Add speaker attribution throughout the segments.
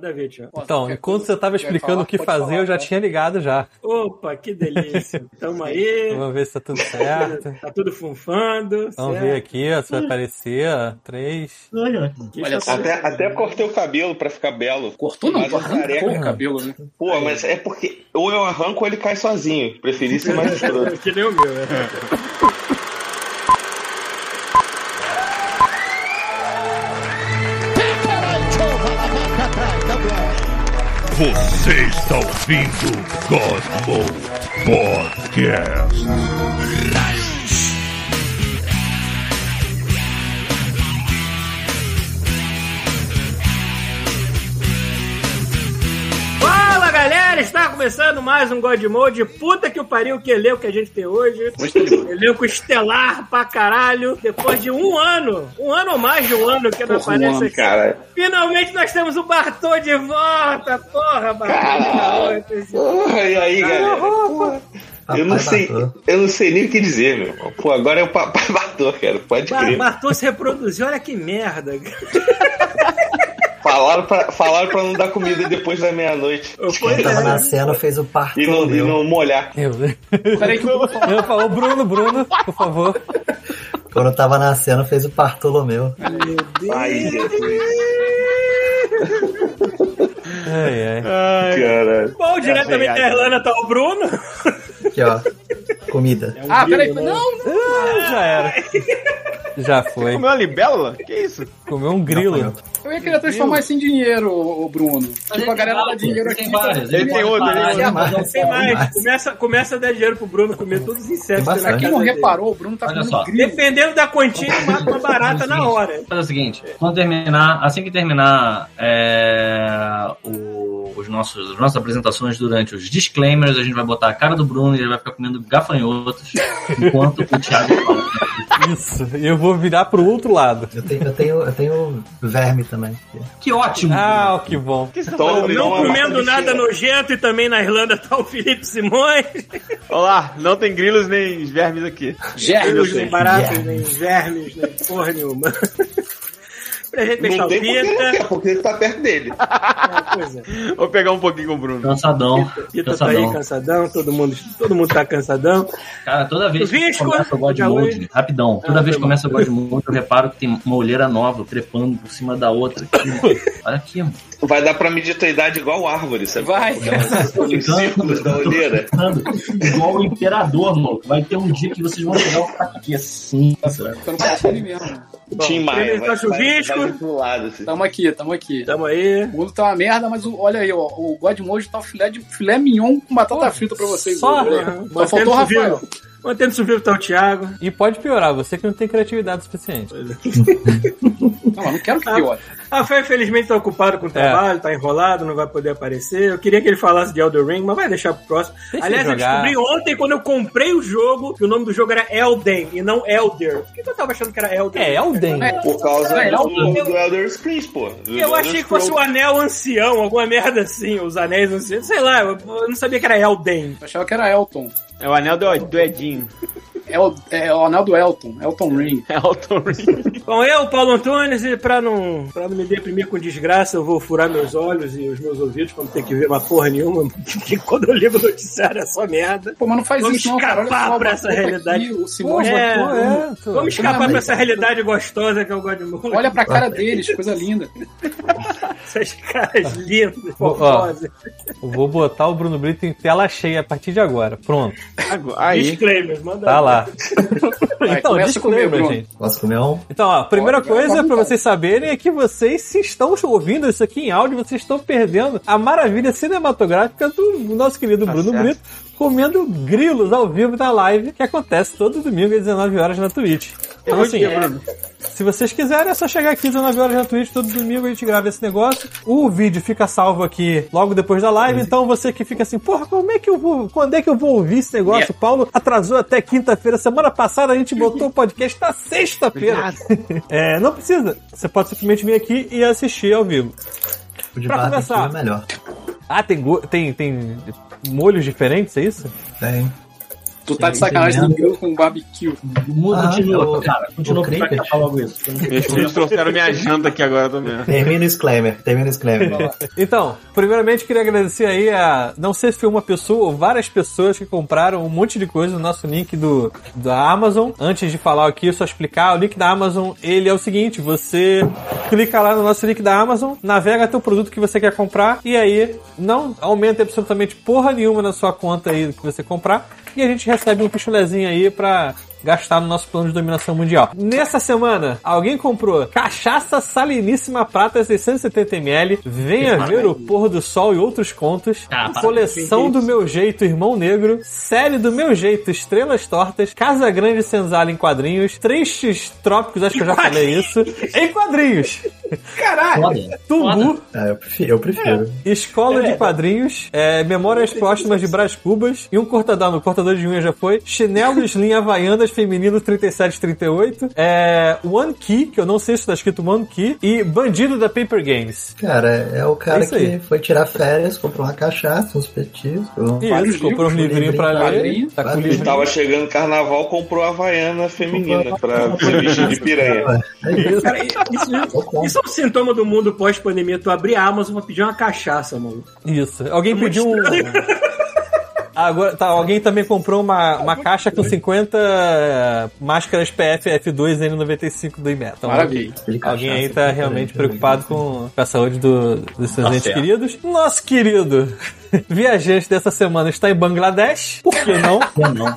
Speaker 1: Davi, Tiago.
Speaker 2: Então, enquanto você tava explicando o que fazer, eu já tinha ligado já.
Speaker 1: Opa, que delícia. Tamo aí.
Speaker 2: Vamos ver se tá tudo certo.
Speaker 1: Tá tudo funfando.
Speaker 2: Vamos ver aqui, ó, se vai aparecer. ó, Três.
Speaker 3: Olha tá só.
Speaker 4: Até, até cortei o cabelo pra ficar belo.
Speaker 3: Cortou não,
Speaker 4: Mas é
Speaker 3: tu arranca
Speaker 4: careca.
Speaker 3: o cabelo, né?
Speaker 4: Pô, mas é porque ou eu arranco ou ele cai sozinho. Preferi ser mais escroto.
Speaker 1: que nem o meu, né?
Speaker 5: Você está ouvindo Godmo Podcast.
Speaker 1: Fala galera, está começando mais um God Mode. Puta que o pariu, que elenco que a gente tem hoje. Elenco estelar pra caralho. Depois de um ano, um ano ou mais de um ano que não
Speaker 3: Porra, um
Speaker 1: aparece
Speaker 3: ano,
Speaker 1: aqui.
Speaker 4: Cara,
Speaker 1: Finalmente nós temos o Bartô de volta, porra, Bartô.
Speaker 4: porra, e aí, galera? Porra. Eu não,
Speaker 6: Papai
Speaker 4: sei,
Speaker 6: Bartô.
Speaker 4: eu não sei nem o que dizer, meu irmão. Pô, agora é o papai Bartô, cara. Pode
Speaker 1: Ba-
Speaker 4: crer.
Speaker 1: Bartô se reproduziu, olha que merda.
Speaker 4: Falaram pra, falaram pra não dar comida depois da meia-noite.
Speaker 1: Pois
Speaker 6: Ele tava
Speaker 1: é.
Speaker 6: nascendo, fez o parto.
Speaker 4: E não, e
Speaker 6: meu.
Speaker 4: não molhar.
Speaker 2: Eu,
Speaker 3: Peraí que eu vou falar.
Speaker 2: eu falo, Bruno, Bruno, por favor.
Speaker 6: Quando eu tava nascendo, fez o Bartolomeu.
Speaker 4: Ai, Jesus.
Speaker 2: Ai, ai.
Speaker 4: Cara.
Speaker 1: Bom, diretamente
Speaker 4: ai,
Speaker 1: da
Speaker 4: ai.
Speaker 1: Irlanda tá o Bruno.
Speaker 6: Aqui, ó. Comida.
Speaker 7: É um
Speaker 8: Ah, peraí.
Speaker 7: né?
Speaker 8: Não, não.
Speaker 2: Ah, já era. Já foi.
Speaker 7: Comeu uma libélula? Que isso?
Speaker 2: Comeu um grilo.
Speaker 3: Eu ia querer transformar isso em dinheiro, ô ô Bruno. Tipo, a galera dá dinheiro aqui.
Speaker 7: Ele tem outro,
Speaker 6: né?
Speaker 7: ele tem
Speaker 6: mais.
Speaker 1: Tem mais. Começa, começa a dar dinheiro pro Bruno comer todos os insetos. que
Speaker 6: Tem
Speaker 1: tá na
Speaker 3: Pra
Speaker 6: bastante.
Speaker 3: quem
Speaker 1: casa
Speaker 3: não
Speaker 1: dele.
Speaker 3: reparou, o Bruno tá
Speaker 8: Olha
Speaker 3: comendo
Speaker 8: só.
Speaker 3: grilo.
Speaker 1: Dependendo da quantia, ele mata uma barata na hora.
Speaker 8: Fazer o seguinte, quando terminar, assim que terminar é, o- os nossos, as nossas apresentações durante os disclaimers, a gente vai botar a cara do Bruno e ele vai ficar comendo gafanhotos enquanto o Thiago fala.
Speaker 2: Isso. E eu vou virar pro outro lado.
Speaker 6: Eu tenho, eu tenho, eu tenho verme também.
Speaker 8: Que ótimo!
Speaker 2: Ah, que bom.
Speaker 4: Então,
Speaker 1: Não
Speaker 4: uma
Speaker 1: comendo
Speaker 4: vaca
Speaker 1: nada nojento e também na Irlanda tá o Felipe Simões.
Speaker 7: Olá, não tem grilos nem vermes aqui.
Speaker 3: Germes,
Speaker 1: Grilos,
Speaker 4: né?
Speaker 1: nem baratos, nem vermes, nem porra nenhuma. Pra gente
Speaker 4: Não
Speaker 1: fechar o
Speaker 4: tem porque ele não
Speaker 1: Pita.
Speaker 4: quer, porque ele tá perto dele.
Speaker 1: Ah, pois é.
Speaker 7: Vou pegar um pouquinho com o Bruno.
Speaker 8: Cansadão,
Speaker 1: Pita tá aí
Speaker 8: cansadão.
Speaker 1: cansadão, todo mundo, todo mundo tá cansadão.
Speaker 8: Cara, toda vez que
Speaker 1: Risco.
Speaker 8: começa o God
Speaker 1: Já
Speaker 8: Mode, rapidão, toda
Speaker 1: Ah,
Speaker 8: vez
Speaker 1: tá
Speaker 8: que
Speaker 1: bom.
Speaker 8: começa o God Mode, eu reparo que tem uma olheira nova trepando por cima da outra. aqui, mano. Olha aqui, mano.
Speaker 4: Vai dar pra medir tua idade igual árvore, sabe? Tipo,
Speaker 3: Vai.
Speaker 4: Os círculos da olheira.
Speaker 8: Igual o imperador, maluco. Vai ter um dia que vocês vão chegar aqui assim. sabe?
Speaker 3: Tá no passo ali mesmo.
Speaker 4: Tim Maia.
Speaker 1: ele
Speaker 4: Vai,
Speaker 1: tá
Speaker 4: vai, vai,
Speaker 1: chuvisco. Então,
Speaker 4: vir pro lado, assim.
Speaker 3: Tamo aqui, tamo aqui.
Speaker 1: Tamo aí.
Speaker 3: O mundo tá uma merda, mas o- olha aí, ó. O God Mode tá um filé de filé mignon com batata frita pra vocês.
Speaker 2: só,
Speaker 3: hoje.
Speaker 1: né?
Speaker 3: Só faltou o Rafael.
Speaker 1: Mantendo isso vivo tá o Thiago.
Speaker 2: E pode piorar, você que não tem criatividade suficiente.
Speaker 3: Não, eu não quero que piore.
Speaker 7: Ah,
Speaker 1: Rafael, infelizmente, tá ocupado
Speaker 2: É.
Speaker 1: com o trabalho, tá enrolado, não vai poder aparecer. Eu queria que ele falasse de Elden Ring, mas vai deixar pro próximo.
Speaker 2: Deixa
Speaker 1: Aliás, eu
Speaker 2: ele jogar.
Speaker 1: descobri ontem, quando eu comprei o jogo, que o nome do jogo era Elden e não Elder. Por que que eu tava achando que era Elden?
Speaker 2: É, Elden.
Speaker 4: Por causa
Speaker 3: Vai,
Speaker 4: do,
Speaker 3: não.
Speaker 4: do Elder Screens, pô. Do
Speaker 1: Eu
Speaker 4: Elder
Speaker 1: achei que fosse o
Speaker 4: Scrolls.
Speaker 1: Anel Ancião, alguma merda assim, os Anéis Anciãos, sei lá, eu eu não sabia que era Elden.
Speaker 3: Eu achava que era Elton.
Speaker 7: É o anel do, do Edinho.
Speaker 3: É o, é o anel do Elton. Elton Ring.
Speaker 7: É o Tom Ring.
Speaker 1: Bom, eu, Paulo Antunes, e pra não, pra não me deprimir com desgraça, eu vou furar meus olhos e os meus ouvidos pra não ter que ver uma porra nenhuma, porque quando eu ligo o noticiário é só merda.
Speaker 3: Pô, mas não faz
Speaker 1: Vamos
Speaker 3: isso não, cara. Olha
Speaker 1: escapar
Speaker 3: só,
Speaker 1: pra
Speaker 3: o
Speaker 1: essa
Speaker 3: Batata aqui,
Speaker 1: realidade.
Speaker 3: O Simões
Speaker 1: Pô, é.
Speaker 3: botou-
Speaker 2: É, tu-
Speaker 1: Vamos escapar
Speaker 3: Finalmente.
Speaker 1: pra essa realidade gostosa que é o Godmode.
Speaker 3: Olha pra cara deles, coisa linda.
Speaker 1: essas caras lindas,
Speaker 2: Ó.
Speaker 1: fofosas.
Speaker 2: Eu Vou botar o Bruno Brito em tela cheia a partir de agora. Pronto,
Speaker 7: Agora- Aí.
Speaker 1: Disclaimers, manda
Speaker 2: tá lá.
Speaker 3: Vai,
Speaker 2: Então,
Speaker 3: começa comigo,
Speaker 2: disclaimer,
Speaker 3: Bruno.
Speaker 2: gente.
Speaker 6: Posso comer um?
Speaker 2: Então, ó, a primeira
Speaker 3: Bora, vai,
Speaker 2: coisa
Speaker 3: vai,
Speaker 2: pra
Speaker 3: vai.
Speaker 2: vocês saberem é que vocês, se estão ouvindo isso aqui em áudio, vocês estão perdendo a maravilha cinematográfica do nosso
Speaker 3: Tá
Speaker 2: querido Bruno
Speaker 7: certo.
Speaker 2: Brito comendo grilos ao vivo na live que acontece todo domingo às 19 horas na Twitch. Então, assim, se vocês quiserem, é só chegar aqui às 19 horas na Twitch, todo domingo a gente grava esse negócio. O vídeo fica salvo aqui logo depois da live, então você que fica assim, porra, como é que eu vou, quando é que eu vou ouvir esse negócio? O Paulo atrasou até quinta-feira, semana passada a gente botou o podcast na sexta-feira. É, não precisa. Você pode simplesmente vir aqui e assistir ao vivo.
Speaker 6: O de
Speaker 2: Pra
Speaker 6: barbecue
Speaker 2: começar.
Speaker 6: é melhor.
Speaker 2: Ah, tem, go- tem, tem molhos diferentes, é isso?
Speaker 6: Tem.
Speaker 3: Tu tá de sacanagem no grill com barbecue.
Speaker 8: Muda,
Speaker 6: Ah,
Speaker 8: continua,
Speaker 6: o-
Speaker 8: cara. Continua
Speaker 6: o
Speaker 8: pra
Speaker 6: Creeper.
Speaker 8: acabar logo isso.
Speaker 7: Meus filhos trouxeram minha janta aqui agora também.
Speaker 6: Termina o disclaimer, termina o disclaimer. Vai lá.
Speaker 2: Então, primeiramente queria agradecer aí a. Não sei se foi uma pessoa ou várias pessoas que compraram um monte de coisa no nosso link do, da Amazon. Antes de falar aqui, só explicar: o link da Amazon ele é o seguinte: você clica lá no nosso link da Amazon, navega até o produto que você quer comprar e aí não aumenta absolutamente porra nenhuma na sua conta aí que você comprar. E a gente recebe um pichulezinho aí pra gastar no nosso plano de dominação mundial. Nessa semana, alguém comprou cachaça saliníssima prata 670ml, venha ver o pôr do sol e outros contos,
Speaker 8: Ah, para.
Speaker 2: coleção do meu jeito, irmão negro, série do meu jeito, estrelas tortas, Casa Grande Senzala em quadrinhos, Tristes Trópicos, acho que eu já falei isso, em quadrinhos, ah, é
Speaker 8: Foda.
Speaker 2: Tumbu,
Speaker 6: Ah, eu prefiro. Eu prefiro.
Speaker 2: É. Escola
Speaker 3: é.
Speaker 2: de Quadrinhos, é, Memórias Póstumas de Brás Cubas e um cortador, no cortador de unha já foi, Chinelo Slim Havaianas Feminino 3738, é, One Key, que eu não sei se tá escrito One Key, e Bandido da Paper Games.
Speaker 6: Cara, é o
Speaker 2: É
Speaker 6: cara
Speaker 2: isso aí.
Speaker 6: que foi tirar férias, comprou uma cachaça, uns petiscos.
Speaker 2: E
Speaker 3: Vários né?
Speaker 2: ele comprou um
Speaker 6: livros,
Speaker 2: livrinho pra ler,
Speaker 3: quadrinho,
Speaker 2: tá com o
Speaker 6: quadrinho.
Speaker 2: livro.
Speaker 4: Tava chegando carnaval, comprou a Havaiana feminina pra se vestir de piranha.
Speaker 6: É isso.
Speaker 1: Cara, isso,
Speaker 6: Eu compro.
Speaker 1: isso é um sintoma do mundo pós-pandemia. Tu abrir a Amazon pra pedir uma cachaça, mano.
Speaker 2: Isso. Alguém
Speaker 1: Muito
Speaker 2: pediu um. Agora, tá, alguém também comprou uma, uma caixa com 50 máscaras PFF2 N95 do IMET. Então,
Speaker 3: Maravilha.
Speaker 2: Alguém
Speaker 1: né,
Speaker 2: aí tá realmente preocupado com com a saúde do- dos seus
Speaker 1: é.
Speaker 2: entes
Speaker 8: certo.
Speaker 2: queridos. Nosso querido viajante dessa semana está em Bangladesh. Por que não?
Speaker 8: Não.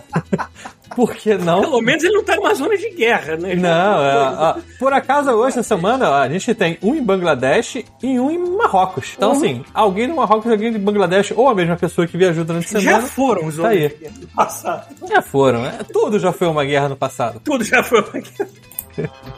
Speaker 2: Por que não?
Speaker 1: Pelo menos ele não tá numa zona de guerra, né?
Speaker 2: Não, é, ó, por acaso hoje, essa semana, ó, a gente tem um em Bangladesh e um em Marrocos. Então,
Speaker 1: Uhum.
Speaker 2: assim, alguém no Marrocos, alguém de Bangladesh, ou a mesma pessoa que viajou durante a
Speaker 1: Já
Speaker 2: semana,
Speaker 1: foram os
Speaker 2: tá
Speaker 1: homens
Speaker 2: aí.
Speaker 1: de guerra do passado.
Speaker 2: já foram. né? Tudo já foi uma guerra no passado.
Speaker 1: Tudo já foi uma guerra.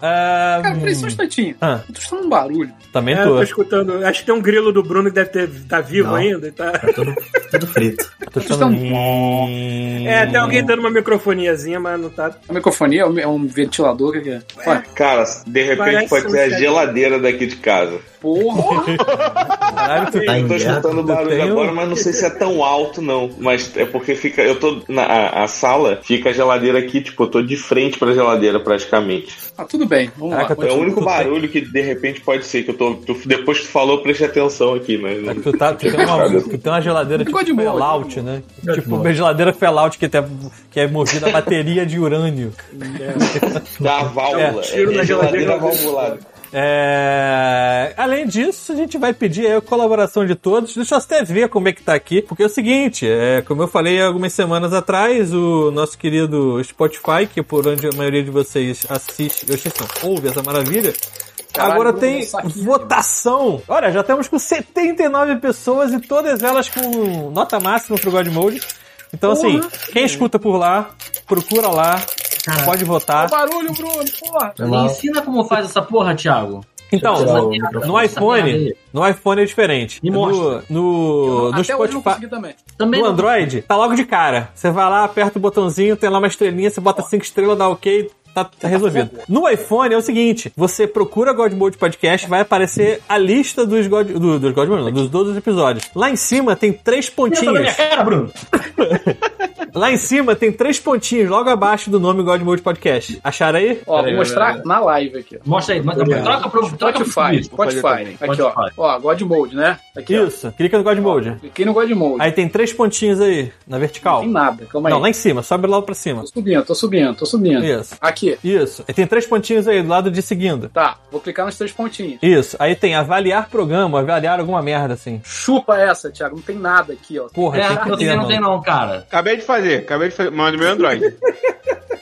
Speaker 2: Ah,
Speaker 3: Cara, peraí só um instantinho.
Speaker 2: Ah.
Speaker 3: Tu está num um barulho.
Speaker 2: também
Speaker 1: É, eu
Speaker 2: tô.
Speaker 1: tô escutando. Acho que tem um grilo do Bruno que deve ter, tá vivo
Speaker 6: Não.
Speaker 1: ainda. e Tá...
Speaker 6: É tudo, tudo frito.
Speaker 2: Tô
Speaker 3: Vocês
Speaker 2: achando-
Speaker 1: É, tem
Speaker 2: um-
Speaker 1: alguém dando uma microfoniazinha, mas não tá.
Speaker 3: A microfonia é um, é um ventilador que que é. Ué,
Speaker 4: Cara, de repente
Speaker 1: Parece
Speaker 4: pode
Speaker 1: um
Speaker 4: ser a
Speaker 1: chefe.
Speaker 4: geladeira daqui de casa.
Speaker 3: porra.
Speaker 2: Caralho, tu
Speaker 6: Tá em
Speaker 4: eu tô
Speaker 6: guerra,
Speaker 4: escutando barulho
Speaker 2: tenho-
Speaker 4: agora, mas não sei se é tão alto, não. Mas é porque fica. Eu tô. Na a, a sala fica a geladeira aqui, tipo, eu tô de frente pra geladeira praticamente.
Speaker 3: Ah, tudo bem. Vamos
Speaker 2: Caraca,
Speaker 3: lá.
Speaker 2: eu
Speaker 4: é o
Speaker 2: Continua,
Speaker 4: único
Speaker 2: tudo bem.
Speaker 4: barulho que de repente pode ser, que eu tô. tu- depois que tu falou, eu prestei atenção aqui, mas.
Speaker 2: É que tu, tá, tu, tem uma, tu tem uma geladeira tipo
Speaker 3: Ficou de boa,
Speaker 2: Fallout,
Speaker 3: ficou
Speaker 2: né?
Speaker 6: Ficou de
Speaker 2: Tipo,
Speaker 6: boa.
Speaker 2: uma geladeira Fallout que, tem, que é movida a bateria de urânio.
Speaker 4: Da válvula.
Speaker 2: É,
Speaker 1: tiro
Speaker 4: é,
Speaker 1: na geladeira.
Speaker 4: geladeira valvulada.
Speaker 2: É, Além disso, a gente vai pedir aí a colaboração de todos. Deixa eu até ver como é que tá aqui. Porque é o seguinte, é, como eu falei algumas semanas atrás, o nosso querido Spotify, que por onde a maioria de vocês assiste, eu sei não, ouve essa maravilha,
Speaker 3: Caralho,
Speaker 2: Agora
Speaker 3: vamos
Speaker 2: tem
Speaker 3: nessa aqui,
Speaker 2: votação. Olha, já estamos com 79 pessoas e todas elas com nota máxima pro God Mode. Então, assim, quem escuta por lá, procura lá, pode
Speaker 3: Olha
Speaker 2: votar.
Speaker 3: o barulho, Bruno. Porra.
Speaker 2: É
Speaker 6: Foi
Speaker 8: Me
Speaker 6: mal.
Speaker 8: ensina como faz essa porra, Thiago.
Speaker 2: Então,
Speaker 6: tirar
Speaker 2: no,
Speaker 6: o microfone.
Speaker 2: no iPhone, no iPhone é diferente.
Speaker 8: Me
Speaker 2: no,
Speaker 8: mostra.
Speaker 2: no,
Speaker 3: Até
Speaker 2: no
Speaker 3: hoje eu não
Speaker 2: Spotify.
Speaker 3: consegui também.
Speaker 8: Também
Speaker 2: No
Speaker 8: não-
Speaker 2: Android, tá logo de cara. Você vai lá, aperta o botãozinho, tem lá uma estrelinha, você bota cinco estrelas, dá ok, tá, tá resolvido. No iPhone é o seguinte: você procura God Mode Podcast, vai aparecer a lista dos God, do- dos God Mode, não, dos 12 episódios. Lá em cima tem três
Speaker 8: Pensa na minha
Speaker 2: pontinhos.
Speaker 8: cara, Bruno.
Speaker 2: Lá em cima tem três pontinhos, logo abaixo do nome God Mode Podcast. Acharam aí?
Speaker 3: Ó,
Speaker 8: Peraí, Então,
Speaker 3: vou mostrar na live aqui. ó.
Speaker 8: Mostra aí. Mostra, troca pro. Troca pro
Speaker 3: Spotify,
Speaker 8: vídeo.
Speaker 3: Spotify. Aqui, ó.
Speaker 8: Spotify.
Speaker 3: Ó, God Mode, né? Aqui, ó.
Speaker 2: Isso, clica no God Mode.
Speaker 3: Cliquei no God Mode.
Speaker 2: Aí tem três pontinhos aí, na vertical.
Speaker 3: Não tem nada, calma aí.
Speaker 2: Não, lá em cima, sobe lá pra cima.
Speaker 3: Tô subindo, tô subindo, tô subindo.
Speaker 2: Isso.
Speaker 3: Aqui.
Speaker 2: Isso. E tem três pontinhos aí do lado de seguindo.
Speaker 3: Tá, vou clicar nos três pontinhos.
Speaker 2: Isso. Aí tem avaliar programa, avaliar alguma merda assim.
Speaker 3: Chupa essa, Thiago. Não tem nada aqui, ó.
Speaker 2: Porra,
Speaker 8: É,
Speaker 2: tem que
Speaker 8: eu
Speaker 2: ter,
Speaker 8: também não
Speaker 2: mano.
Speaker 8: tem, não, cara.
Speaker 7: Acabei de fazer, acabei de fazer. Manda meu Android.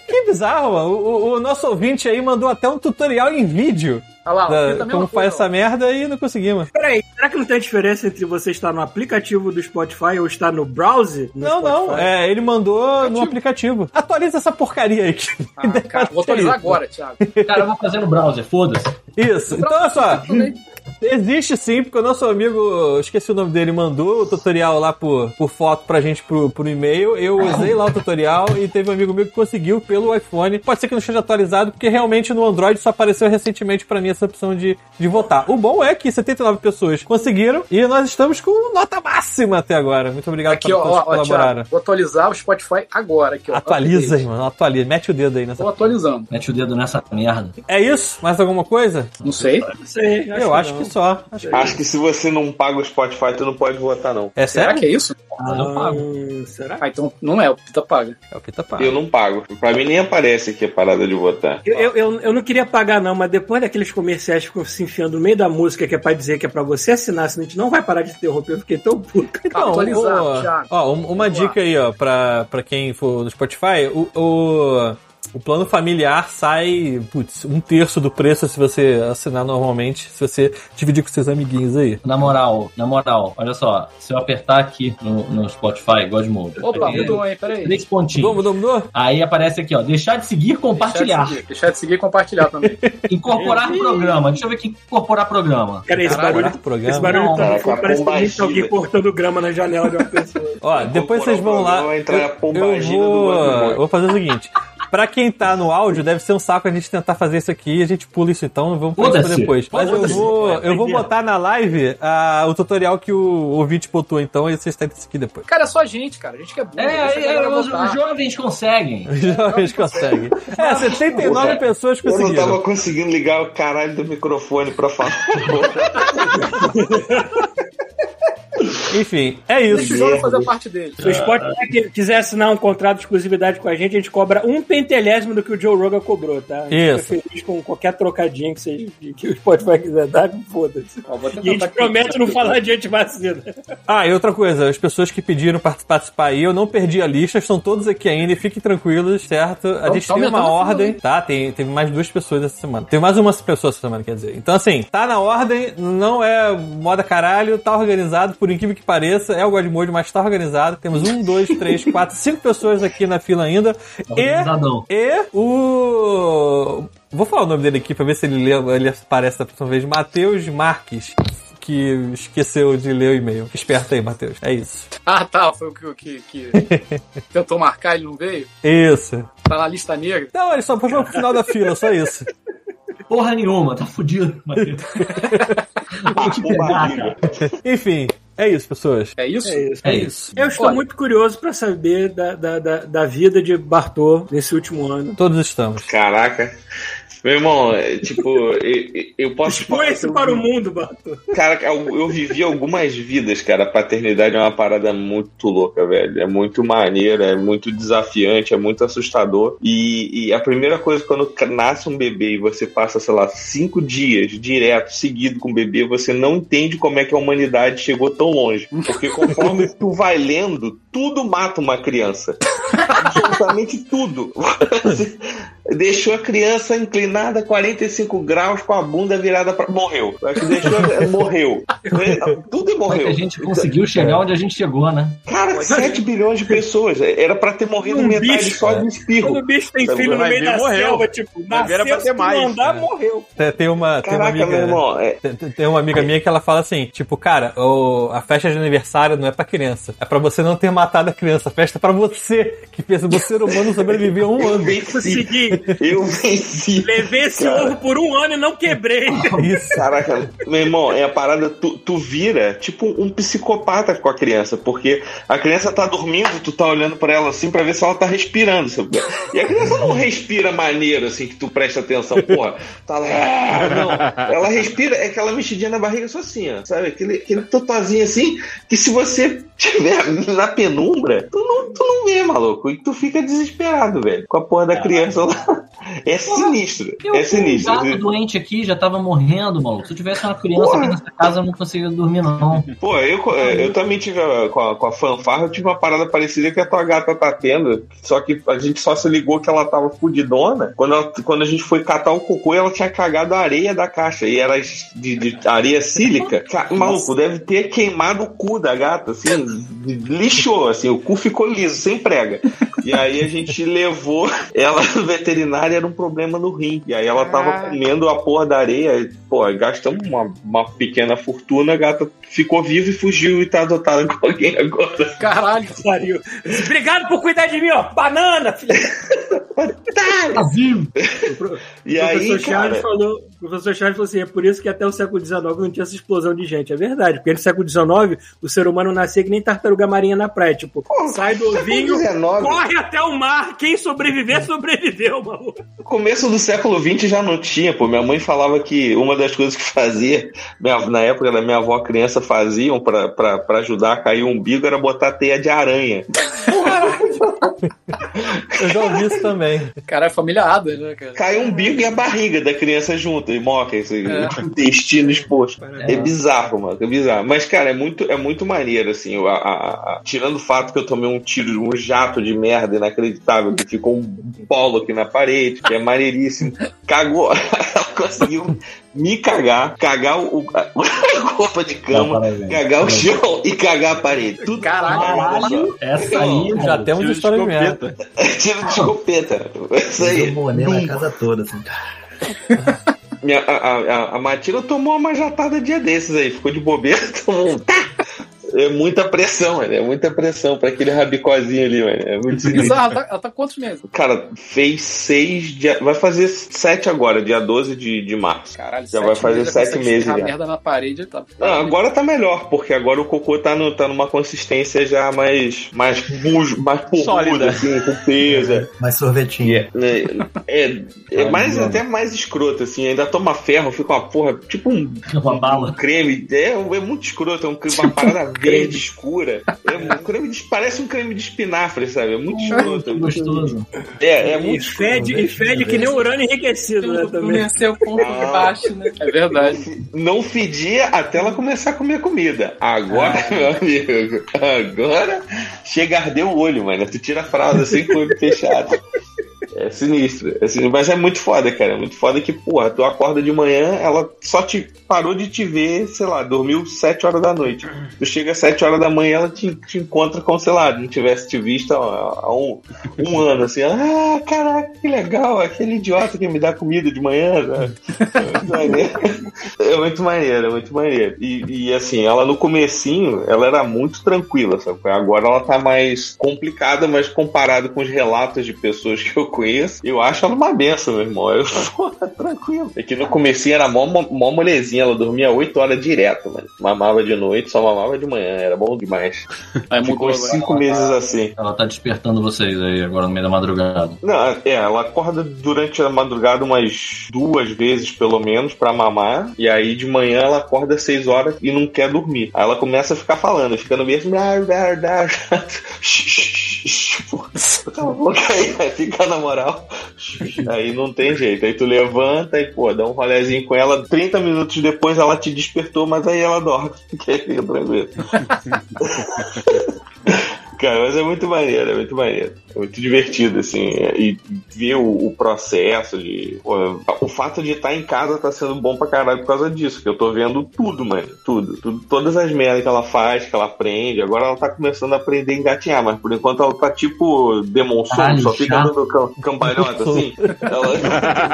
Speaker 2: Que bizarro, mano. O, o- o nosso ouvinte aí mandou até um tutorial em vídeo
Speaker 3: Olha lá, ó,
Speaker 2: da-
Speaker 3: fica
Speaker 8: é
Speaker 3: a mesma
Speaker 2: como faz
Speaker 3: coisa,
Speaker 2: essa merda e não conseguimos.
Speaker 1: Peraí, será que não tem diferença entre você estar no aplicativo do Spotify ou estar no browser? No
Speaker 2: Não,
Speaker 1: Spotify?
Speaker 2: não. É, ele mandou no aplicativo. Atualiza essa porcaria aí. que-
Speaker 3: ó. Ah, cara, vou atualizar agora, Thiago.
Speaker 8: Cara, eu vou fazer no browser, foda-se.
Speaker 2: Isso. Então, olha só.
Speaker 3: Também.
Speaker 2: Existe sim, porque o nosso amigo, eu esqueci o nome dele, mandou o tutorial lá por, por foto pra gente pro, pro e-mail. Eu usei lá o tutorial e teve um amigo meu que conseguiu pelo iPhone. Pode ser que não esteja atualizado, porque realmente no Android só apareceu recentemente pra mim essa opção de, de votar. O bom é que 79 pessoas conseguiram e nós estamos com nota máxima até agora. Muito obrigado
Speaker 3: Aqui, ó, ó, ó Thiago, vou atualizar o Spotify agora. Aqui, ó.
Speaker 2: Atualiza,
Speaker 3: Update.
Speaker 2: mano. Atualiza. Mete o dedo aí nessa.
Speaker 3: Tô atualizando.
Speaker 8: Mete o dedo nessa merda.
Speaker 2: É isso? Mais alguma coisa?
Speaker 3: Não sei.
Speaker 1: Não sei,
Speaker 2: é. Eu acho que
Speaker 1: não.
Speaker 2: só. Acho que-
Speaker 4: Acho que se você não paga o Spotify, tu não pode votar, não.
Speaker 2: É
Speaker 3: Será
Speaker 2: sério?
Speaker 3: que é isso?
Speaker 8: Mas eu pago.
Speaker 1: Hum, será?
Speaker 3: Ah, então não é, o Pita paga.
Speaker 2: É o Pita Pá.
Speaker 4: Eu não pago. Pra mim nem aparece aqui a parada de votar.
Speaker 1: Eu, eu, eu, eu não queria pagar, não, mas depois daqueles comerciais que ficam se enfiando no meio da música que é pra dizer que é pra você assinar, senão a gente não vai parar de interromper, eu fiquei tão puto.
Speaker 2: Então,
Speaker 3: Atualizar,
Speaker 2: ó,
Speaker 3: Thiago.
Speaker 2: ó, um- uma
Speaker 3: Vamos lá.
Speaker 2: dica aí, ó, pra, pra quem for no Spotify, o, o, o plano familiar sai, putz, um terço do preço se você assinar normalmente, se você dividir com seus amiguinhos aí.
Speaker 8: Na moral, na moral, olha só. Se eu apertar aqui no, no Spotify, Godmode.
Speaker 3: Opa,
Speaker 8: aí,
Speaker 3: mudou, hein? Peraí.
Speaker 8: Três pontinhos.
Speaker 2: Mudou, mudou, mudou?
Speaker 8: Aí aparece aqui, ó. Deixar de seguir,
Speaker 3: Deixar
Speaker 8: compartilhar.
Speaker 3: de seguir, deixar de seguir e compartilhar também.
Speaker 8: Incorporar programa. Deixa eu ver aqui. Incorporar programa.
Speaker 1: Cara, esse
Speaker 2: Caraca,
Speaker 1: barulho,
Speaker 2: programa.
Speaker 1: esse barulho
Speaker 8: Não,
Speaker 1: tá,
Speaker 4: cara,
Speaker 1: parece que
Speaker 4: bomba
Speaker 1: tem alguém
Speaker 4: gira.
Speaker 1: cortando grama na janela de uma pessoa.
Speaker 2: Ó, depois vocês vão lá.
Speaker 4: Vai entrar a
Speaker 2: Eu
Speaker 4: pombagina do
Speaker 2: vou,
Speaker 4: Godmode.
Speaker 2: eu vou fazer o seguinte. Pra quem tá no áudio, deve ser um saco a gente tentar fazer isso aqui. A gente pula isso então, vamos fazer isso
Speaker 8: Foda-se.
Speaker 2: depois. Mas eu
Speaker 8: Foda-se.
Speaker 2: vou, eu vou botar na live ah, o tutorial que o ouvinte botou então e vocês tentam seguir depois.
Speaker 3: Cara, é só a gente, cara. A gente que é burro.
Speaker 8: É,
Speaker 3: deixa a
Speaker 8: é,
Speaker 3: galera
Speaker 8: é, os, os
Speaker 3: votar.
Speaker 8: jovens conseguem.
Speaker 2: Jovens conseguem. É, 79
Speaker 4: Puta,
Speaker 2: pessoas
Speaker 4: Eu não
Speaker 2: conseguiram.
Speaker 4: tava conseguindo ligar o caralho do microfone pra falar.
Speaker 2: Enfim, é
Speaker 3: Deixa o
Speaker 2: isso.
Speaker 3: jovem fazer a parte dele.
Speaker 1: Se o Spotify que quiser assinar um contrato de exclusividade com a gente, a gente cobra um pentelésimo do que o Joe Rogan cobrou, tá? A gente
Speaker 2: Isso.
Speaker 1: Fica feliz com qualquer trocadinha que, seja, que o Spotify quiser dar, foda-se.
Speaker 3: Ó, vou
Speaker 1: E
Speaker 3: até
Speaker 1: a gente
Speaker 3: tentar-
Speaker 1: promete não falar de antivacina.
Speaker 2: Ah, e outra coisa, as pessoas que pediram para participar aí, eu não perdi a lista, estão todos aqui ainda, e fiquem tranquilos, certo? A
Speaker 3: Então,
Speaker 2: gente
Speaker 3: tá
Speaker 2: tem
Speaker 3: aumentando
Speaker 2: uma
Speaker 3: a fila,
Speaker 2: ordem,
Speaker 3: hein?
Speaker 2: tá? Tem, teve mais duas pessoas essa semana. Teve mais uma pessoa essa semana, quer dizer. Então, assim, tá na ordem, não é moda caralho, tá organizado, por incrível que pareça, é o Godmode, mas tá organizado. Temos um, dois, três, quatro, cinco pessoas aqui na fila ainda. E
Speaker 8: Organizadão.
Speaker 2: E o. Vou falar o nome dele aqui pra ver se ele, lembra, ele aparece da próxima vez. Matheus Marques, que esqueceu de ler o e-mail. Esperto aí, Matheus. É isso.
Speaker 3: Ah, tá. Foi o que, que, que tentou marcar, ele não veio.
Speaker 2: Isso.
Speaker 3: Tá na lista negra.
Speaker 2: Não, ele só foi pro final da fila, só isso.
Speaker 8: Porra nenhuma, tá fudido, Matheus. Vou te pegar, cara.
Speaker 2: Enfim, é isso, pessoas.
Speaker 3: É isso?
Speaker 8: É isso.
Speaker 1: Eu estou
Speaker 3: Olha.
Speaker 1: muito curioso para saber da, da, da, da vida de Bartô nesse último ano.
Speaker 2: Todos estamos.
Speaker 4: Caraca. Meu irmão, é, tipo, eu, eu posso.
Speaker 1: Expõe isso para o mundo, Bartô.
Speaker 4: Cara, eu eu vivi algumas vidas, cara. A paternidade é uma parada muito louca, velho. É muito maneira, é muito desafiante, é muito assustador. E, e a primeira coisa, quando ca- nasce um bebê e você passa, sei lá, cinco dias direto, seguido com o bebê, você não entende como é que a humanidade chegou tão longe. Porque conforme tu vai lendo, tudo mata uma criança. Absolutamente tudo. Você deixou a criança inclinada 45 graus com a bunda virada pra. Morreu. Acho que deixou- morreu. Tudo é
Speaker 8: Como é que
Speaker 4: morreu.
Speaker 8: a gente conseguiu chegar onde a gente chegou, né?
Speaker 4: Cara, 7 bilhões de pessoas. Era pra ter morrido
Speaker 1: Um
Speaker 4: metade
Speaker 1: bicho,
Speaker 4: só de espirro.
Speaker 1: Quando o bicho tem filho no
Speaker 7: vai
Speaker 1: meio
Speaker 7: ver,
Speaker 1: da
Speaker 7: morreu.
Speaker 1: selva, tipo,
Speaker 7: Vai ver,
Speaker 1: nasceu,
Speaker 7: era pra
Speaker 1: se
Speaker 7: ter mais. né?
Speaker 1: não andar, morreu.
Speaker 2: Tem- Tem uma, tem uma
Speaker 4: Caraca, meu
Speaker 2: amiga.
Speaker 4: irmão. é-
Speaker 2: Tem- Tem uma amiga minha que ela fala assim, tipo, cara, o- a festa de aniversário não é pra criança. É pra você não ter matado a criança. A festa é pra você, que fez o ser humano sobreviver a um
Speaker 4: Eu
Speaker 2: ano.
Speaker 4: venci.
Speaker 1: Consegui.
Speaker 4: Eu venci.
Speaker 1: Levei esse
Speaker 4: Cara.
Speaker 1: ovo por um ano e não quebrei.
Speaker 2: É Isso.
Speaker 4: Caraca, meu irmão, é a parada, tu, tu vira tipo um psicopata com a criança, porque a criança tá dormindo, tu tá olhando pra ela assim pra ver se ela tá respirando. sabe? E a criança não respira maneiro, assim, que tu presta atenção, porra. Tá lá, "Ah", não. Ela respira, é aquela mexidinha na barriga só assim, ó, sabe? Aquele, aquele totozinho assim, que se você tiver na penumbra, tu não, tu não vê, maluco. E tu fica desesperado, velho, com a porra da criança lá. É sinistro,
Speaker 8: Eu,
Speaker 4: é sinistro.
Speaker 8: um gato doente aqui já tava morrendo, maluco. Se eu tivesse uma criança aqui nessa casa, eu não conseguia dormir, não.
Speaker 4: Pô, eu, é, eu também tive a- com, a, com a fanfarra, eu tive uma parada parecida que a tua gata tá tendo. Só que a gente só se ligou que ela tava fudidona. Quando, ela- quando a gente foi catar o cocô, ela tinha cagado a areia da caixa. E era de, de areia sílica. Ca- Maluco, deve ter queimado o cu da gata, assim, lixou, assim, o cu ficou liso, sem prega. E aí a gente levou ela no veterinário, era um problema no rim. E aí ela tava comendo a porra da areia. Pô, gastamos uma, uma pequena fortuna, a gata ficou viva e fugiu e tá adotada com alguém agora.
Speaker 3: Caralho.
Speaker 1: Pariu. Obrigado por cuidar de mim, ó. Banana, filho.
Speaker 2: Tá vivo.
Speaker 4: E
Speaker 1: o
Speaker 4: aí,
Speaker 1: professor Charles
Speaker 4: cara,
Speaker 1: falou, o professor Charles falou assim: é por isso que até o século XIX não tinha essa explosão de gente. É verdade, porque no século XIX o ser humano nascia que nem tartaruga marinha na praia. Tipo, sai do ovinho,
Speaker 4: 19.
Speaker 1: corre até o mar. Quem sobreviver, sobreviveu, maluco.
Speaker 4: No começo do século XX já não tinha, pô. Minha mãe falava que uma das coisas que fazia, minha- na época da minha avó criança faziam pra, pra, pra ajudar a cair o umbigo era botar teia de aranha.
Speaker 2: Eu já ouvi isso também.
Speaker 3: Caralho, família Adams, né, cara?
Speaker 4: Cai o umbigo e a barriga da criança junto, e moca esse intestino exposto. É. bizarro, mano, é bizarro. Mas, cara, é muito, é muito maneiro, assim. a- a- a- tirando o fato que eu tomei um tiro de um jato de merda inacreditável, que ficou um bolo aqui na parede, que é maneiríssimo. Cagou, ela conseguiu me cagar, cagar o, o- a, roupa de cama, cagar o chão e cagar a parede. Tudo né?
Speaker 8: Caralho, essa aí.
Speaker 4: Não,
Speaker 2: Já temos história de merda.
Speaker 4: tiro de escopeta. Isso aí.
Speaker 6: Deu boné na casa toda, assim.
Speaker 4: Minha, a, a- a, a Matilda tomou uma jatada dia desses aí, ficou de bobeira, tomou um tá. É muita pressão, velho, é muita pressão pra aquele rabicozinho ali, velho. É muito sinistro.
Speaker 3: Bizarro, ela tá, ela tá quantos meses?
Speaker 4: Cara, fez seis, dia- vai fazer sete agora, dia 12 de, de março.
Speaker 3: Caralho,
Speaker 4: Já vai fazer sete
Speaker 3: consegue
Speaker 4: meses,
Speaker 3: esfregar
Speaker 4: já.
Speaker 3: merda na parede, tá.
Speaker 4: Ah, agora tá melhor, porque agora o cocô tá, no, tá numa consistência já mais mais musgo, mais porruda,
Speaker 7: Sólida.
Speaker 4: assim, com peso. é.
Speaker 6: Mas sorvetinho.
Speaker 4: É, é, é mais, até mais escroto, assim, ainda toma ferro, fica uma porra, tipo um
Speaker 8: Uma
Speaker 4: Um
Speaker 8: bala.
Speaker 4: creme, é, é muito escroto, é um creme, uma parada verde escura. É um creme de- parece um creme de espinafre, sabe? É muito escroto. é muito-
Speaker 8: Gostoso.
Speaker 4: É, é
Speaker 1: E
Speaker 4: muito escroto.
Speaker 1: fede, e fede que nem um urânio enriquecido,
Speaker 4: é
Speaker 1: né? Também.
Speaker 9: ponto
Speaker 4: Ah.
Speaker 9: baixo, né?
Speaker 3: É verdade.
Speaker 4: Não fedia até ela começar a comer comida. Agora, meu amigo, agora chega a arder o olho, mano. Tu tira a fralda assim com o olho fechado. É sinistro, é sinistro. Mas é muito foda, cara. É muito foda que, porra, tu acorda de manhã, ela só te parou de te ver, sei lá, dormiu 7 horas da noite. Tu chega às 7 horas da manhã, ela te, te encontra como, sei lá, não tivesse te visto há, há um, um ano, assim. Ah, caraca, que legal, aquele idiota que me dá comida de manhã. sabe? É muito maneiro. É muito maneiro, é muito maneiro. E, e, assim, ela no comecinho, ela era muito tranquila, sabe? Agora ela tá mais complicada, mas comparado com os relatos de pessoas que eu conheço, eu acho ela uma benção, meu irmão. Eu, porra, tranquilo. É que no comecinho era mó, mó- mó molezinha, ela dormia 8 horas direto, mano. Mamava de noite, só mamava de manhã, era bom demais.
Speaker 3: Aí mudou
Speaker 4: Ficou
Speaker 3: agora.
Speaker 4: 5 meses assim.
Speaker 8: Ela tá despertando vocês aí agora no meio da madrugada.
Speaker 4: Não, é, ela acorda durante a madrugada umas duas vezes, pelo menos, pra mamar. E aí de manhã ela acorda às seis horas e não quer dormir. Aí ela começa a ficar falando, fica no mesmo. "Dar, dar, dar". tipo, Cala a boca aí, fica na moral. Aí não tem jeito. Aí tu levanta e, pô, dá um rolezinho com ela. 30 minutos depois ela te despertou, mas aí ela dorme. Que aí fica tranquilo. Cara, mas é muito maneiro, é muito maneiro. É muito divertido, assim. E ver o, o processo de. pô, o fato de estar em casa tá sendo bom pra caralho por causa disso. Que eu tô vendo tudo, mano. Tudo. tudo todas as merdas que ela faz, que ela aprende. Agora ela tá começando a aprender a engatinhar, mas por enquanto ela tá tipo demonstrando,
Speaker 8: Caralho,
Speaker 4: só fica
Speaker 8: chato.
Speaker 4: dando cam, cambalhota, assim. Ela,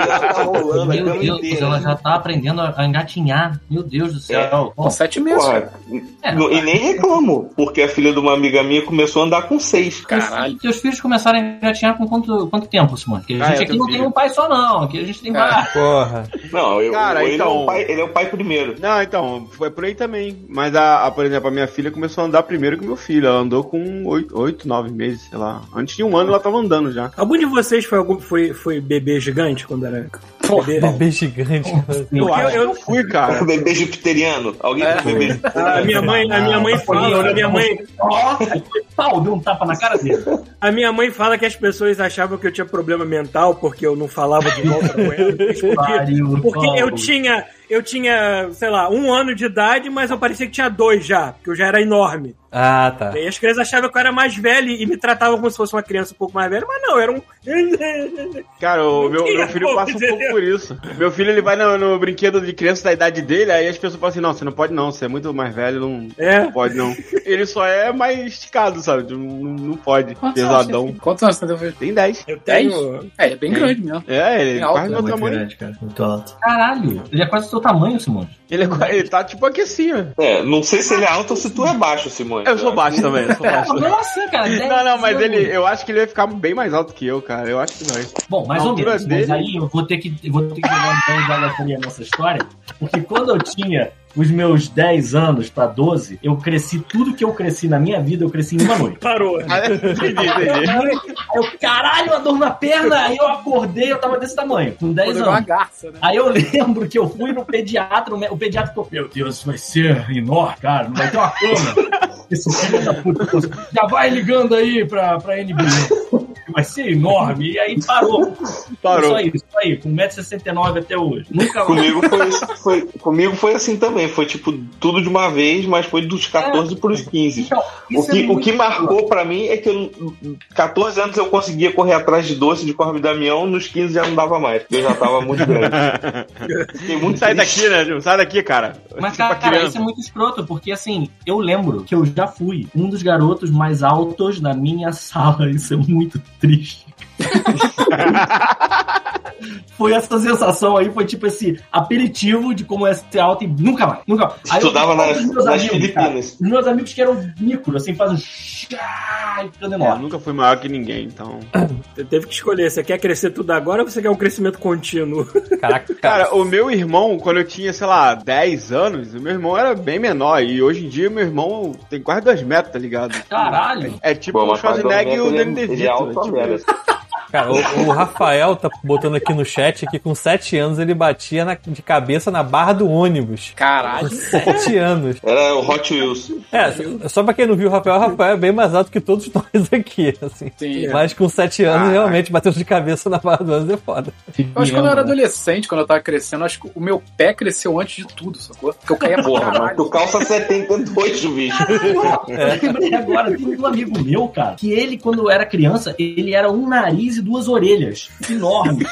Speaker 4: ela tá rolando a
Speaker 8: Meu
Speaker 4: cama
Speaker 8: Deus,
Speaker 4: inteira.
Speaker 8: ela já tá aprendendo a engatinhar. Meu Deus do
Speaker 7: É,
Speaker 8: céu.
Speaker 3: Com sete meses. cara.
Speaker 4: Porra,
Speaker 8: É,
Speaker 4: e nem reclamo, porque a filha de uma amiga minha começou a andar com seis.
Speaker 3: Caralho.
Speaker 8: Seus filhos começaram a engatinhar com quanto, quanto tempo, Simone? Porque a
Speaker 7: Ah,
Speaker 8: gente
Speaker 7: é,
Speaker 8: aqui
Speaker 7: teu
Speaker 8: não
Speaker 7: filho. É.
Speaker 8: tem um pai só, não. Aqui a gente tem vários.
Speaker 2: Porra.
Speaker 4: Não, eu,
Speaker 7: Cara,
Speaker 4: ele, é
Speaker 7: então-
Speaker 4: o pai, ele é o pai primeiro.
Speaker 7: Não, então, foi por aí também. Mas, a, a, por exemplo, a minha filha começou a andar primeiro que meu filho. Ela andou com oito, oito, nove meses, sei lá. Antes de um ano ela tava andando já.
Speaker 1: Algum de vocês foi, algum, foi, foi bebê gigante quando era. bebê?
Speaker 2: Bebê é gigante. né?
Speaker 8: Eu
Speaker 7: acho
Speaker 1: eu-
Speaker 7: que eu fui, cara.
Speaker 4: Bebê jupiteriano. Alguém é. bebê
Speaker 1: A minha mãe, a minha
Speaker 4: Ah,
Speaker 1: mãe fala, a minha mãe,
Speaker 8: Pau, deu um tapa na cara dele.
Speaker 1: A minha mãe fala que as pessoas achavam que eu tinha problema mental porque eu não falava de volta com ela. Porque,
Speaker 8: Pariu,
Speaker 1: porque eu
Speaker 8: Paulo.
Speaker 1: tinha. eu tinha, sei lá, um ano de idade, mas eu parecia que tinha dois já, porque eu já era enorme.
Speaker 2: Ah, tá.
Speaker 1: E aí as crianças achavam que eu era mais velho e me tratavam como se fosse uma criança um pouco mais velha, mas não, eu era um.
Speaker 7: Cara, o meu, meu filho passa um pouco por isso. Meu filho, ele vai no, no brinquedo de criança da idade dele, aí as pessoas falam assim, não, você não pode não, você é muito mais velho, não,
Speaker 1: É.
Speaker 7: não pode não. Ele só é mais esticado, sabe? Não, não- não pode,
Speaker 3: Quantos anos você
Speaker 7: pesadão.
Speaker 3: tem? Quantos anos você tem? filho?
Speaker 7: Tem 10.
Speaker 1: Eu
Speaker 3: Dez?
Speaker 1: tenho.
Speaker 3: É, ele é bem
Speaker 7: Tem.
Speaker 3: grande mesmo.
Speaker 7: É, ele é
Speaker 3: Tem alto, né?
Speaker 7: quase
Speaker 6: É
Speaker 7: meu
Speaker 6: muito
Speaker 7: tamanho.
Speaker 6: grande, cara. Muito alto.
Speaker 8: Caralho, ele é quase do seu tamanho, Simão.
Speaker 7: Ele, é qua- ele tá tipo aqui assim, ó.
Speaker 4: É, não sei se ele é alto ou se tu é baixo, Simone.
Speaker 7: Eu sou baixo também, eu sou baixo.
Speaker 8: Não, assim, cara. dez
Speaker 7: É, Não, não, mas
Speaker 8: anos.
Speaker 7: ele, eu acho que ele ia ficar bem mais alto que eu, cara. Eu acho que não.
Speaker 8: Bom, mais
Speaker 7: A
Speaker 8: ou
Speaker 7: altura
Speaker 8: menos. Mas
Speaker 7: dele-
Speaker 8: aí eu vou ter que, eu vou ter que jogar um banho de água fria nessa história, porque quando eu tinha os meus 10 anos pra 12, eu cresci tudo que eu cresci na minha vida, eu cresci em uma noite.
Speaker 1: Parou.
Speaker 7: Ah, é? Entendi, entendi.
Speaker 8: Aí eu, caralho, a dor na perna! Aí eu acordei, eu tava desse tamanho, com
Speaker 3: Quando
Speaker 8: 10
Speaker 3: ele é uma
Speaker 8: anos.
Speaker 3: garça, né?
Speaker 8: Aí eu lembro que eu fui no pediatra, o me- o pediatra ficou, meu Deus, isso vai ser enorme, cara, não vai ter uma cama. Esse filho da puta, assim, já vai ligando aí pra, pra NBA. Vai ser enorme. E aí parou.
Speaker 7: Parou.
Speaker 8: Só isso, Um só aí, com 1,69m até hoje. Nunca mais.
Speaker 4: Comigo foi, foi- comigo foi assim também. Foi tipo tudo de uma vez, mas foi dos 14 pros 15.
Speaker 8: Então,
Speaker 4: O
Speaker 8: isso é
Speaker 4: que, o
Speaker 8: muito-
Speaker 4: que marcou pra mim é que eu, 14 anos eu conseguia correr atrás de doce de Corvo e Damião, nos 15 já não dava mais, porque eu já tava muito grande. Fiquei muito
Speaker 7: Sai
Speaker 4: triste.
Speaker 7: daqui, né, Ju? Sai daqui, cara.
Speaker 8: Mas,
Speaker 7: Tipo
Speaker 8: cara,
Speaker 7: a
Speaker 8: cara,
Speaker 7: criança.
Speaker 8: isso é muito escroto, porque assim, eu lembro que eu já fui um dos garotos mais altos na minha sala. Isso é muito triste. foi essa sensação aí, foi tipo esse aperitivo de como é ser alto e nunca mais, nunca mais. Aí eu-
Speaker 4: Estudava nas,
Speaker 8: os meus
Speaker 4: nas
Speaker 8: amigos, cara.
Speaker 4: Filipinas.
Speaker 8: Os meus amigos que eram micro, assim, fazem um e ficando
Speaker 7: É, eu
Speaker 8: enorme.
Speaker 7: nunca fui maior que ninguém, então.
Speaker 1: Você teve que escolher, você quer crescer tudo agora ou você quer um crescimento contínuo?
Speaker 2: Caraca, cara.
Speaker 7: Cara, o meu irmão, quando eu tinha, sei lá, 10 anos, o meu irmão era bem menor. E hoje em dia, meu irmão tem quase 2 metros, tá ligado?
Speaker 8: Caralho!
Speaker 7: É tipo o
Speaker 4: mas
Speaker 7: Schwarzenegger e o
Speaker 4: ele-
Speaker 7: Danny
Speaker 4: ele é
Speaker 7: DeVito.
Speaker 4: alto
Speaker 7: É tipo
Speaker 4: agora.
Speaker 7: isso.
Speaker 2: Cara, o, o Rafael tá botando aqui no chat que com 7 anos ele batia na- de cabeça na barra do ônibus. Com
Speaker 3: Caralho.
Speaker 2: 7 anos.
Speaker 4: Era o Hot Wheels.
Speaker 2: É, só- só pra quem não viu o Rafael, o Rafael é bem mais alto que todos nós aqui, assim.
Speaker 3: Sim.
Speaker 2: Mas com 7 anos, realmente, batendo de cabeça na barra do ônibus é foda.
Speaker 3: Eu acho que quando eu era adolescente, quando eu tava crescendo, acho que o meu pé cresceu antes de tudo, sacou? Porque eu caía pra
Speaker 4: Porra, mas
Speaker 3: caralho.
Speaker 4: tu calça 72, bicho.
Speaker 8: Eu lembrei agora, tem um amigo meu, cara, que ele, quando era criança, ele era um nariz e duas orelhas. Enorme.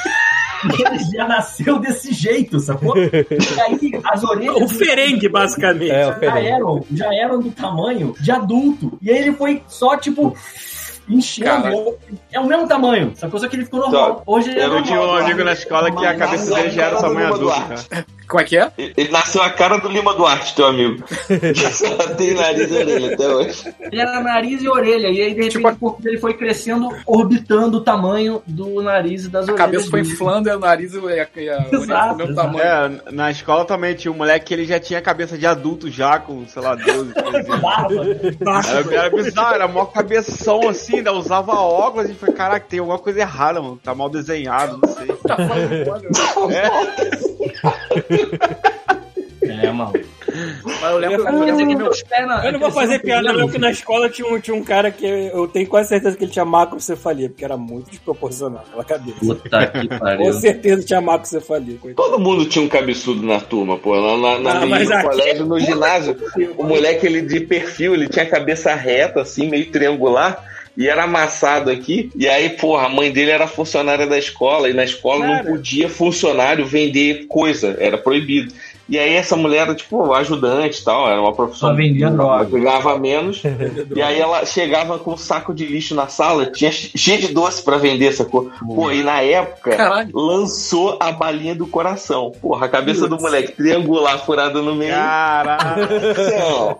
Speaker 8: E ele já nasceu desse jeito, sacou? E aí, as orelhas.
Speaker 1: O Um ferengue, basicamente.
Speaker 2: É, o
Speaker 8: já
Speaker 2: Ferreira.
Speaker 8: eram, já eram do tamanho de adulto. E aí ele foi só, tipo, enchendo.
Speaker 3: Caralho.
Speaker 8: É o mesmo tamanho, sacou? Só que ele ficou normal. Hoje ele é
Speaker 7: Eu
Speaker 8: normal.
Speaker 7: tinha um amigo na escola que a cabeça dele já era tamanho adulto, cara.
Speaker 3: Como é que é?
Speaker 4: Ele ele nasceu a cara do Lima Duarte, teu amigo. Só tem nariz e orelha até hoje.
Speaker 8: Ele era nariz e orelha. E aí, de repente,
Speaker 3: Tipo a-
Speaker 8: o corpo dele foi crescendo, orbitando o tamanho do nariz e das
Speaker 3: A
Speaker 8: orelhas.
Speaker 3: cabeça foi
Speaker 8: dele.
Speaker 3: inflando e o nariz e a, e a orelha foi do mesmo
Speaker 8: exato.
Speaker 3: tamanho.
Speaker 7: É, na escola também tinha um moleque que ele já tinha cabeça de adulto já, com, sei lá, 12, 13 anos.
Speaker 8: Barba.
Speaker 7: Era, era bizarro, era mó cabeção assim, ainda usava óculos e foi, caraca, tem alguma coisa errada, mano. Tá mal desenhado, não sei.
Speaker 3: Tá fora do quadro.
Speaker 8: É, mano.
Speaker 3: Mas eu lembro, eu
Speaker 8: Quer dizer
Speaker 3: lembro
Speaker 8: que
Speaker 3: do meu
Speaker 8: meus pés na-
Speaker 1: Eu não vou fazer piada, não, que na escola tinha um, tinha um cara que eu tenho quase certeza que ele tinha macrocefalia, porque era muito desproporcional aquela cabeça.
Speaker 8: Puta que
Speaker 1: Com
Speaker 8: pariu.
Speaker 1: certeza tinha macrocefalia. coitado.
Speaker 4: Todo mundo tinha um cabeçudo na turma, pô. Lá na, na-
Speaker 1: Ah, mas
Speaker 4: no
Speaker 1: aqui-
Speaker 4: colégio, no ginásio, o moleque ele de perfil, ele tinha a cabeça reta, assim, meio triangular. E era amassado aqui. E aí, porra, a mãe dele era funcionária da escola. E na escola
Speaker 7: Cara.
Speaker 4: não podia funcionário vender coisa. Era proibido. E aí essa mulher era, tipo, ajudante e tal. Era uma profissão...
Speaker 8: Só vendia droga.
Speaker 4: Ganhava menos. E aí ela chegava com um saco de lixo na sala, tinha che- cheio de doce pra vender, sacou? Pô, e na época
Speaker 3: Caralho.
Speaker 4: lançou a balinha do coração. Porra, a cabeça do moleque triangular furada no meio.
Speaker 7: Ah, Caraca.
Speaker 4: Coração.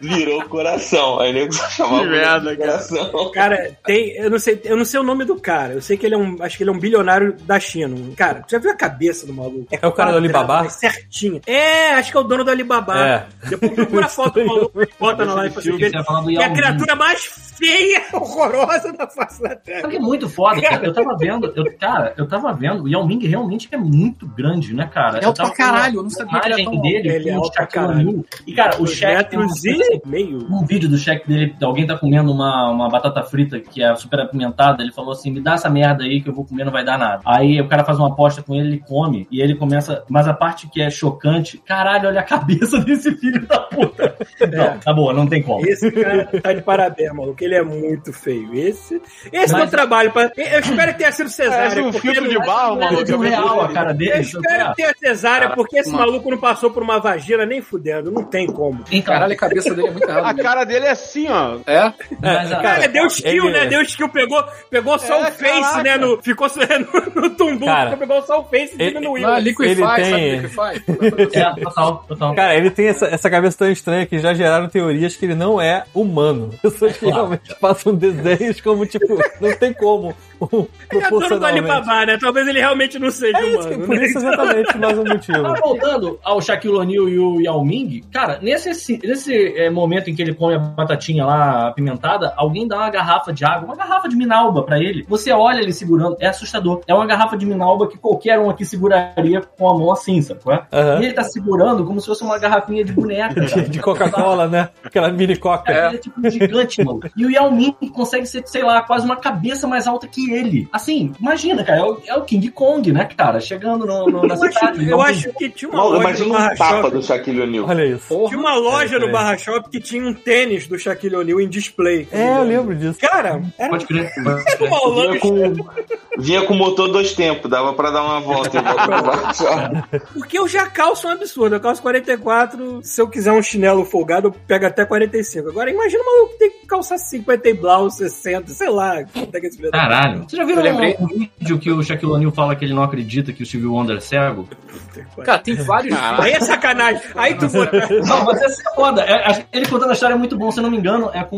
Speaker 4: Virou coração. Aí nego só chamava
Speaker 7: Que
Speaker 4: a balinha
Speaker 7: merda,
Speaker 4: do coração.
Speaker 1: Cara, tem. Eu não, sei, eu não sei o nome do cara. Eu sei que ele é um. Acho que ele é um bilionário da China. Um Cara, já viu a cabeça do maluco?
Speaker 2: É o cara do Alibaba?
Speaker 1: Quadrada, Certinho. É, acho que é o dono do Alibaba.
Speaker 2: É.
Speaker 1: Depois procura a foto do maluco e bota na live pra você ver.
Speaker 8: Você ia falar do
Speaker 1: É a
Speaker 8: Yaozinho.
Speaker 1: criatura mais feia, horrorosa da face da Terra.
Speaker 8: Sabe que é muito foda, cara. Eu tava vendo, eu, cara, eu tava vendo, o Yao Ming realmente é muito grande, né, cara?
Speaker 3: Ele é alto
Speaker 8: Eu tava
Speaker 3: pra caralho, eu não sabia
Speaker 8: vendo a
Speaker 3: que ele era tão
Speaker 8: imagem
Speaker 3: alto.
Speaker 8: dele,
Speaker 1: Ele é
Speaker 8: com o
Speaker 1: alto pra
Speaker 8: Shaquille
Speaker 1: caralho.
Speaker 8: O'Neal. E, cara, o
Speaker 1: Dois
Speaker 8: Shaq tem uma
Speaker 1: metros e-
Speaker 8: coisa assim,
Speaker 1: meio.
Speaker 8: um vídeo do cheque dele, alguém tá comendo uma, uma batata frita que é super apimentada, ele falou assim, me dá essa merda aí que eu vou comer, não vai dar nada. Aí o cara faz uma aposta com ele, ele come, e ele começa, mas a parte que é chocante, caralho, olha a cabeça desse filho da puta.
Speaker 1: É.
Speaker 8: Não, tá boa, não tem como.
Speaker 1: Esse cara tá de parabéns, maluco. Ele é muito feio. Esse, esse é o
Speaker 8: Mas-
Speaker 1: trabalho. Pra... Eu espero que tenha
Speaker 2: É,
Speaker 1: sido cesárea.
Speaker 7: Parece um
Speaker 1: porque-
Speaker 7: filtro de barro,
Speaker 8: É
Speaker 7: maluco.
Speaker 8: surreal a cara dele.
Speaker 2: né?
Speaker 1: Eu espero que tenha cesárea, porque esse
Speaker 3: mano.
Speaker 1: maluco não passou por uma vagina nem fudendo. Não tem como.
Speaker 8: Então,
Speaker 3: Caralho, a cabeça dele é muito
Speaker 7: A
Speaker 3: errada. mesmo.
Speaker 7: cara dele é assim, ó.
Speaker 3: É?
Speaker 8: mas ah, a-
Speaker 1: Cara, deu skill,
Speaker 2: ele- é-
Speaker 1: né? Deu skill, pegou, pegou só
Speaker 7: É,
Speaker 1: o face,
Speaker 7: caraca.
Speaker 1: né? No, ficou só- no, no tumbum,
Speaker 2: Cara,
Speaker 1: ficou- pegou só o face e
Speaker 2: ele- é
Speaker 1: diminuiu.
Speaker 3: Não, é Liquify,
Speaker 2: Ele tem-
Speaker 3: sabe Liquify?
Speaker 8: é, total, total.
Speaker 2: Cara, ele tem essa, essa cabeça tão estranha que já geraram teorias que ele não é humano. Pessoas que realmente passam desenhos como, tipo, não tem como.
Speaker 1: Ele é
Speaker 2: um
Speaker 1: dono do
Speaker 2: Proporcionalmente.
Speaker 1: Alibaba, né? Talvez ele realmente não seja
Speaker 2: É isso,
Speaker 1: humano.
Speaker 2: por
Speaker 1: né?
Speaker 2: isso exatamente mais um motivo.
Speaker 8: Mas Tá voltando ao Shaquille O'Neal e o Yao Ming, cara, nesse, nesse eh, momento em que ele come a batatinha lá apimentada, alguém dá uma garrafa de água, uma garrafa de Minalba pra ele. Você olha ele segurando, é assustador. É uma garrafa de Minalba que qualquer um aqui seguraria com a mão assim, sabe? qual é?
Speaker 2: Aham.
Speaker 8: E ele tá segurando como se fosse uma garrafinha de boneca. cara.
Speaker 2: De, de Coca-Cola, né? Aquela mini Coca.
Speaker 8: Ele é tipo um gigante, mano. E o Yao Ming consegue ser, sei lá, quase uma cabeça mais alta que ele. Assim, imagina, cara. É o, é o King Kong, né, cara? Chegando no, no- na
Speaker 1: Eu acho,
Speaker 8: cidade.
Speaker 1: eu acho que tinha uma
Speaker 4: Maluco,
Speaker 1: loja no
Speaker 4: imagina
Speaker 1: Barra
Speaker 4: um tapa
Speaker 1: Shop.
Speaker 4: do Shaquille O'Neal.
Speaker 2: Olha isso.
Speaker 1: Tinha uma loja no
Speaker 2: Peraí.
Speaker 1: Barra Shop que tinha um tênis do Shaquille O'Neal em display.
Speaker 2: É, eu lembro disso.
Speaker 1: Cara, era
Speaker 8: Pode crer.
Speaker 1: uma
Speaker 4: Vinha
Speaker 1: Holanda.
Speaker 4: com, vinha com motor dois tempos, dava pra dar uma volta e volta pra baixo.
Speaker 1: Porque eu já calço um absurdo. Eu calço 44. Se eu quiser um chinelo folgado, eu pego até 45. Agora, imagina um maluco que tem que calçar 50 e blau, 60, sei lá. Quanto é que esse filho da-
Speaker 8: Caralho. Você já viu
Speaker 3: Eu lembrei-
Speaker 8: um vídeo que o Shaquille O'Neal fala que ele não acredita que o Steve Wonder é cego?
Speaker 3: Cara, tem vários
Speaker 1: Aí é sacanagem. Aí tu botar.
Speaker 8: Não, mas essa é foda. É, a- ele contando a história é muito bom, se eu não me engano, é com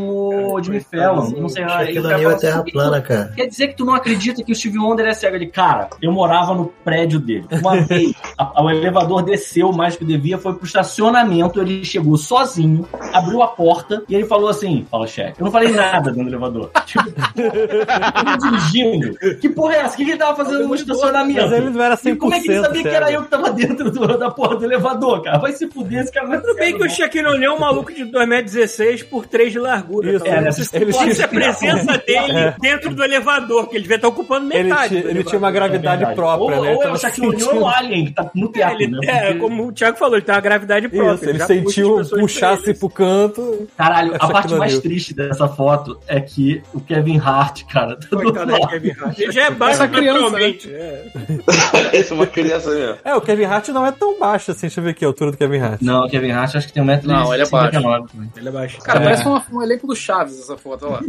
Speaker 8: o Jimmy Fallon. Não sei lá. ele
Speaker 6: Aquilo
Speaker 8: vai
Speaker 6: ali é
Speaker 8: falar
Speaker 6: terra
Speaker 8: assim,
Speaker 6: plana, cara.
Speaker 8: Quer dizer que tu não acredita que o Steve Wonder é cego? Ele, cara, eu morava no prédio dele. Uma vez, a- o elevador desceu mais que devia, foi pro estacionamento, ele chegou sozinho, abriu a porta e ele falou assim: fala, chefe. Eu não falei nada dentro do elevador. Tipo, ele dirigindo. Que porra é essa? O que que ele tava fazendo no estacionamento?
Speaker 2: Mas ele não era 100%
Speaker 8: E como é que ele sabia que era
Speaker 2: cego?
Speaker 8: eu que tava dentro do- da porra do elevador, cara? Vai se fuder, esse cara não é
Speaker 1: Tudo bem
Speaker 8: cego,
Speaker 1: que o
Speaker 8: não.
Speaker 1: Shaquille O'Neal é um maluco de 2,16m por 3 de largura.
Speaker 2: Isso,
Speaker 1: talvez.
Speaker 8: é, né?
Speaker 1: isso,
Speaker 2: Ele- É.
Speaker 1: isso é a presença dele dentro do elevador, que ele devia estar ocupando
Speaker 2: Ele,
Speaker 1: metade. tá
Speaker 2: ti-
Speaker 1: do
Speaker 2: ele
Speaker 1: elevador.
Speaker 2: tinha uma gravidade
Speaker 8: É Verdade.
Speaker 2: própria,
Speaker 8: ou,
Speaker 2: né?
Speaker 8: Ou
Speaker 2: Ele
Speaker 8: é o
Speaker 2: tava
Speaker 8: Shaquille O'Neal
Speaker 2: sentindo-
Speaker 8: ou o Alien, que tá no teatro,
Speaker 1: Ele-
Speaker 8: né?
Speaker 1: é,
Speaker 8: Porque-
Speaker 1: como o Thiago falou, ele tem uma gravidade própria.
Speaker 2: Isso, ele
Speaker 1: já puxa
Speaker 2: sentiu
Speaker 1: as
Speaker 2: um
Speaker 1: pessoas pra
Speaker 2: puxasse
Speaker 1: ele.
Speaker 2: pro canto.
Speaker 8: Caralho,
Speaker 2: Essa é
Speaker 8: a parte
Speaker 2: aqui
Speaker 8: mais
Speaker 2: valeu.
Speaker 8: triste dessa foto é que o Kevin Hart, cara, tá do
Speaker 1: Coitado do
Speaker 8: lado.
Speaker 1: Kevin Hart. Ele já é baixo
Speaker 3: Essa criança,
Speaker 1: naturalmente. é.
Speaker 4: Essa é uma criança mesmo.
Speaker 2: É, o Kevin Hart não é tão baixo assim. Deixa eu ver aqui a altura do Kevin Hart.
Speaker 8: Não, o Kevin Hart acho que tem 1,59m.
Speaker 3: Não, ele é
Speaker 1: Ele é baixo.
Speaker 3: Cara,
Speaker 8: É.
Speaker 3: parece uma, um elenco do Chaves essa foto, olha lá.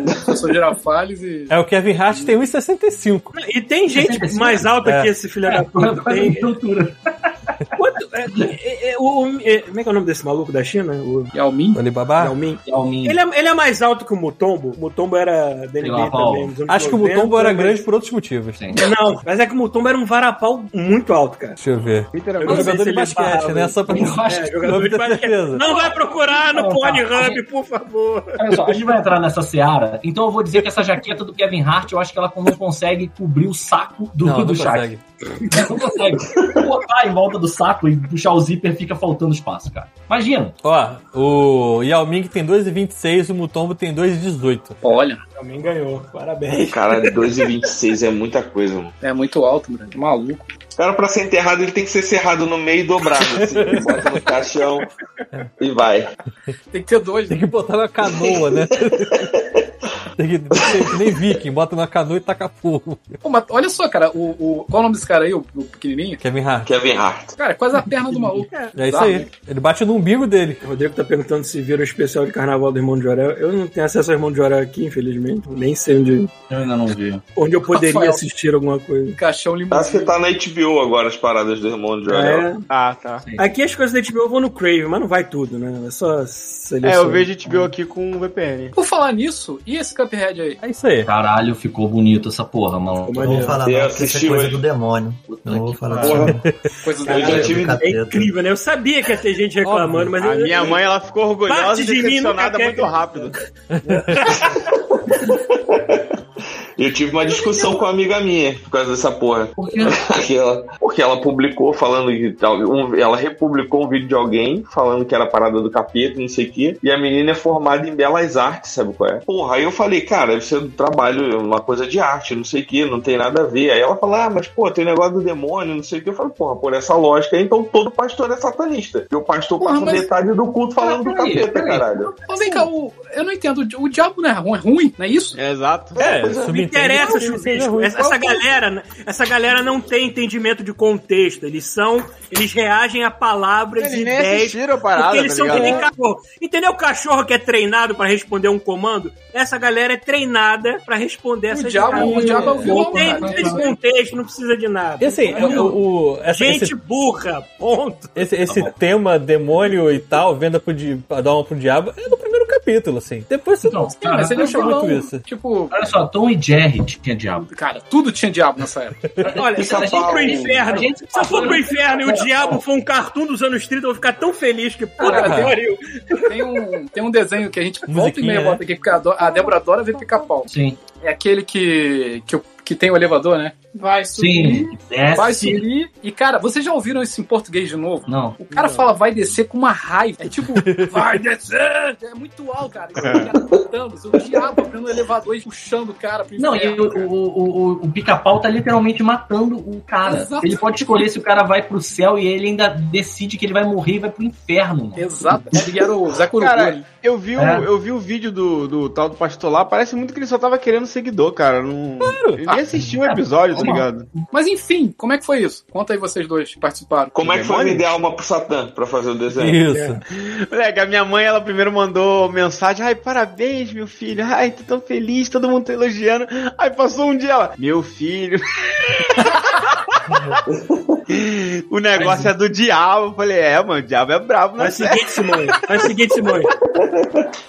Speaker 3: o professor Girafales e.
Speaker 2: É, o Kevin Hart tem 1,65.
Speaker 3: né?
Speaker 1: E tem gente mais alta
Speaker 2: É.
Speaker 1: que esse filho da
Speaker 8: um
Speaker 1: puta. Tem- Quanto- é, é, é, o- o- é, como é que é o nome desse maluco da China? O
Speaker 3: Yao Ming?
Speaker 2: Olha, babá.
Speaker 1: Yao Ming?
Speaker 2: um
Speaker 1: Ele é, ele é mais alto que o Mutombo. O Mutombo era da
Speaker 8: Sei
Speaker 1: NBA
Speaker 8: lá, Paulo.
Speaker 1: também. nos anos
Speaker 2: Acho que o
Speaker 1: 90,
Speaker 2: Mutombo era
Speaker 1: mas-
Speaker 2: grande por outros motivos.
Speaker 1: Não, mas é que o Mutombo era um varapau muito alto, cara.
Speaker 2: Deixa eu ver.
Speaker 1: Eu
Speaker 2: Ele
Speaker 1: não
Speaker 2: é
Speaker 1: sei se
Speaker 2: jogador de
Speaker 1: ele
Speaker 2: basquete,
Speaker 1: barrava.
Speaker 2: né? Só pra
Speaker 1: É, jogador de basquete. Não vai procurar no
Speaker 8: Não, tá.
Speaker 1: Pornhub, por favor.
Speaker 8: Olha só, a gente vai entrar nessa seara, então eu vou dizer que essa jaqueta do Kevin Hart, eu acho que ela não consegue cobrir o saco do,
Speaker 2: Não,
Speaker 8: do
Speaker 2: não
Speaker 8: Shaq.
Speaker 2: consegue.
Speaker 8: Não consegue. Botar em volta do saco e puxar o zíper fica faltando espaço, cara. Imagina.
Speaker 2: Ó, o Yao Ming tem 2,26, o Mutombo tem 2,18.
Speaker 3: Olha,
Speaker 1: Também ganhou, parabéns.
Speaker 4: Cara, 2,26 é muita coisa, mano.
Speaker 3: é muito alto, mano. Que maluco.
Speaker 4: Cara, pra ser enterrado, ele tem que ser cerrado no meio e dobrado, assim. Bota no caixão e vai.
Speaker 3: Tem que ter dois,
Speaker 2: Tem
Speaker 3: né?
Speaker 2: que botar na canoa, né? Tem que, tem que nem viking, bota na canoa e taca fogo.
Speaker 3: Pô, mas olha só, cara, o, o- qual o nome desse cara aí, o, o pequenininho?
Speaker 2: Kevin Hart.
Speaker 4: Kevin Hart.
Speaker 3: Cara, é quase a perna do maluco.
Speaker 2: É isso aí. Ele bate no umbigo dele.
Speaker 1: O Rodrigo tá perguntando se vira o especial de carnaval do Irmão de Jorel. Eu não tenho acesso ao Irmão de Jorel aqui, infelizmente. Nem sei onde,
Speaker 8: Eu ainda não vi.
Speaker 1: onde eu poderia
Speaker 3: Rafael.
Speaker 1: assistir alguma coisa.
Speaker 3: Caixão
Speaker 4: Acho que
Speaker 3: limusino.
Speaker 4: tá na HBO agora as paradas do irmão de Jorel.
Speaker 1: É.
Speaker 7: Ah, tá.
Speaker 1: Aqui as coisas da HBO eu vou no Crave, mas não vai tudo, né? É só
Speaker 7: É,
Speaker 1: seleção.
Speaker 7: eu vejo HBO aqui com um o VPN.
Speaker 3: Por falar nisso, e esse Cuphead aí?
Speaker 2: É isso aí.
Speaker 8: Caralho, ficou bonito essa porra,
Speaker 1: Ficou
Speaker 8: maluco.
Speaker 6: Não vou
Speaker 1: maneiro.
Speaker 6: falar
Speaker 4: Eu
Speaker 6: não, porque isso
Speaker 4: assisti
Speaker 6: é coisa
Speaker 4: hoje.
Speaker 6: do demônio. Não vou falar disso.
Speaker 4: Porra. é
Speaker 6: não.
Speaker 3: Coisas
Speaker 4: Eu
Speaker 6: Cara,
Speaker 4: já
Speaker 6: do
Speaker 4: tive-
Speaker 1: É
Speaker 6: capeta.
Speaker 1: incrível, né? Eu sabia que ia ter gente reclamando, mas
Speaker 7: A
Speaker 1: eu-
Speaker 7: minha mãe, ela ficou orgulhosa
Speaker 1: Parte
Speaker 7: e
Speaker 1: de mim nunca
Speaker 7: decepcionada
Speaker 1: quer
Speaker 7: muito
Speaker 1: que-
Speaker 7: rápido.
Speaker 4: E eu tive uma discussão com uma amiga minha por causa dessa porra.
Speaker 8: Por quê?
Speaker 4: Porque ela, porque ela publicou falando que tal- um- ela republicou um vídeo de alguém falando que era parada do capeta, não sei o quê. E a menina é formada em belas artes, sabe qual é? Porra, aí eu falei, cara, você trabalho é uma coisa de arte, não sei o quê, não tem nada a ver. Aí ela fala, ah, mas pô, tem negócio do demônio, não sei o quê. Eu falo, porra, por essa lógica, aí, então todo pastor é satanista. E o pastor
Speaker 3: Porra,
Speaker 4: passa
Speaker 3: mas-
Speaker 4: metade do culto falando do
Speaker 8: Ah, peraí,
Speaker 4: capeta,
Speaker 8: peraí.
Speaker 4: caralho.
Speaker 3: Mas vem cá, o- eu não entendo. o di- O diabo não é ruim, é ruim, não é isso?
Speaker 7: É, exato.
Speaker 2: É,
Speaker 1: Não interessa, Chuvisco. Essa, essa galera, essa galera não tem entendimento de contexto. Eles são. Eles reagem a palavras e
Speaker 9: Eles nem
Speaker 1: ideias.
Speaker 9: assistiram a parada,
Speaker 1: Porque eles
Speaker 9: tá
Speaker 1: são que nem
Speaker 9: ligado?
Speaker 1: cachorro. Entendeu? O cachorro que é treinado pra responder um comando? Essa galera é treinada pra responder essas
Speaker 3: diabo-
Speaker 1: paradas.
Speaker 3: o diabo é o
Speaker 1: Não
Speaker 3: vilão,
Speaker 1: tem,
Speaker 3: cara.
Speaker 1: não tem contexto, não precisa de nada.
Speaker 2: E assim, o, o- essa-
Speaker 1: é Gente
Speaker 2: esse,
Speaker 1: burra, ponto.
Speaker 2: esse, esse tema demônio e tal, venda pro di, pra dar uma pro diabo, é no primeiro capítulo, assim. Depois você
Speaker 8: Então,
Speaker 2: não,
Speaker 8: cara,
Speaker 2: você
Speaker 3: ele
Speaker 2: não
Speaker 3: é
Speaker 2: chama
Speaker 3: vilão,
Speaker 2: muito isso.
Speaker 3: Tipo,
Speaker 8: Olha só, Tom e Jerry tinha diabo.
Speaker 3: cara, tudo tinha diabo nessa época.
Speaker 1: Olha, se eu for
Speaker 4: Pica-pau.
Speaker 1: pro inferno,
Speaker 8: A gente-
Speaker 1: se eu for pro inferno e o diabo for um cartoon dos anos 30, eu vou ficar tão feliz que puta
Speaker 3: Cara,
Speaker 1: que pariu.
Speaker 3: Tem um, tem um desenho que a gente volta e
Speaker 2: Musiquinha,
Speaker 3: meia
Speaker 2: né?
Speaker 3: volta aqui, porque a, Dó- a Débora adora ver pica-pau.
Speaker 8: Sim,
Speaker 3: É aquele que, que, o- que tem o elevador, né? Vai
Speaker 8: sim.
Speaker 3: Vai
Speaker 8: Desce.
Speaker 3: subir. E, cara, vocês já ouviram isso em português de novo?
Speaker 8: Não.
Speaker 3: O cara fala vai descer com uma raiva. É tipo, vai descer! É muito alto, cara. E o cara gritando, assim, o diabo abrindo o elevador e puxando o cara pro
Speaker 8: Não, e
Speaker 3: inferno,
Speaker 8: o,
Speaker 3: cara.
Speaker 8: o, o, o pica-pau tá literalmente matando o cara.
Speaker 3: Exatamente.
Speaker 8: Ele pode escolher se o cara vai pro céu e ele ainda decide que ele vai morrer e vai pro inferno. mano.
Speaker 3: Exato. Ele era o Zé Curubu.
Speaker 7: Cara,
Speaker 3: né?
Speaker 7: Eu vi, o,
Speaker 8: É.
Speaker 7: eu vi o vídeo do, do tal do pastor lá, parece muito que ele só tava querendo seguidor, cara. Não... Ele nem assistiu o episódio, tá
Speaker 8: Calma.
Speaker 7: ligado?
Speaker 3: Mas enfim, como é que foi isso? Conta aí vocês dois que participaram.
Speaker 4: Como é que foi
Speaker 7: Demônio?
Speaker 4: vender alma pro Satã pra fazer o desenho?
Speaker 2: Isso.
Speaker 7: Moleque, a minha mãe, ela primeiro mandou mensagem. Ai, parabéns, meu filho. Ai, tô tão feliz, todo mundo tá elogiando. Aí passou um dia ela, meu filho. o negócio é do diabo. Eu falei, é, mano, o diabo é brabo, né?
Speaker 1: Faz o seguinte, Simone. Faz o seguinte, Simone.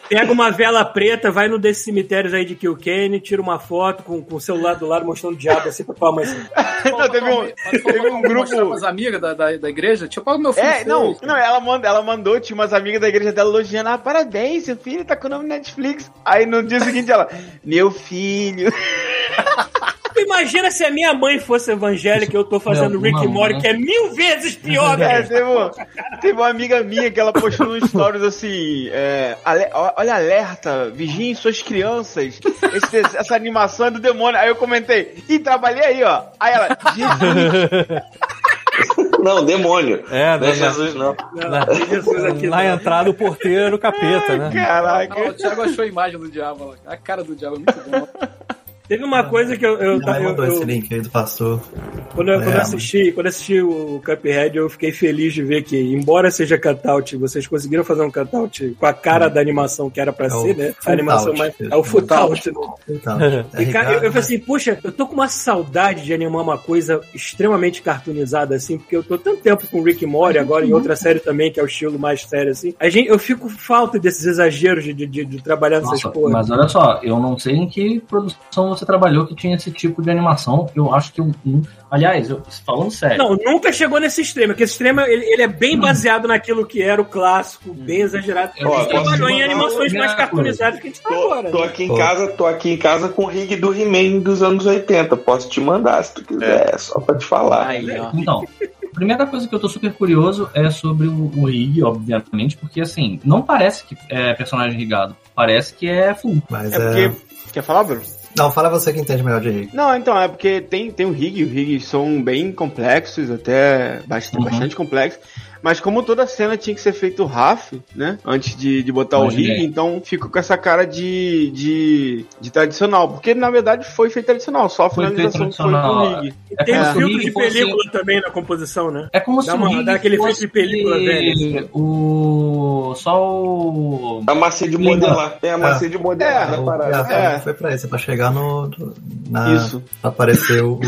Speaker 1: Pega uma vela preta, vai num desses cemitérios aí de Kilkenny, tira uma foto com, com o celular do lado mostrando o diabo assim pra tua mãe. assim.
Speaker 7: Não, teve um- teve um grupo-
Speaker 3: Com as amigas da, da, da igreja, tipo, ah, meu filho.
Speaker 7: É,
Speaker 3: fez.
Speaker 7: não, não, ela mandou, ela mandou, tinha umas amigas da igreja dela elogiando, ah, parabéns, seu filho tá com o nome no Netflix. Aí no dia seguinte ela, meu filho.
Speaker 1: Imagina se a minha mãe fosse evangélica e eu tô fazendo
Speaker 8: Não,
Speaker 1: Rick
Speaker 8: não,
Speaker 1: e Morty,
Speaker 8: né?
Speaker 1: que é mil vezes pior,
Speaker 7: É,
Speaker 1: velho.
Speaker 7: teve, uma- teve uma amiga minha que ela postou nos stories assim, é, ale- ó- olha alerta, vigiem suas crianças, Esse- essa animação é do demônio. Aí eu comentei, e trabalhei aí, ó. Aí ela, Jesus.
Speaker 4: Não, demônio.
Speaker 2: É,
Speaker 4: Não
Speaker 2: na,
Speaker 4: é Jesus, não.
Speaker 2: na-
Speaker 1: Jesus aqui, né?
Speaker 2: na
Speaker 1: não.
Speaker 2: entrada o porteiro era o capeta, né?
Speaker 3: Ah, o
Speaker 7: Caraca.
Speaker 3: Thiago achou a imagem do diabo lá. A cara do diabo é muito boa.
Speaker 1: Teve uma coisa que eu, eu,
Speaker 6: Minha mãe
Speaker 1: eu-
Speaker 6: mandou
Speaker 1: eu-
Speaker 6: esse link aí do é pastor.
Speaker 1: quando, eu, quando eu
Speaker 6: É.
Speaker 1: assisti, quando eu assisti o Cuphead, eu fiquei feliz de ver que, embora seja cutout, vocês conseguiram fazer um cutout com a cara da animação que era pra
Speaker 6: É o
Speaker 1: ser, né? A
Speaker 6: full
Speaker 1: animação
Speaker 6: out.
Speaker 1: mais. É o futout, né?
Speaker 6: Então,
Speaker 8: Tá
Speaker 1: E, cara, eu, eu
Speaker 6: Ricardo,
Speaker 1: falei
Speaker 8: né?
Speaker 1: assim, puxa, eu tô com uma saudade de animar uma coisa extremamente cartoonizada, assim, porque eu tô tanto tempo com o Rick e Morty agora em outra série também, que é o estilo mais sério, assim. A gente, eu fico com falta desses exageros de, de, de- de trabalhar nessas
Speaker 8: Nossa,
Speaker 1: porra.
Speaker 8: mas olha só, eu não sei em que produção você trabalhou que tinha esse tipo de animação. Eu acho que eu. nu- Aliás, eu, falando sério.
Speaker 1: Não, nunca chegou nesse extremo, porque esse extremo ele, ele é bem
Speaker 8: Hum.
Speaker 1: baseado naquilo que era o clássico, bem exagerado.
Speaker 8: Eu
Speaker 4: Ó,
Speaker 1: a gente
Speaker 4: posso
Speaker 1: trabalhou em
Speaker 4: te mandar um
Speaker 1: animações
Speaker 8: uma
Speaker 1: mais
Speaker 8: coisa.
Speaker 1: cartoonizadas que a gente tá
Speaker 4: Tô,
Speaker 1: agora.
Speaker 4: tô
Speaker 1: né?
Speaker 4: aqui em casa, tô aqui em casa com o rig do He-Man dos anos 80. Posso te mandar se tu quiser, é só pra te falar.
Speaker 9: Aí, ó.
Speaker 8: Então, a primeira coisa que eu tô super curioso é sobre o, o Rig, obviamente, porque assim, não parece que é personagem rigado, parece que é full.
Speaker 6: Mas
Speaker 7: É
Speaker 6: é.
Speaker 7: porque. Quer falar, Bruno?
Speaker 6: Não, fala você que entende melhor de Rick.
Speaker 7: Não, então, é porque tem, tem o rig, os rigs são bem complexos, até bastante,
Speaker 8: Uhum.
Speaker 7: bastante complexos. Mas como toda cena tinha que ser feito RAF, né? Antes de, de botar o
Speaker 8: Pode
Speaker 7: rig,
Speaker 8: crer.
Speaker 7: então ficou com essa cara de, de, de tradicional. Porque na verdade foi feito tradicional, só a
Speaker 8: Foi feito
Speaker 7: finalização foi com o
Speaker 8: tradicional.
Speaker 7: rig.
Speaker 8: É
Speaker 1: Tem
Speaker 8: como
Speaker 1: os
Speaker 8: se o
Speaker 1: filtros de
Speaker 8: Rig fosse-
Speaker 1: película também na composição, né?
Speaker 8: É como se
Speaker 1: Dá uma-
Speaker 8: o Rig
Speaker 1: dá aquele efeito
Speaker 8: fosse
Speaker 1: de película velho,
Speaker 8: O só o
Speaker 4: A macia de
Speaker 8: Linda.
Speaker 4: modelar.
Speaker 6: Ah.
Speaker 4: É a macia de modelar
Speaker 7: É,
Speaker 4: da
Speaker 6: O
Speaker 4: parada.
Speaker 6: Ricardo
Speaker 7: é.
Speaker 6: foi pra isso, é pra chegar no. do- na,
Speaker 7: Ah. Isso.
Speaker 6: Apareceu o,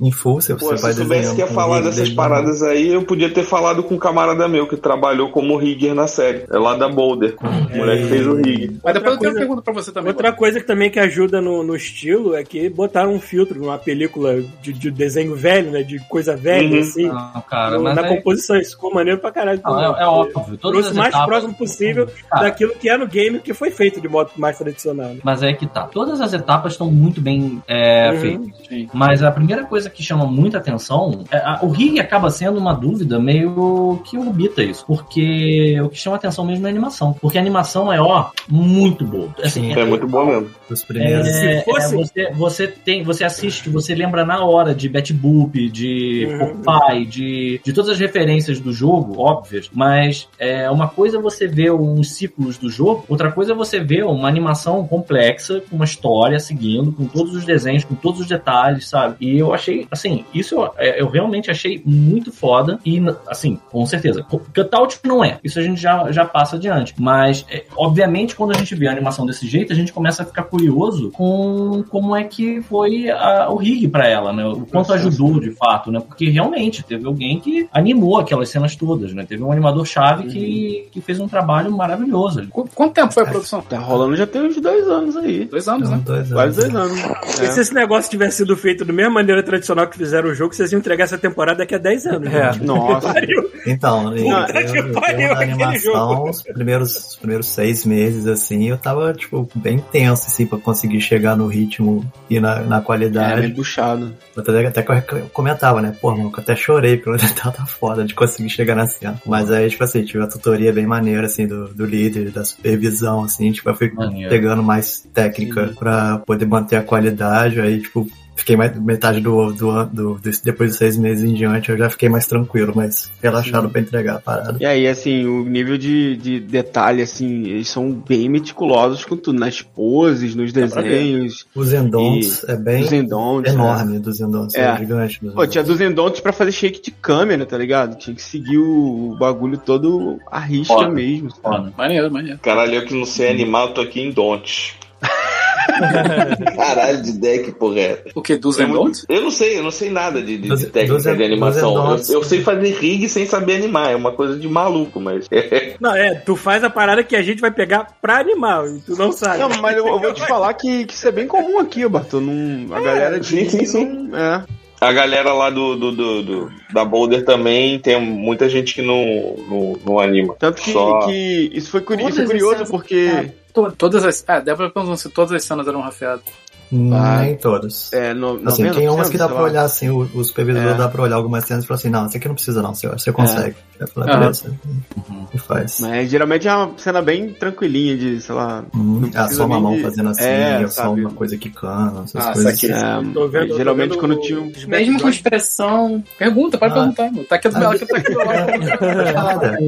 Speaker 6: em full, se
Speaker 4: Pô,
Speaker 6: você
Speaker 4: se eu
Speaker 6: vai um
Speaker 4: soubesse
Speaker 6: desenhando.
Speaker 4: que ia
Speaker 6: com
Speaker 4: falar
Speaker 6: ele,
Speaker 4: dessas
Speaker 6: ele-
Speaker 4: paradas aí, eu podia ter falado com um camarada meu que trabalhou como rigger na série. É lá da Boulder.
Speaker 6: Ah,
Speaker 4: O
Speaker 6: é.
Speaker 4: moleque fez o rig.
Speaker 3: Mas depois eu tenho
Speaker 1: coisa-
Speaker 3: uma pergunta pra você também.
Speaker 1: Outra coisa que também que ajuda no, no estilo é que botaram um filtro numa película de, de desenho velho, né? De coisa velha,
Speaker 4: Uhum.
Speaker 1: assim.
Speaker 8: Não, Ah, cara,
Speaker 1: no-
Speaker 8: mas
Speaker 1: na
Speaker 8: é,
Speaker 1: composição, isso ficou maneiro pra caralho.
Speaker 8: não, é, é óbvio. Todas
Speaker 1: Trouxe
Speaker 8: as
Speaker 1: o mais
Speaker 8: etapas,
Speaker 1: próximo possível
Speaker 8: Cara,
Speaker 1: daquilo que é no game que foi feito de modo mais tradicional. né?
Speaker 8: Mas é que tá. Todas as etapas estão muito bem é,
Speaker 1: Uhum.
Speaker 8: feitas.
Speaker 3: Sim.
Speaker 8: Mas a primeira coisa que chama muita atenção é a- o rig acaba sendo uma dúvida meio que orbita isso. Porque o que chama atenção mesmo é a animação. Porque a animação é, ó, muito boa. Assim,
Speaker 6: Sim.
Speaker 4: É muito bom mesmo.
Speaker 6: Os
Speaker 8: é,
Speaker 6: primeiros.
Speaker 1: Se fosse-
Speaker 8: é, você, você tem, você assiste, você lembra na hora de Bat Boop, de
Speaker 1: Uhum.
Speaker 8: Popeye, de, de todas as referências do jogo, óbvias, mas é, uma coisa é você ver os ciclos do jogo, outra coisa é você ver uma animação complexa, com uma história seguindo, com todos os desenhos, com todos os detalhes, sabe? E eu achei, assim, isso eu, é, eu realmente achei muito foda e, n- assim, com certeza, co- cutout não é, isso a gente já, já passa adiante, mas, é, obviamente, quando a gente vê a animação desse jeito, a gente começa a ficar curioso com como é que foi a- o rig pra ela, né? O quanto ajudou, de fato, né? Porque realmente teve alguém que animou aquelas cenas todas, né? Teve um animador-chave que, que fez um trabalho maravilhoso ali.
Speaker 3: Qu- Quanto tempo foi a produção?
Speaker 7: Tá rolando já tem uns dois anos aí.
Speaker 3: Dois anos,
Speaker 6: Não,
Speaker 3: né?
Speaker 6: Então, dois
Speaker 7: Quase
Speaker 6: anos.
Speaker 7: dois anos.
Speaker 1: E se esse negócio tivesse sido feito da mesma maneira tradicional que fizeram o jogo, vocês iam entregar essa temporada daqui a 10 anos. né?
Speaker 2: É.
Speaker 7: Nossa.
Speaker 1: Pariu.
Speaker 6: Então, e
Speaker 1: Puta
Speaker 6: eu,
Speaker 1: que
Speaker 6: eu,
Speaker 1: pariu,
Speaker 6: eu, da
Speaker 1: aquele
Speaker 6: animação,
Speaker 1: jogo.
Speaker 6: os primeiros, os primeiros seis meses, assim, eu tava, tipo, bem tenso, assim, pra conseguir chegar no ritmo e na, na
Speaker 7: É,
Speaker 6: qualidade.
Speaker 7: meio puxado.
Speaker 6: Até, até que eu rec- comentava, né? Pô, mano, que eu até chorei pelo detalhe tá foda de conseguir chegar na cena. Mas aí, tipo assim, tive a tutoria bem maneira, assim, do, do líder, da supervisão, assim, tipo, eu fui
Speaker 8: Maneiro.
Speaker 6: pegando mais técnica pra poder manter a qualidade, aí, tipo. Fiquei mais, metade do, do, an- do, desse- depois de seis meses em diante, eu já fiquei mais tranquilo, mas relaxado pra entregar a parada.
Speaker 7: E aí, assim, o nível de, de detalhe, assim, eles são bem meticulosos com tudo, nas poses, nos desenhos,
Speaker 6: Os endons é bem
Speaker 7: nos endontes. né?
Speaker 6: enorme, dos endons, é,
Speaker 7: É.
Speaker 6: gigante. dos
Speaker 7: Pô,
Speaker 6: endons.
Speaker 7: tinha dos endontes pra fazer shake de câmera, tá ligado? Tinha que seguir o bagulho todo à risca
Speaker 8: Foda.
Speaker 7: mesmo.
Speaker 8: Foda.
Speaker 3: Maneiro, maneiro.
Speaker 4: Caralho, eu que não sei animar, eu tô aqui em Don't. Caralho de deck, porra. é.
Speaker 3: O que? Dos
Speaker 4: É muito-
Speaker 3: Endontes?
Speaker 4: Eu não sei, eu não sei nada de, de- de
Speaker 6: Doze-
Speaker 4: técnica
Speaker 6: doze- é-
Speaker 4: de animação.
Speaker 6: doze
Speaker 4: Eu,
Speaker 6: dots.
Speaker 4: eu sei fazer rig sem saber animar, é uma coisa de maluco, mas.
Speaker 1: Não, é, tu faz a parada que a gente vai pegar pra animar, e tu não sabe.
Speaker 7: Não, mas eu, eu vou te falar que, que isso é bem comum aqui, Bartô. Não, a galera de
Speaker 4: sim, sim, sim.
Speaker 7: não- é.
Speaker 4: A galera lá do, do, do- do- da Boulder também tem muita gente que não, não, não anima.
Speaker 7: Tanto que,
Speaker 4: Só-
Speaker 7: que isso foi, curi- isso é
Speaker 3: Todas
Speaker 7: curioso
Speaker 3: essas-
Speaker 7: porque
Speaker 3: To- Todas as. Ah, Débora perguntou se todas as cenas eram rafiadas.
Speaker 6: Nem todos.
Speaker 7: é, no,
Speaker 6: Assim,
Speaker 7: 90%,
Speaker 6: tem umas que dá
Speaker 7: sei
Speaker 6: pra
Speaker 7: lá.
Speaker 6: olhar, assim, o, o supervisor
Speaker 7: É.
Speaker 6: dá pra olhar algumas cenas e falar assim, não, isso aqui não precisa não, senhor, você consegue. Aí Eu falei,
Speaker 3: Aham.
Speaker 6: beleza.
Speaker 7: Uhum.
Speaker 6: E faz.
Speaker 7: Mas geralmente é uma cena bem tranquilinha de, sei lá.
Speaker 6: Hum,
Speaker 7: não
Speaker 6: ah,
Speaker 7: precisa
Speaker 6: só uma
Speaker 7: nem
Speaker 6: mão
Speaker 7: de-
Speaker 6: fazendo assim,
Speaker 7: É,
Speaker 6: ou só
Speaker 7: sabe?
Speaker 6: uma coisa que cana, essas
Speaker 1: Ah,
Speaker 6: coisas
Speaker 1: saquei.
Speaker 6: assim.
Speaker 7: é,
Speaker 1: Tô vendo- tô
Speaker 7: geralmente
Speaker 1: vendo
Speaker 7: quando
Speaker 1: o-
Speaker 7: tinha um.
Speaker 1: os
Speaker 3: Mesmo com
Speaker 1: backgrounds.
Speaker 3: expressão. Pergunta, pode
Speaker 6: Ah.
Speaker 3: perguntar, mano. Tá aqui do
Speaker 6: Ah,
Speaker 3: meu lado, tá aqui do meu lado.
Speaker 6: Nada.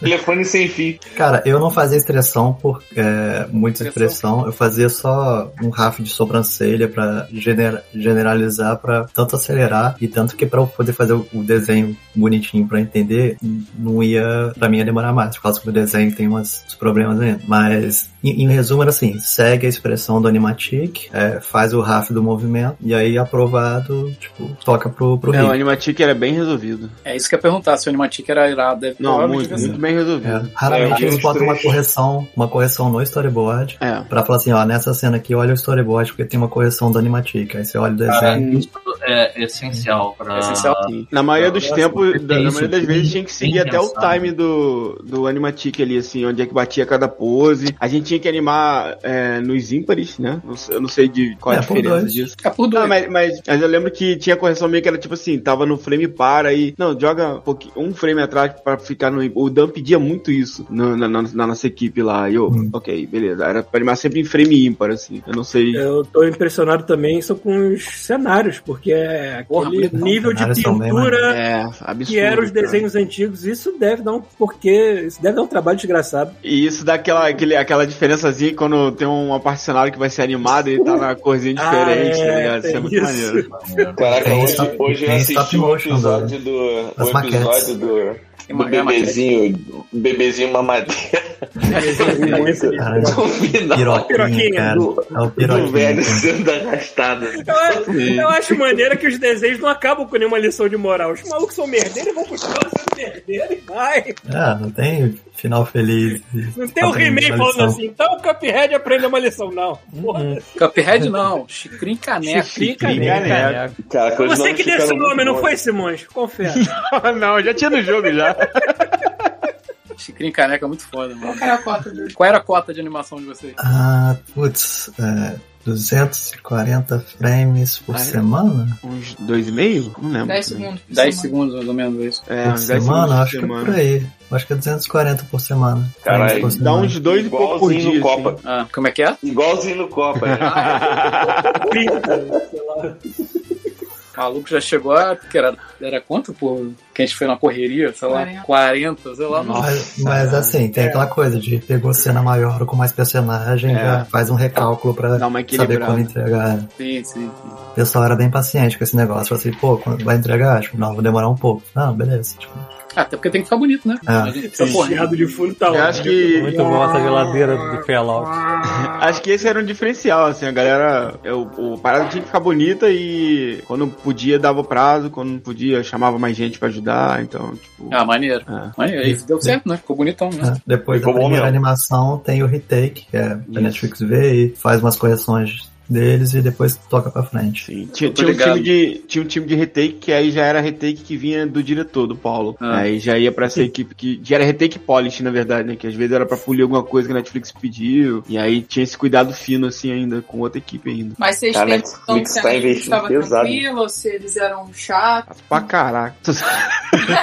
Speaker 4: Telefone sem fio.
Speaker 6: Cara, eu não fazia expressão por é, muita expressão, eu fazia só um rafo de sobrancelha pra genera- generalizar, pra tanto acelerar e tanto que pra eu poder fazer o o desenho bonitinho pra entender, não ia, pra mim ia demorar mais, por causa que o desenho tem umas, uns problemas ainda. Mas, em, em resumo, era assim, segue a expressão do Animatic, é, faz o rafo do movimento e aí aprovado, tipo, toca pro, pro
Speaker 7: É, o
Speaker 6: ritmo.
Speaker 7: Animatic era bem resolvido.
Speaker 3: É isso que eu ia perguntar, se o Animatic era irado. Deve-
Speaker 7: Não,
Speaker 3: provavelmente
Speaker 7: muito,
Speaker 3: devia ser.
Speaker 7: muito bem
Speaker 6: É,
Speaker 7: resolvido.
Speaker 4: É, eu
Speaker 6: raramente
Speaker 4: vi
Speaker 6: eles
Speaker 4: uns
Speaker 6: botam uma
Speaker 4: trechos.
Speaker 6: correção, uma correção no storyboard,
Speaker 7: É.
Speaker 6: Pra falar assim, ó, nessa cena aqui, olha o storyboard, porque tem uma correção do animatic. Aí você olha o desenho.
Speaker 8: Isso é essencial pra...
Speaker 3: É essencial.
Speaker 7: né? Ah, Sim. Na maioria dos
Speaker 8: Nossa,
Speaker 7: tempos,
Speaker 8: tem
Speaker 7: da- na
Speaker 8: isso,
Speaker 7: maioria das
Speaker 8: tem-
Speaker 7: vezes tinha que seguir
Speaker 8: tem
Speaker 7: até o
Speaker 8: pensado.
Speaker 7: time do, do Animatic ali, assim, onde é que batia cada pose. A gente tinha que animar é, nos ímpares, né? Não sei- Eu não sei de qual
Speaker 6: É,
Speaker 7: a
Speaker 6: por
Speaker 7: diferença
Speaker 6: dois.
Speaker 7: disso.
Speaker 3: É por dois.
Speaker 7: Não, mas, mas, mas eu lembro que tinha correção meio que era tipo assim, tava no frame para e. Não, joga um, pouquinho- um frame atrás pra ficar no. O Dan pedia muito isso no- na, na- na nossa equipe lá. E eu,
Speaker 6: Hum.
Speaker 7: ok, beleza. Era pra animar sempre em frame ímpar, assim. Eu não sei.
Speaker 1: Eu tô impressionado também só com os cenários, porque é aquele
Speaker 3: Porra, bonito, não.
Speaker 1: nível de
Speaker 6: Cenários são bem
Speaker 1: pintura
Speaker 7: É, absurdo.
Speaker 1: que eram os
Speaker 7: cara.
Speaker 1: desenhos antigos, isso deve dar um porque isso deve dar um trabalho desgraçado.
Speaker 7: E isso dá aquela, aquele, aquela diferençazinha quando tem uma parte do cenário que vai ser animada e tá na corzinha diferente,
Speaker 1: Ah, é,
Speaker 7: tá ligado? Isso é
Speaker 1: tem
Speaker 7: muito
Speaker 1: isso.
Speaker 7: maneiro.
Speaker 4: Caraca,
Speaker 6: Tem
Speaker 4: hoje,
Speaker 6: stop-
Speaker 4: hoje eu
Speaker 6: tem
Speaker 4: assisti
Speaker 6: stop
Speaker 4: o
Speaker 6: motion, né?
Speaker 4: episódio do.
Speaker 6: As
Speaker 4: O episódio
Speaker 6: maquetes.
Speaker 4: do.
Speaker 3: Tem
Speaker 4: do
Speaker 3: mangá, maquete.
Speaker 4: bebezinho, um bebezinho mamadeira. Muito-
Speaker 6: Caralho.
Speaker 4: No final
Speaker 6: Piroquinha,
Speaker 1: Piroquinha
Speaker 6: cara.
Speaker 4: do,
Speaker 6: É o
Speaker 4: do velho
Speaker 6: piroquinha. cara.
Speaker 4: sendo arrastado.
Speaker 1: Eu, acho- eu acho maneira que os desenhos não acabam com nenhuma lição de moral. Os malucos são merdeiros e vão continuar sendo merdeiros e vai.
Speaker 6: É, não tem final feliz.
Speaker 1: Não tem o He-Man falando assim, então o Cuphead aprende uma lição, não. Porra.
Speaker 3: Cuphead não, Chicrin Caneco.
Speaker 7: Caneco.
Speaker 4: Cara, coisa
Speaker 1: Você que deu esse nome, não foi, Simões? Confesso.
Speaker 7: Não, já tinha no jogo já.
Speaker 3: Chicrin Caneco é muito foda, mano. Qual era a cota de animação de vocês?
Speaker 6: Ah, putz, é, 240 frames por
Speaker 7: Ah, é?
Speaker 6: semana?
Speaker 7: Uns dois e meio? Não lembro.
Speaker 9: 10 segundos.
Speaker 3: 10 segundos, mais ou menos, é isso.
Speaker 7: É,
Speaker 6: Por
Speaker 7: uns 10
Speaker 6: semana?
Speaker 7: segundos
Speaker 6: Acho que é por aí. Acho que é 240 por semana.
Speaker 4: Caralho,
Speaker 6: Frames por
Speaker 7: Dá
Speaker 6: semana.
Speaker 7: uns dois e pouco por
Speaker 4: Igualzinho
Speaker 7: dia.
Speaker 4: no Copa.
Speaker 7: assim.
Speaker 3: Ah, como é que é?
Speaker 4: Igualzinho no Copa. né?
Speaker 3: O maluco já chegou a. Que era, era quanto, pô? Que a gente foi na correria, sei lá, 40,
Speaker 9: 40.
Speaker 3: sei lá. não.
Speaker 6: Mas, mas assim, tem aquela coisa de pegou cena maior com mais personagem,
Speaker 7: É.
Speaker 6: já faz um recálculo pra
Speaker 7: Dá um uma
Speaker 6: saber é
Speaker 7: equilibrada.
Speaker 6: quando entregar.
Speaker 3: Sim, sim.
Speaker 6: O pessoal era bem paciente com esse negócio. Falou assim, pô, quando vai entregar? Tipo, não, vou demorar um pouco. Não, beleza. Tipo,
Speaker 3: Ah, até porque tem que ficar bonito, né?
Speaker 6: Ah.
Speaker 3: A gente precisa
Speaker 1: Esse
Speaker 3: correr.
Speaker 1: chiado de fundo tá
Speaker 7: Eu
Speaker 1: ótimo.
Speaker 7: acho que,
Speaker 2: Muito bom essa geladeira
Speaker 1: Ah,
Speaker 2: do Fallout.
Speaker 7: acho que esse era um diferencial, assim, a galera, eu, o parada tinha que ficar bonita e quando podia dava o prazo, quando não podia chamava mais gente pra ajudar, então, tipo...
Speaker 3: Ah, maneiro.
Speaker 7: Ah.
Speaker 3: Maneiro. Isso deu certo, né? Ficou bonitão, né?
Speaker 6: né? Depois da
Speaker 4: Ficou bom mesmo.
Speaker 6: primeira animação tem o retake, que é
Speaker 7: Isso.
Speaker 6: pra Netflix ver e faz umas correções deles e depois toca pra frente.
Speaker 7: Sim, tinha,
Speaker 3: Tô
Speaker 7: tinha um
Speaker 3: ligado.
Speaker 7: time de, tinha um time de retake que aí já era retake que vinha do diretor, do Paulo.
Speaker 3: Ah.
Speaker 7: Aí já ia pra essa equipe que. Já era retake polish, na verdade, né? Que às vezes era pra polir alguma coisa que a Netflix pediu. E aí tinha esse cuidado fino, assim, ainda, com outra equipe ainda.
Speaker 9: Mas vocês
Speaker 4: Cara,
Speaker 9: têm
Speaker 4: Netflix
Speaker 9: noção
Speaker 4: tá
Speaker 9: se a Netflix
Speaker 4: investindo
Speaker 9: tava
Speaker 4: pesado.
Speaker 9: tranquila, ou se eles eram chatos.
Speaker 7: Pra caraca.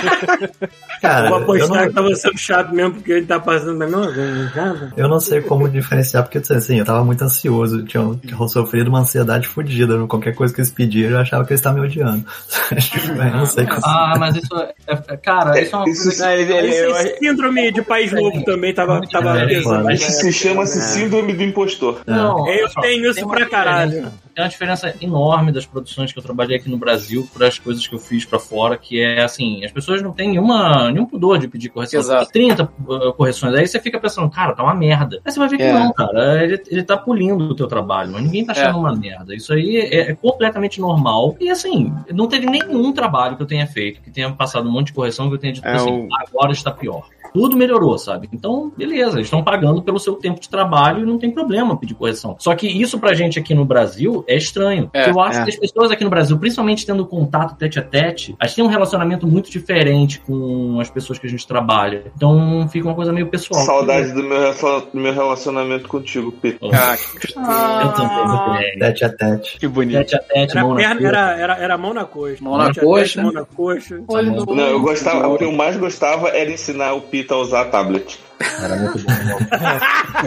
Speaker 6: Cara,
Speaker 1: Vou
Speaker 6: eu
Speaker 1: apostar
Speaker 6: não,
Speaker 1: que tava sendo chato mesmo, porque ele tá passando da mesma coisa, não tava?
Speaker 6: eu não sei como diferenciar, porque assim, eu tava muito ansioso, tinha, um, tinha sofrido uma ansiedade fodida. Qualquer coisa que eles pediram, eu achava que eles estavam me odiando. Tipo, eu não sei como.
Speaker 8: Ah, mas isso é. é- Cara, isso é uma
Speaker 4: Isso,
Speaker 8: coisa.
Speaker 7: Não, ele- ele- eu-
Speaker 1: Esse síndrome de país novo também tava, tava
Speaker 8: É,
Speaker 1: pesando.
Speaker 6: foda.
Speaker 4: isso se
Speaker 7: né?
Speaker 4: chama-se síndrome do impostor.
Speaker 8: Não, olha
Speaker 1: Eu
Speaker 8: só.
Speaker 1: tenho isso pra caralho.
Speaker 8: É. tem uma diferença enorme das produções que eu trabalhei aqui no Brasil para as coisas que eu fiz para fora, que é assim, as pessoas não têm nenhuma, nenhum pudor de pedir correção.
Speaker 3: Exato.
Speaker 8: Tem 30 uh, correções. Aí você fica pensando, cara, tá uma merda. Aí você vai ver que
Speaker 7: É.
Speaker 8: não, cara. Ele, ele tá polindo o teu trabalho, mas ninguém tá
Speaker 1: É.
Speaker 8: achando uma merda. Isso aí é, é completamente normal. E assim, não teve nenhum trabalho que eu tenha feito, que tenha passado um monte de correção, que eu tenha dito
Speaker 7: É,
Speaker 8: assim,
Speaker 1: um
Speaker 7: o-
Speaker 8: agora está pior tudo melhorou, sabe? Então, beleza, eles estão pagando pelo seu tempo de trabalho e não tem problema pedir correção. Só que isso pra gente aqui no Brasil é estranho.
Speaker 3: É,
Speaker 8: eu acho
Speaker 7: é.
Speaker 8: que as pessoas aqui no Brasil, principalmente tendo contato tete a tete, elas têm um relacionamento muito diferente com as pessoas que a gente trabalha. Então fica uma coisa meio pessoal.
Speaker 4: Saudade do meu, relacion- do meu relacionamento contigo, Pedro.
Speaker 9: Ah,
Speaker 8: Eu também.
Speaker 6: Tete a tete.
Speaker 7: Que bonito.
Speaker 8: Tete a tete,
Speaker 1: Ah. Era,
Speaker 8: mão na
Speaker 1: perna,
Speaker 8: perna.
Speaker 1: era, era, era mão na coxa.
Speaker 3: Mão na
Speaker 1: Mete a
Speaker 3: coxa.
Speaker 1: testa, Mão na coxa.
Speaker 9: Olho no
Speaker 4: Não, eu
Speaker 9: olho.
Speaker 4: gostava, o que eu mais gostava era ensinar o Pita a usar a tablet.
Speaker 8: Era é muito bom.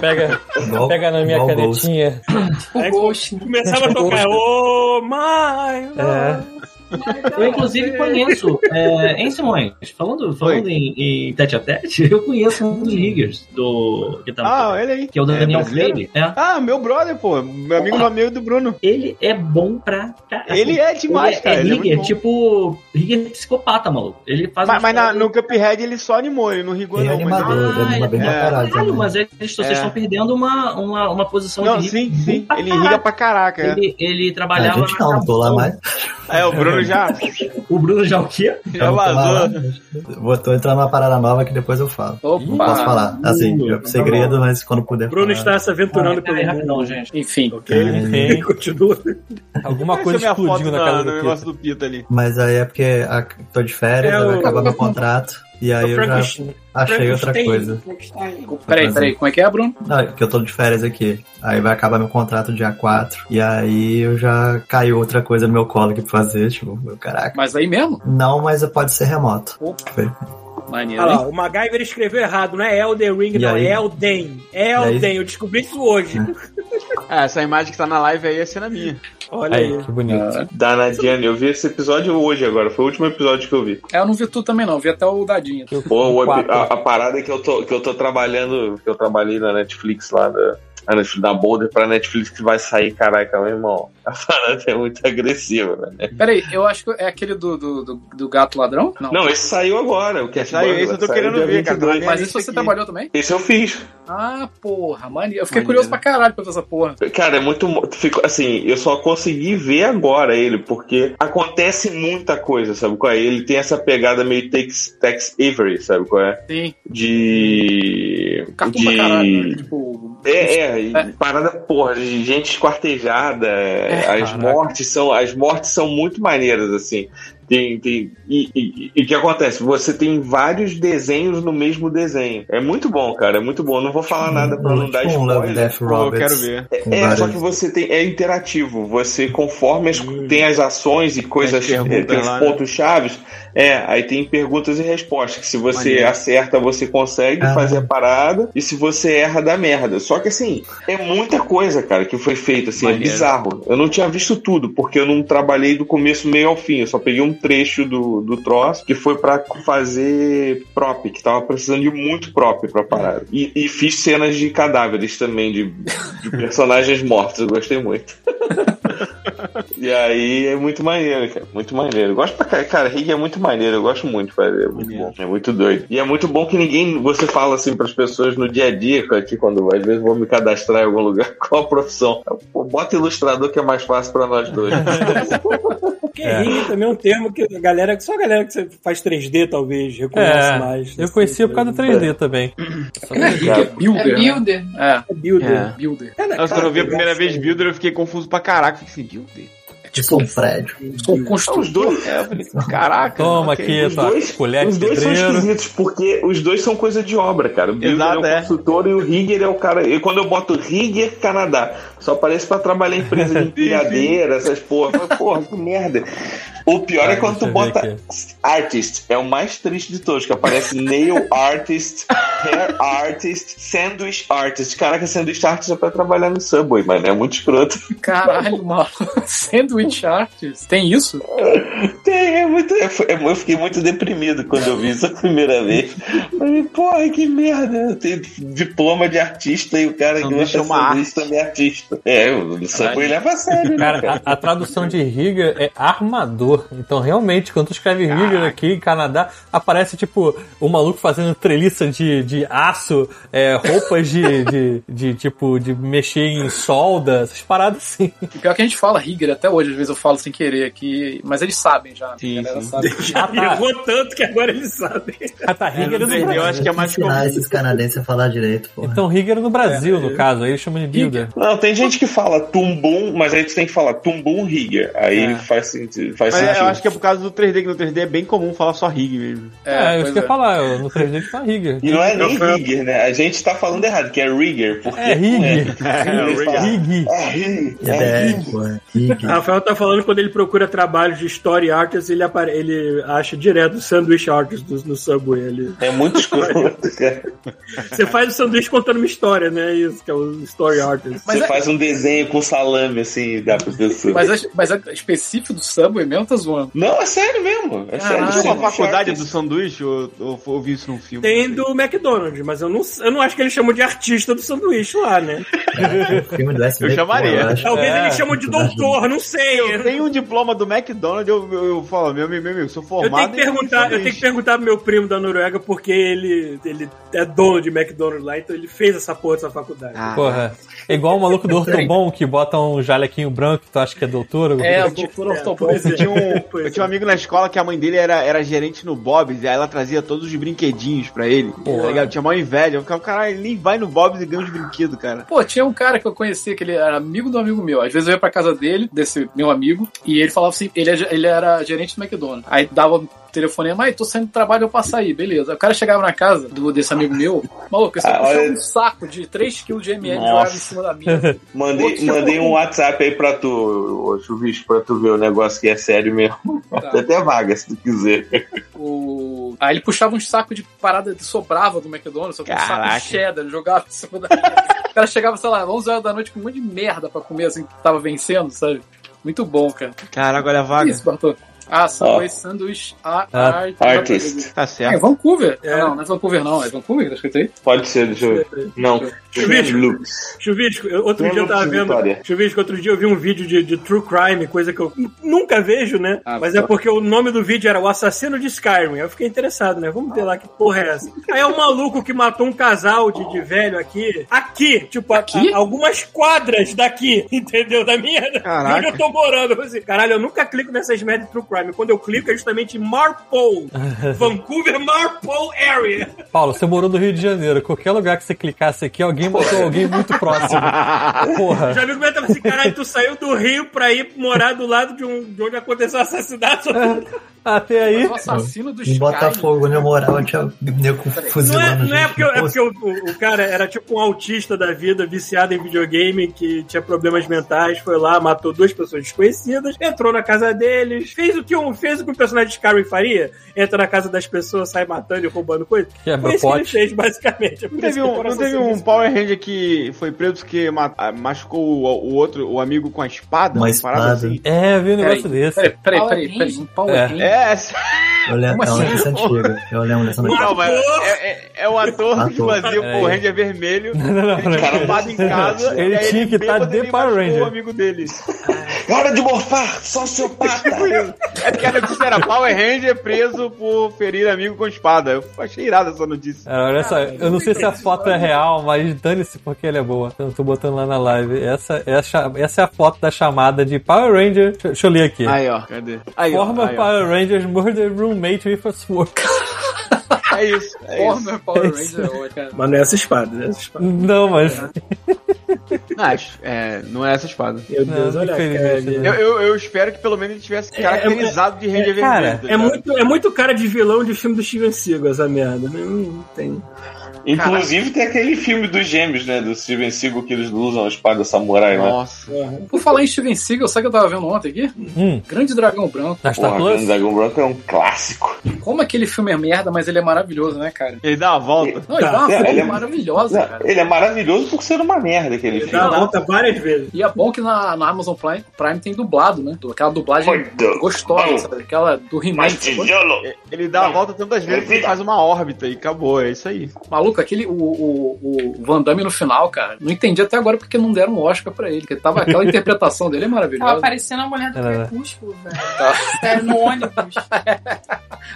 Speaker 2: Pega,
Speaker 6: Igual-
Speaker 2: pega na minha
Speaker 6: igual Ghost.
Speaker 2: canetinha.
Speaker 3: É.
Speaker 9: O Ghost.
Speaker 1: Começava a tocar, oh my
Speaker 2: É.
Speaker 8: Eu, inclusive, conheço. É, hein, Simões? Falando, falando em, em tete a tete, eu conheço um dos riggers do. Que tá no
Speaker 7: Ah, olha aí.
Speaker 8: que é o Daniel
Speaker 7: brasileiro?
Speaker 8: Freire. É.
Speaker 7: Ah, meu brother, pô. Meu amigo do amigo do Bruno.
Speaker 8: Ele é bom pra caralho.
Speaker 7: Ele é demais,
Speaker 8: é,
Speaker 7: cara.
Speaker 8: É
Speaker 7: ele é muito
Speaker 8: Rigger,
Speaker 7: bom.
Speaker 8: tipo. Rigger psicopata, maluco. Ele faz. um
Speaker 7: Mas,
Speaker 8: umas
Speaker 7: mas na-
Speaker 8: coisas-
Speaker 7: no Cuphead ele só animou, ele não rigou,
Speaker 6: Ele é
Speaker 7: não. mas-
Speaker 6: animador. Ele anima bem pra
Speaker 8: é,
Speaker 6: caralho também.
Speaker 8: mas é, vocês
Speaker 7: É.
Speaker 8: estão perdendo uma, uma, uma posição
Speaker 7: Não,
Speaker 8: de
Speaker 7: sim,
Speaker 8: Rigger.
Speaker 7: sim.
Speaker 8: pra
Speaker 7: Ele riga pra caraca. é.
Speaker 8: Ele, ele
Speaker 6: Ah, A
Speaker 8: trabalhava.
Speaker 6: gente não,
Speaker 8: na
Speaker 6: tô lá
Speaker 8: Capcom.
Speaker 6: mais.
Speaker 7: É, o Bruno já,
Speaker 8: O Bruno já é o quê?
Speaker 7: já vazou.
Speaker 6: Vou tô entrando numa parada nova que depois eu falo. Não
Speaker 3: Opa!
Speaker 6: posso falar. Assim, é segredo, mas quando puder.
Speaker 1: Bruno
Speaker 6: falar.
Speaker 1: está se aventurando pelo
Speaker 8: Peraí,
Speaker 1: mundo.
Speaker 8: rapidão, gente.
Speaker 3: Enfim,
Speaker 2: Ele tem
Speaker 1: Continua.
Speaker 2: alguma
Speaker 7: Essa
Speaker 2: coisa
Speaker 7: é minha
Speaker 2: explodiu
Speaker 7: foto
Speaker 2: na casa
Speaker 7: no
Speaker 2: do Pita.
Speaker 7: negócio do Pita ali.
Speaker 6: Mas aí é porque a, tô de férias,
Speaker 1: É
Speaker 6: vai
Speaker 1: o-
Speaker 6: acabar meu contrato. E aí
Speaker 1: É O
Speaker 6: eu já
Speaker 1: Frankenstein.
Speaker 6: achei outra
Speaker 1: Frankenstein.
Speaker 6: coisa.
Speaker 3: peraí, peraí, como é que é, Bruno?
Speaker 6: Não, é porque eu tô de férias aqui. Aí vai acabar meu contrato dia 4. E aí eu já caiu outra coisa no meu colo aqui pra fazer. Tipo, meu caraca.
Speaker 3: Mas aí mesmo?
Speaker 6: Não, mas pode ser remoto.
Speaker 3: Maneiro.
Speaker 1: Olha
Speaker 3: hein?
Speaker 1: lá, o MacGyver escreveu errado, não é Elden Ring,
Speaker 6: E
Speaker 1: não,
Speaker 6: aí?
Speaker 1: é Elden. Elden, eu descobri isso hoje.
Speaker 7: Ah, essa imagem que tá na live aí é cena minha.
Speaker 1: Olha aí.
Speaker 2: Aí, que bonito.
Speaker 3: Ah,
Speaker 4: Danadiane, eu vi esse episódio hoje agora, foi o último episódio que eu vi.
Speaker 3: É, eu não vi tu também, não. Eu Vi até o Dadinho.
Speaker 2: Que o-
Speaker 4: Pô, o-
Speaker 2: quatro.
Speaker 4: é a, a parada que eu, tô, que eu tô trabalhando, que eu trabalhei na Netflix lá da. a Netflix, da Boulder pra Netflix que vai sair, caraca, meu irmão. A parada é muito agressiva, né?
Speaker 3: Peraí, eu acho que é aquele do, do, do, do gato ladrão?
Speaker 4: Não, esse saiu agora, o Cat
Speaker 7: Saiu,
Speaker 4: Burglar,
Speaker 7: esse eu tô
Speaker 4: saiu
Speaker 7: querendo
Speaker 4: dia
Speaker 7: ver, cara.
Speaker 4: 22.
Speaker 3: Mas isso você trabalhou também?
Speaker 4: Esse eu fiz.
Speaker 3: Ah, porra, maneiro. Eu fiquei
Speaker 7: Maneiro.
Speaker 3: curioso pra caralho pra ver essa porra.
Speaker 4: Cara, é muito. mo- Ficou, assim, eu só consegui ver agora ele, porque acontece muita coisa, sabe qual é? Ele tem essa pegada meio Tex, Tex Avery, sabe qual é?
Speaker 3: Sim,
Speaker 4: De.
Speaker 3: cartoon pra caralho. né?
Speaker 4: de.
Speaker 3: Tipo,
Speaker 4: É, é, e
Speaker 3: É.
Speaker 4: parada, porra, de gente esquartejada. é, as,
Speaker 2: caraca.
Speaker 4: mortes são, as mortes são muito maneiras, assim. Tem, tem, e- e e o que acontece? Você tem vários desenhos no mesmo desenho. É muito bom, cara, é muito bom. Não vou falar nada pra não dar
Speaker 6: Tipo um Love
Speaker 4: spoiler.
Speaker 6: Death
Speaker 7: Pô, eu
Speaker 6: Roberts.
Speaker 7: quero ver.
Speaker 6: com
Speaker 4: É, só
Speaker 6: várias-
Speaker 4: que você tem. É interativo. Você, conforme as- tem as ações e coisas,
Speaker 7: Tem Hum. as perguntas
Speaker 4: eh, tem os
Speaker 7: lá, né?
Speaker 4: pontos chaves, é, aí tem perguntas e respostas. Que se você
Speaker 7: Maneiro.
Speaker 4: acerta, você consegue
Speaker 6: Ah.
Speaker 4: fazer a parada. E se você erra, dá merda. Só que assim, é muita coisa, cara, que foi feita. Assim,
Speaker 7: Maneiro.
Speaker 4: é bizarro. Eu não tinha visto tudo, porque eu não trabalhei do começo meio ao fim. Eu só peguei um trecho do, do troço que foi pra fazer prop, que tava precisando de muito prop pra parada. E, e fiz cenas de cadáveres também, de de personagens mortos, eu gostei muito. e aí é muito maneiro, cara. Muito maneiro. Eu gosto pra caralho. Cara, Rig é muito maneiro, eu gosto muito, cara. É muito
Speaker 7: Maneiro.
Speaker 4: bom. É muito doido. E é muito bom que ninguém. Você fala assim pras pessoas no dia a dia, aqui quando às vezes vou me cadastrar em algum lugar, qual a profissão? Eu, Pô, bota ilustrador que é mais fácil pra nós dois.
Speaker 1: Porque ringue também é um termo que a galera, só a galera que faz 3D talvez reconhece
Speaker 2: É,
Speaker 1: mais. né?
Speaker 2: Eu conhecia por causa do 3D também.
Speaker 3: é builder.
Speaker 9: É
Speaker 3: né?
Speaker 9: builder.
Speaker 3: É,
Speaker 1: do builder.
Speaker 7: É.
Speaker 3: builder.
Speaker 1: Cara,
Speaker 7: Nossa, quando
Speaker 1: cara,
Speaker 7: eu vi a primeira vez
Speaker 1: engraçado.
Speaker 7: Builder, eu fiquei confuso pra caraca. Fiquei assim, Builder?
Speaker 6: Tipo um prédio.
Speaker 3: Sou construtor.
Speaker 4: Os dois,
Speaker 7: É, eu falei, caraca.
Speaker 2: Toma
Speaker 7: ok.
Speaker 2: aqui,
Speaker 4: os
Speaker 2: tua
Speaker 4: dois-
Speaker 2: colher
Speaker 4: os
Speaker 2: de
Speaker 4: dois são
Speaker 2: pedreiro.
Speaker 4: esquisitos, porque os dois são coisa de obra, cara. O Builder
Speaker 7: Exato,
Speaker 4: é o
Speaker 7: é.
Speaker 4: consultor e o Rigger é o cara. E quando eu boto Rigger Canadá, só aparece pra trabalhar em empresa de empilhadeira, essas porra. Mas, porra, que merda. O pior é
Speaker 2: Ai,
Speaker 4: quando tu
Speaker 2: deixa eu ver
Speaker 4: bota artist, é o mais triste de todos, que aparece nail artist, hair artist, sandwich artist. Caraca, sandwich artist é pra trabalhar no Subway, mano, é muito escroto.
Speaker 3: Caralho, mano. Sandwich Arts. Tem isso?
Speaker 4: Tem, é muito. Eu, fui- eu fiquei muito deprimido quando eu vi isso a primeira vez. Falei, porra, que merda. Eu tenho diploma de artista e o cara
Speaker 7: Não
Speaker 4: que
Speaker 7: deixa
Speaker 4: vai
Speaker 7: uma
Speaker 4: fazer isso também é artista. É, o Subway leva a sério, né, cara?
Speaker 2: Cara, a, a tradução de Riga é armador. Então, realmente, quando tu escreve Riga aqui em Canadá, aparece tipo o maluco fazendo treliça de, de aço, é, roupas de, de, de, tipo de mexer em solda, essas paradas assim.
Speaker 3: E pior que a gente fala Rigger até hoje, às vezes eu falo sem querer aqui, mas eles sabem já.
Speaker 7: Sim,
Speaker 3: a galera
Speaker 7: sim.
Speaker 3: sabe.
Speaker 1: Já
Speaker 4: Ah,
Speaker 1: errou
Speaker 6: É,
Speaker 1: tanto que agora eles sabem.
Speaker 2: tá. Ah, tá, Riga era
Speaker 7: Não
Speaker 2: no
Speaker 7: sei, Eu
Speaker 2: Brasil.
Speaker 7: acho que é mais comum.
Speaker 6: Ensinar esses canadenses a falar direito, porra.
Speaker 2: Então, Riga era no Brasil, no caso. Aí eles chamam de Builder.
Speaker 4: Não, tem gente que fala tumbum, mas aí tu tem que falar tumbum rigger. Aí
Speaker 7: É.
Speaker 4: faz sentido. Faz
Speaker 7: Mas
Speaker 4: sentido.
Speaker 7: eu acho que é por causa do 3D, que no 3D é bem comum falar só rig mesmo.
Speaker 2: É, eu
Speaker 3: pois
Speaker 2: isso que eu ia falar, eu- no 3D eles falam Riga.
Speaker 4: E não é nem rigger, né? A gente tá falando errado, que é rigger, porque.
Speaker 2: É Rig.
Speaker 4: Eles falam,
Speaker 2: Rig.
Speaker 4: É rig.
Speaker 6: É, DR, porra. Rig.
Speaker 1: Rafael tá falando que quando ele procura trabalhos de story artist, ele, apare- ele acha direto o sanduíche artist do- no Subway. Ele...
Speaker 4: É muito escroto, cara.
Speaker 1: Você faz o sanduíche contando uma história, né? Isso que é o story artist.
Speaker 3: Mas
Speaker 4: Você
Speaker 3: é-
Speaker 4: faz um desenho com salame assim e dá pra pessoa.
Speaker 3: Mas, é, mas é específico do Subway mesmo, tá zoando.
Speaker 4: Não, é sério mesmo. É sério.
Speaker 3: Caralho.
Speaker 7: Isso é
Speaker 4: Sim,
Speaker 7: uma faculdade
Speaker 4: shorts.
Speaker 7: do sanduíche ou ou- ou vi isso num filme?
Speaker 1: Tem do McDonald's, mas eu não, eu não acho que eles chamam de artista do sanduíche lá, né?
Speaker 6: É, um filme do SBT,
Speaker 7: Eu chamaria.
Speaker 6: eu acho.
Speaker 1: Talvez
Speaker 2: É.
Speaker 1: eles chamam de doutor, não sei.
Speaker 7: Eu tenho um diploma do McDonald's, eu, eu, eu falo, meu meu meu amigo, sou
Speaker 1: Eu tenho,
Speaker 7: formado
Speaker 1: que perguntar, eu tenho que perguntar pro meu primo da Noruega porque ele, ele é dono de McDonald's lá, então ele fez essa porra dessa faculdade.
Speaker 7: Ah,
Speaker 2: Porra. É igual o maluco do Ortobon que bota um jalequinho branco que tu acha que é doutor. alguma
Speaker 3: É,
Speaker 2: coisa
Speaker 3: o doutor Ortopão.
Speaker 1: pois é.
Speaker 7: Eu tinha, um,
Speaker 1: Pois
Speaker 7: eu tinha um amigo na escola que a mãe dele era, era gerente no Bob's, e aí ela trazia todos os brinquedinhos pra ele. Tá ligado? Tinha maior inveja. Eu ficava, caralho, ele nem vai no Bob's e ganha os brinquedos, cara.
Speaker 3: Pô, tinha um cara que eu conhecia, que ele era amigo do amigo meu. Às vezes eu ia pra casa dele, desse meu amigo, e ele falava assim, ele, é- ele era gerente do McDonald's. Aí dava um telefonema, aí tô saindo do trabalho, eu passo aí, beleza. Aí O cara chegava na casa do, desse amigo meu, maluco, esse
Speaker 4: Ah,
Speaker 3: puxava
Speaker 4: olha-
Speaker 3: um saco de 3kg de MM
Speaker 4: Nossa.
Speaker 3: jogado em cima da minha.
Speaker 4: Mandei,
Speaker 3: Outro
Speaker 4: mandei
Speaker 3: chapéu.
Speaker 4: um WhatsApp aí pra tu, ô, Chuvisco, pra tu ver o negócio que é sério mesmo.
Speaker 3: Tá.
Speaker 4: Tem até vaga, se tu quiser.
Speaker 3: O... Aí ele puxava uns sacos de parada que sobrava do McDonald's, só que um saco
Speaker 7: Caraca.
Speaker 3: de cheddar, ele jogava em cima da... O cara chegava, sei lá, 11 horas da noite com um monte de merda pra comer, assim, que tava vencendo, sabe? Muito bom, cara.
Speaker 7: Caraca, olha a
Speaker 3: Que
Speaker 7: vaga.
Speaker 3: isso, Bartô? Ah, Subway
Speaker 4: Ah.
Speaker 3: Sandwich a-
Speaker 2: Ah,
Speaker 3: Art-
Speaker 4: Artist.
Speaker 7: Tá
Speaker 3: É,
Speaker 7: certo.
Speaker 3: Vancouver.
Speaker 1: É.
Speaker 3: Ah, Não, não é Vancouver, não. É Vancouver que tá escrito aí?
Speaker 4: Pode ser, deixa eu ver. Não, Lux.
Speaker 1: Chuvisco, eu- outro
Speaker 4: Não,
Speaker 1: dia eu
Speaker 4: não
Speaker 1: tava
Speaker 4: precisa,
Speaker 1: vendo.
Speaker 4: Vitória.
Speaker 1: Chuvisco, outro dia eu vi um vídeo de, de True Crime, coisa que eu n- nunca vejo, né?
Speaker 3: Ah,
Speaker 1: Mas é
Speaker 3: tá.
Speaker 1: porque o nome do vídeo era O Assassino de Skyrim. Aí eu fiquei interessado, né? Vamos ver lá que porra é essa. Aí é um maluco que matou um casal de, de velho aqui. Aqui! Tipo, a-
Speaker 3: Aqui?
Speaker 1: a- algumas quadras daqui, entendeu? Da minha.
Speaker 7: Caraca.
Speaker 1: Onde eu tô morando. Eu falei assim, caralho, eu nunca clico nessas merdas de True Crime. Quando eu clico é justamente Marpole. Vancouver Marpole Area.
Speaker 2: Paulo, você morou no Rio de Janeiro. Qualquer lugar que você clicasse aqui, alguém botou alguém muito próximo. Porra.
Speaker 1: Já vi como é que assim, caralho, tu saiu do Rio pra ir morar do lado de, um, de onde aconteceu o assassinato.
Speaker 2: É. Até aí.
Speaker 3: Mas É o assassino do
Speaker 6: Em
Speaker 3: Sky.
Speaker 6: Botafogo, onde eu morava, tinha nego
Speaker 1: Não
Speaker 6: fuzilando.
Speaker 1: é, não é
Speaker 6: gente
Speaker 1: porque,
Speaker 6: no
Speaker 1: eu- é porque
Speaker 6: posto.
Speaker 1: o, o- o cara era tipo um autista da vida, viciado em videogame, que tinha problemas mentais, foi lá, matou duas pessoas desconhecidas, entrou na casa deles, fez o que um, fez o que um personagem de Skyrim faria, entra na casa das pessoas, sai matando e roubando coisas.
Speaker 2: Quebra
Speaker 1: Foi isso que ele
Speaker 2: pote.
Speaker 1: fez, basicamente. É por
Speaker 7: Não
Speaker 1: isso que
Speaker 7: teve
Speaker 1: ele
Speaker 7: um,
Speaker 1: era
Speaker 7: não teve um
Speaker 1: assassino.
Speaker 7: Power Ranger que foi preso que ma- ah, machucou o, o outro, o amigo com a espada?
Speaker 6: Uma
Speaker 7: parada assim?
Speaker 6: espada.
Speaker 2: É, eu vi um negócio desse.
Speaker 3: Peraí, peraí,
Speaker 9: Power
Speaker 3: peraí, peraí.
Speaker 9: Ranger?
Speaker 3: Um Power
Speaker 2: É.
Speaker 3: Ranger?
Speaker 7: É,
Speaker 6: Eu lembro, é uma dessa antiga. Eu lembro dessa antiga.
Speaker 7: não, mas é, é, é o ator que
Speaker 6: Ator.
Speaker 7: fazia o Power Ranger vermelho. Ele tinha uma espada em casa.
Speaker 2: Ele
Speaker 7: e aí
Speaker 2: tinha que tá
Speaker 7: bêbado,
Speaker 2: de
Speaker 7: ele
Speaker 2: Power
Speaker 7: machucou
Speaker 2: Ranger.
Speaker 7: o amigo dele.
Speaker 4: Hora de morfar, sociopata.
Speaker 7: É porque a notícia era Power Ranger preso por ferir amigo com espada. Eu achei irada essa notícia.
Speaker 2: É, olha só, eu não sei se a foto é real, mas dane-se porque ela é boa. Eu não tô botando lá na live. Essa, essa, essa é a foto da chamada de Power Ranger. Deixa, deixa eu ler aqui.
Speaker 7: Aí, ó. Cadê? Aí, ó,
Speaker 2: Former
Speaker 7: aí, ó.
Speaker 2: Power Rangers Murder Roommate with a Sword.
Speaker 7: É isso. É isso.
Speaker 3: Former Power Ranger é ótimo, cara.
Speaker 1: Mas não é essa espada, não é essa espada.
Speaker 2: Não, mas.
Speaker 7: Ah, é, não é essa espada.
Speaker 1: Meu Deus,
Speaker 2: Não,
Speaker 1: olha
Speaker 2: infelizmente,
Speaker 1: cara. é
Speaker 2: né?
Speaker 7: Eu, eu, eu espero que pelo menos ele tivesse caracterizado de Ranger
Speaker 2: é, cara,
Speaker 7: vermelho. tá
Speaker 1: É
Speaker 7: ligado?
Speaker 1: muito, é muito cara de vilão de filme do Steven Seagal, essa merda. Não, não tem.
Speaker 4: Inclusive tem aquele filme dos gêmeos, né? Do Steven Seagal que eles usam a espada samurai né? lá.
Speaker 7: Nossa.
Speaker 3: Por falar em Steven Seagal, sabe o que eu tava vendo ontem aqui?
Speaker 2: Hum,
Speaker 3: Grande Dragão Branco.
Speaker 2: na Star
Speaker 4: Porra,
Speaker 2: Plus?
Speaker 4: Grande Dragão Branco é um clássico.
Speaker 3: Como aquele filme é merda, mas ele é maravilhoso, né, cara?
Speaker 7: Ele dá uma volta.
Speaker 3: Não, ele
Speaker 6: Tá.
Speaker 3: dá uma
Speaker 4: Cara,
Speaker 3: foto
Speaker 4: ele é-
Speaker 3: maravilhosa,
Speaker 4: Não,
Speaker 3: cara.
Speaker 4: ele é maravilhoso por ser uma merda aquele
Speaker 1: Dá
Speaker 4: filme.
Speaker 1: nota várias vezes.
Speaker 3: E é bom que na, na Amazon Prime, Prime tem dublado, né? Aquela dublagem
Speaker 4: Muito
Speaker 3: gostosa,
Speaker 4: bom.
Speaker 3: sabe? Aquela do He-Man.
Speaker 4: Mas
Speaker 3: sacou?
Speaker 4: tijolo!
Speaker 7: Ele dá a volta tantas vezes que ele faz uma órbita e acabou. É isso aí.
Speaker 3: Maluco, aquele, o, o, o Van Damme no final, cara, não entendi até agora porque não deram um Oscar pra ele, porque tava, aquela interpretação dele é
Speaker 9: Tava
Speaker 3: maravilhosa.
Speaker 9: parecendo a mulher do
Speaker 2: É, né?
Speaker 9: crepúsculo, velho.
Speaker 3: Tá.
Speaker 9: É, no ônibus.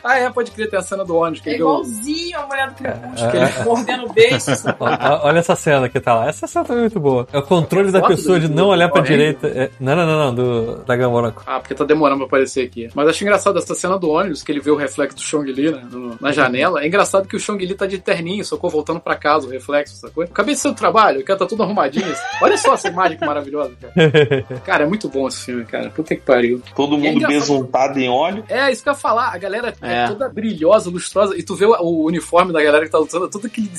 Speaker 3: Ah, é, pode crer, tem a cena do ônibus. Que
Speaker 9: É
Speaker 3: ele deu-
Speaker 9: igualzinho a mulher do crepúsculo, que
Speaker 3: É.
Speaker 9: ele mordendo o beijo. sabe?
Speaker 2: Ó, ó, Olha essa cena que tá lá. Essa cena tá muito boa. É o controle da
Speaker 3: Foto
Speaker 2: pessoa
Speaker 3: do-
Speaker 2: de não olhar pra
Speaker 3: do
Speaker 2: direita. É, não, não, não, não, do Dragão Branco.
Speaker 3: Ah, porque tá demorando pra aparecer aqui. Mas acho engraçado essa cena do ônibus, que ele vê o reflexo do Chong Li né, no- na janela. É engraçado que o Chong Li tá de terninho, socou voltando pra casa, o reflexo, sacou? Acabei de ser do trabalho, o cara tá tudo arrumadinho. Olha só essa imagem que maravilhosa, cara. Cara, é muito bom esse filme, cara. Puta que pariu.
Speaker 4: Todo
Speaker 3: E é
Speaker 4: mundo
Speaker 3: engraçado-
Speaker 4: besuntado em óleo.
Speaker 3: É, isso que eu ia falar. A galera é,
Speaker 7: É.
Speaker 3: toda brilhosa, lustrosa. E tu vê o, o uniforme da galera que tá lutando, todo aquele de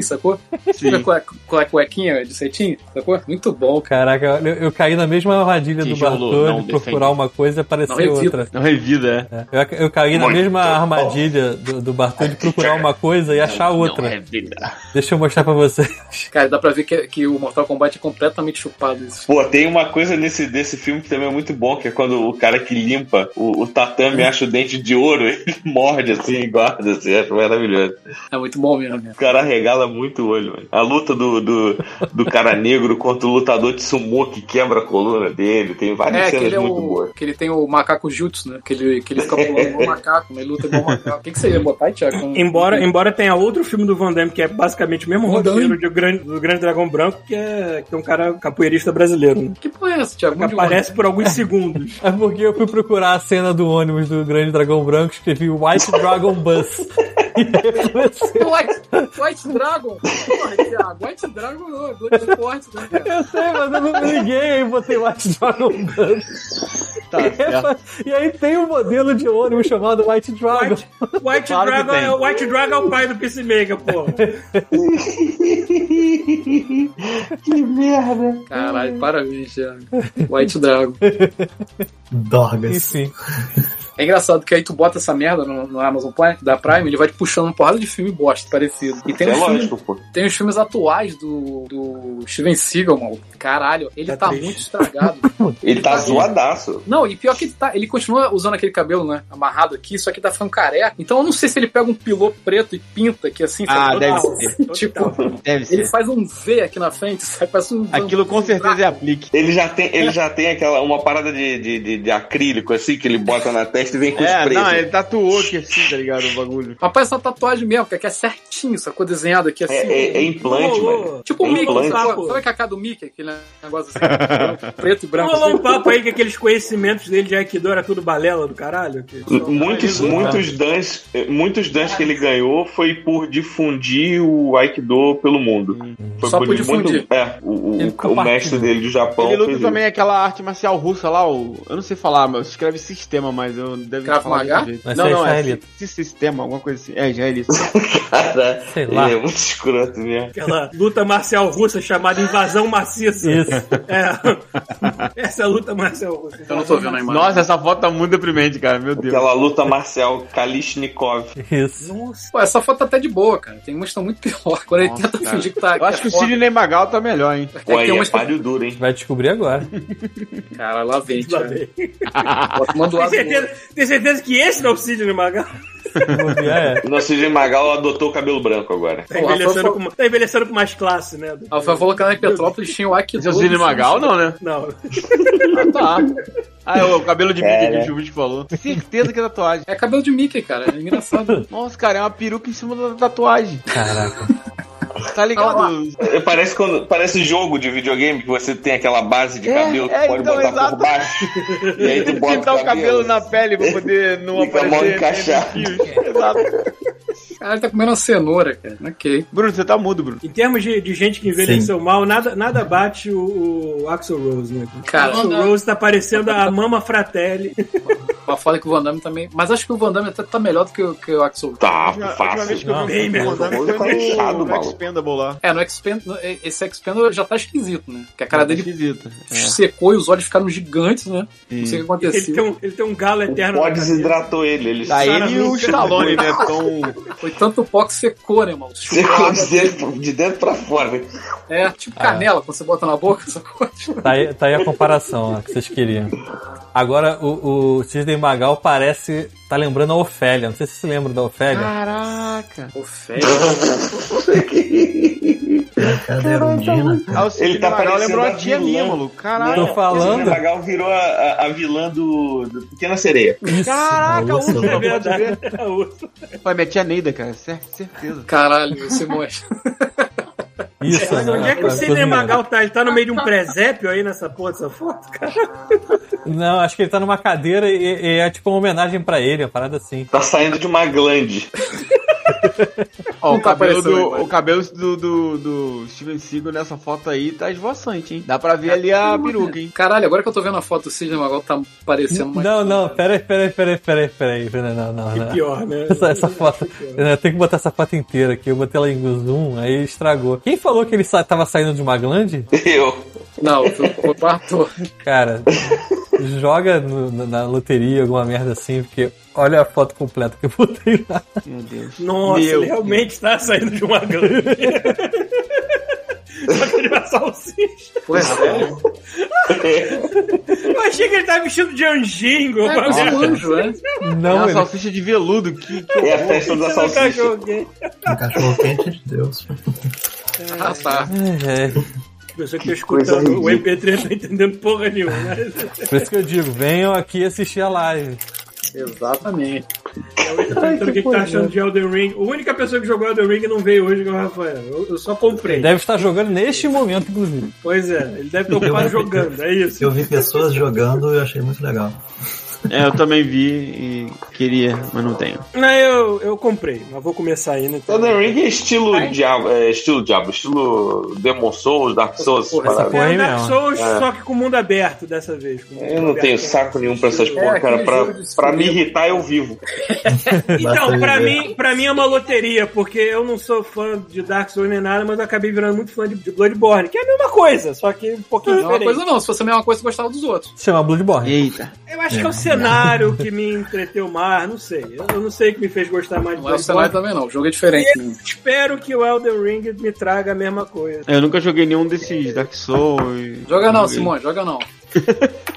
Speaker 3: sacou? Tu vê Com a, com a cuequinha de cetim, sacou? Muito bom, cara.
Speaker 2: Caraca, eu, eu caí na mesma armadilha do
Speaker 7: Tijolo
Speaker 2: Bartô
Speaker 7: não
Speaker 2: de procurar uma coisa e aparecer
Speaker 3: Não,
Speaker 2: outra.
Speaker 7: Não revida,
Speaker 2: É, Eu, eu caí na
Speaker 4: Muito
Speaker 2: mesma
Speaker 4: bom.
Speaker 2: armadilha do, do Bartô de procurar uma coisa e achar
Speaker 4: é.
Speaker 2: outra.
Speaker 3: é
Speaker 2: Deixa eu mostrar pra você.
Speaker 3: Cara, dá pra ver que, que o Mortal Kombat é completamente chupado isso.
Speaker 4: Pô, tem uma coisa nesse, desse filme que também é muito bom, que é quando o cara que limpa o, o tatame acha o dente de ouro, ele morde assim e guarda, assim, acho maravilhoso.
Speaker 3: É muito bom mesmo, né?
Speaker 4: O cara regala muito o olho, mano. A luta do, do, do cara negro contra o lutador de sumô que quebra a coluna dele, tem várias
Speaker 3: É, que
Speaker 4: cenas
Speaker 3: ele, é
Speaker 4: muito
Speaker 3: o,
Speaker 4: boas.
Speaker 3: que ele tem o macaco jutsu, né? Que ele, que ele fica pulando igual macaco, né? Ele luta igual macaco. O que, que você ia botar aí, Thiago? Um-
Speaker 1: Embora, embora tenha outro filme do Van Damme que é basicamente o mesmo
Speaker 3: Van Damme.
Speaker 1: roteiro de o grande, do Grande Dragão Branco, que é, que é um cara capoeirista brasileiro. Né?
Speaker 3: Que porra é essa, Thiago?
Speaker 1: Que
Speaker 3: Onde
Speaker 1: aparece por alguns segundos.
Speaker 2: É porque eu fui procurar a cena do ônibus do Grande Dragão Branco, escrevi White Dragon Bus. E comecei-
Speaker 3: eu- White, White Dragon! Porra, Thiago, White Dragon não, é Blood Sport, né, cara?
Speaker 2: eu sei, mas eu não me liguei e botei White Dragon Bus.
Speaker 7: é. Tá certo.
Speaker 2: E aí tem um modelo de ônibus chamado White Dragon.
Speaker 1: White, White
Speaker 7: Claro que
Speaker 1: Dragon,
Speaker 7: tem.
Speaker 1: é, o White Dragon é o pai do Peacemaker, pô.
Speaker 3: Caralho, parabéns, Thiago. White Dragon.
Speaker 6: Dorgas.
Speaker 2: Enfim.
Speaker 3: É engraçado que aí tu bota essa merda no, no Amazon Prime, da Prime, ele vai te puxando uma porrada de filme bosta, parecido. E tem, um
Speaker 4: É
Speaker 3: os, filmes,
Speaker 4: lógico, pô.
Speaker 3: tem os filmes atuais do, do Steven Seagal, mano. Caralho, ele tá,
Speaker 1: Tá triste.
Speaker 3: muito estragado.
Speaker 4: Ele tá zoadaço.
Speaker 3: Não, Não, e pior que ele tá, ele continua usando aquele cabelo, né? Amarrado aqui, só que tá ficando careca. Então eu não sei se ele pega um pilô preto e pinta, que assim,
Speaker 7: Ah,
Speaker 3: todo-
Speaker 7: deve ser.
Speaker 3: Tipo,
Speaker 7: Deve
Speaker 3: ele
Speaker 7: ser.
Speaker 3: faz um V aqui na frente, sabe? Parece um.
Speaker 7: Aquilo com certeza é aplique.
Speaker 4: Ele já tem, ele já tem aquela, uma parada de, de, de, de acrílico, assim, que ele bota na testa e vem com
Speaker 7: É,
Speaker 4: spray.
Speaker 7: não,
Speaker 4: assim.
Speaker 7: ele tatuou aqui assim, tá ligado? O bagulho.
Speaker 3: Rapaz, essa tatuagem mesmo, cara, que é certinho, sacou? Desenhado aqui assim.
Speaker 4: É, é- é implante,
Speaker 1: Rolou.
Speaker 4: mano.
Speaker 3: Tipo o
Speaker 4: é
Speaker 3: Mickey,
Speaker 4: implante.
Speaker 3: sabe?
Speaker 1: Papo.
Speaker 3: Sabe a cacá do Mickey? Aquele negócio assim, preto e branco.
Speaker 1: Rolou
Speaker 3: assim.
Speaker 1: um papo aí que aqueles conhecimentos dele de Aikido era tudo balela do caralho. que-
Speaker 4: Muitos, muitos dans, é, muitos dans que ele ganhou foi por difundir o Aikido pelo mundo.
Speaker 7: Hum.
Speaker 4: Foi
Speaker 3: Só por
Speaker 4: muito-
Speaker 3: difundir.
Speaker 4: é, o, o-
Speaker 2: Ele
Speaker 4: o mestre dele do Japão.
Speaker 7: Ele luta
Speaker 4: fez
Speaker 7: também aquela arte marcial russa lá, o... eu não sei falar, mas escreve sistema, mas eu deve
Speaker 3: Krav
Speaker 7: falar
Speaker 3: Maga?
Speaker 7: de jeito.
Speaker 2: Mas
Speaker 7: Não,
Speaker 2: é
Speaker 7: não, é
Speaker 2: israelita.
Speaker 7: si- sistema, alguma coisa assim. É israelita.
Speaker 4: isso. Cara,
Speaker 2: Sei
Speaker 4: ele
Speaker 2: lá.
Speaker 4: é muito escroto né? mesmo.
Speaker 1: Aquela luta marcial russa chamada invasão maciça.
Speaker 2: Isso.
Speaker 1: É. Essa é a luta marcial russa.
Speaker 3: Eu Então, não tô vendo a imagem.
Speaker 7: Nossa, essa foto tá muito deprimente, cara, meu Deus. É
Speaker 4: Aquela luta marcial Kalishnikov.
Speaker 2: Isso.
Speaker 3: Pô, essa foto tá até de boa, cara. Tem umas que estão muito pior. Quando ele
Speaker 7: Nossa,
Speaker 3: tenta
Speaker 7: cara.
Speaker 3: fingir que tá.
Speaker 7: Eu acho que o
Speaker 3: é foda,
Speaker 7: Sidney Magal tá melhor, hein?
Speaker 3: é que
Speaker 4: Pô, aí
Speaker 3: tem
Speaker 4: é
Speaker 3: umas que-
Speaker 4: páreo duro, hein?
Speaker 2: Vai descobrir agora.
Speaker 3: Cara, lá vem,
Speaker 1: Lá
Speaker 3: cara.
Speaker 1: vem.
Speaker 3: Bota uma do
Speaker 1: Tem
Speaker 3: lado do
Speaker 1: certeza, tem certeza que esse não é o Sidney Magal?
Speaker 2: Vamos ver, é.
Speaker 4: Nosso Jim Magal adotou o cabelo branco agora.
Speaker 1: Tá
Speaker 3: Pô,
Speaker 1: envelhecendo,
Speaker 3: Rafael-
Speaker 1: com, ma- tá envelhecendo com mais classe, né?
Speaker 3: outro. Rafael falou que lá em Petrópolis tinha o Aikido.
Speaker 7: Esse é o Sidney Magal, não, né?
Speaker 1: Não.
Speaker 7: Ah, tá. Ah, é o cabelo de
Speaker 4: É,
Speaker 7: mídia
Speaker 4: né?
Speaker 7: que o Chubut falou. Certeza que é tatuagem.
Speaker 3: É cabelo de Mickey, cara. É engraçado.
Speaker 7: Nossa, cara, é uma peruca em cima da tatuagem.
Speaker 2: Caraca.
Speaker 7: Tá ligado?
Speaker 4: É, Parece, quando, parece jogo de videogame que você tem aquela base de
Speaker 7: É,
Speaker 4: cabelo que
Speaker 7: é,
Speaker 4: pode
Speaker 7: então,
Speaker 4: botar
Speaker 7: exato.
Speaker 4: por baixo. E aí tu bota
Speaker 7: Pintar o cabelo na pele pra poder não
Speaker 4: Fica mal
Speaker 7: aparecer.
Speaker 4: encaixado.
Speaker 7: Exato.
Speaker 3: Cara, ele tá comendo uma cenoura, cara. Ok.
Speaker 7: Bruno, você tá mudo, Bruno.
Speaker 1: Em termos de, de gente que envelheceu mal, nada, nada bate o, o Axel Rose, né?
Speaker 3: Cara.
Speaker 1: o Axel Rose tá parecendo a Mama Fratelli.
Speaker 3: Uma foda que o Van Damme também. Mas acho que o Van Damme até tá melhor do que o, que o Axel.
Speaker 4: Tá,
Speaker 7: A última vez
Speaker 4: fácil.
Speaker 7: que eu
Speaker 2: Não,
Speaker 7: vi um
Speaker 1: bem
Speaker 7: filme
Speaker 4: mesmo.
Speaker 7: foi
Speaker 4: Fechado,
Speaker 7: no, no
Speaker 4: maluco.
Speaker 7: Expendable lá.
Speaker 3: É, no Expand, no- esse Expand já tá esquisito, né? Porque a cara dele
Speaker 7: Tá Esquisito. Hum.
Speaker 3: secou e os olhos ficaram gigantes, né? Não sei o que
Speaker 1: Ele tem
Speaker 3: aconteceu.
Speaker 1: um, ele tem um galo
Speaker 4: O
Speaker 1: eterno.
Speaker 4: pó
Speaker 1: na cabeça.
Speaker 4: desidratou ele. Ele
Speaker 7: Tá
Speaker 4: saiu
Speaker 7: ele e o Stallone, né? Tão...
Speaker 3: Foi tanto pó que secou, né, mano?
Speaker 4: secou de dentro, de dentro pra fora. né?
Speaker 3: É, tipo canela, quando você bota na boca, essa coisa.
Speaker 2: Tá aí, tá aí a comparação ó, que vocês queriam. Agora, o, o Sidney Magal parece. tá lembrando a Ofélia. Não sei se vocês lembram da
Speaker 1: Ah,
Speaker 2: Ofélia.
Speaker 7: Caraca.
Speaker 3: Pô, fé.
Speaker 6: Caderundina.
Speaker 7: Ah, o Sidney
Speaker 4: Ele tá
Speaker 7: Magal
Speaker 4: parecendo
Speaker 7: lembrou a
Speaker 4: a
Speaker 7: tia minha,
Speaker 4: vilã.
Speaker 7: maluco. Caraca.
Speaker 2: Tô falando.
Speaker 4: O Magal virou a, a- a vilã do, do Pequena Sereia.
Speaker 7: Caraca,
Speaker 2: Nossa,
Speaker 7: Úrsula,
Speaker 2: mano.
Speaker 7: pode ver.
Speaker 1: É, o-
Speaker 7: Vai, minha tia Neida, cara. cer- Certeza.
Speaker 3: Caralho, você mostra.
Speaker 2: Isso,
Speaker 1: Mas
Speaker 2: né?
Speaker 1: onde é que o
Speaker 2: Coisa
Speaker 1: Sidney
Speaker 2: melhor.
Speaker 1: Magal tá? Ele tá no meio de um presépio aí nessa porra dessa foto, cara.
Speaker 2: Não, acho que ele tá numa cadeira e, e é tipo uma homenagem pra ele, uma parada assim.
Speaker 4: Tá saindo de uma glande.
Speaker 7: Ó, o
Speaker 3: Não tá
Speaker 7: cabelo,
Speaker 3: aparecendo
Speaker 7: do,
Speaker 3: aí,
Speaker 7: o cabelo do, do, do Steven Seagal nessa foto aí tá esvoaçante, hein? Dá pra ver ali a peruca, hein?
Speaker 3: Caralho, agora que eu tô vendo a foto do Sidney Magal, tá parecendo mais.
Speaker 2: Não, não, peraí, peraí, peraí, peraí, peraí. Não, não, não. não.
Speaker 1: Pior, né?
Speaker 2: Essa, essa foto. Eu tenho que botar essa foto inteira aqui. Eu botei ela em zoom, aí estragou. Quem falou que ele sa tava saindo de uma glande?
Speaker 4: Eu.
Speaker 3: Não, foi o ator.
Speaker 2: Cara, joga no- na- na loteria, alguma merda assim, porque olha a foto completa que eu botei lá.
Speaker 7: Meu Deus.
Speaker 1: Nossa,
Speaker 7: Meu
Speaker 1: ele realmente tá saindo de uma grande. Só que ele vai salsicha.
Speaker 3: Pois é.
Speaker 1: Eu achei que ele tava vestido de anjingo.
Speaker 3: É,
Speaker 1: mas-
Speaker 3: parece um anjo, né?
Speaker 7: É
Speaker 2: Não,
Speaker 7: uma
Speaker 2: ele,
Speaker 7: salsicha de veludo. Que, que
Speaker 4: É a festa da
Speaker 1: Eu nunca
Speaker 4: salsicha.
Speaker 1: joguei.
Speaker 6: Um cachorro quente de Deus.
Speaker 3: Ah, tá.
Speaker 2: é, é.
Speaker 1: Pessoa que tá escutando o MP3 não tá entendendo porra nenhuma. né?
Speaker 2: Por isso que eu digo, venham aqui assistir a live.
Speaker 3: Exatamente.
Speaker 1: Então, o que, que tá achando de Elden Ring? A única pessoa que jogou Elden Ring não veio hoje, que é o Rafael. Eu, eu só comprei.
Speaker 2: Deve estar jogando neste momento, inclusive.
Speaker 1: Pois é, ele deve estar ocupado jogando, é isso.
Speaker 6: Eu vi pessoas jogando e eu achei muito legal.
Speaker 7: É, eu também vi e queria, mas não tenho.
Speaker 1: Não, eu, eu comprei, mas vou começar ainda. Então.
Speaker 4: Elden Ring é estilo diabo, é estilo diabo, estilo Demon Souls, Dark Souls, essas
Speaker 2: essa
Speaker 4: paradas.
Speaker 2: porra
Speaker 1: É
Speaker 2: aí
Speaker 1: um Dark
Speaker 2: mesmo.
Speaker 1: Souls, só que com o mundo aberto dessa vez. com o mundo
Speaker 4: Eu não
Speaker 1: aberto. É.
Speaker 4: tenho saco nenhum pra essas porra, cara.
Speaker 3: aquele
Speaker 4: Pra,
Speaker 3: jogo de
Speaker 4: pra me
Speaker 3: escolher.
Speaker 4: irritar, eu vivo.
Speaker 1: Então,
Speaker 6: Basta
Speaker 1: pra
Speaker 6: viver.
Speaker 1: mim, pra mim é uma loteria, porque eu não sou fã de Dark Souls nem nada, mas eu acabei virando muito fã de, de Bloodborne, que é a mesma coisa, só que um pouquinho
Speaker 3: Não é uma
Speaker 1: diferente.
Speaker 3: coisa, não. Se fosse a mesma coisa, você gostava dos outros.
Speaker 2: Se chama Bloodborne.
Speaker 7: Eita.
Speaker 1: Eu acho que é o cenário que me entreteu mais, não sei. Eu, eu não sei o que me fez gostar mais de
Speaker 3: Não é o cenário
Speaker 1: Bloodborne.
Speaker 3: também, não. O jogo é diferente. né?
Speaker 1: Espero que o Elden Ring me traga a mesma coisa.
Speaker 7: Eu nunca joguei nenhum desses Dark Souls.
Speaker 3: Joga não,
Speaker 7: Joguei.
Speaker 3: Simone, joga não.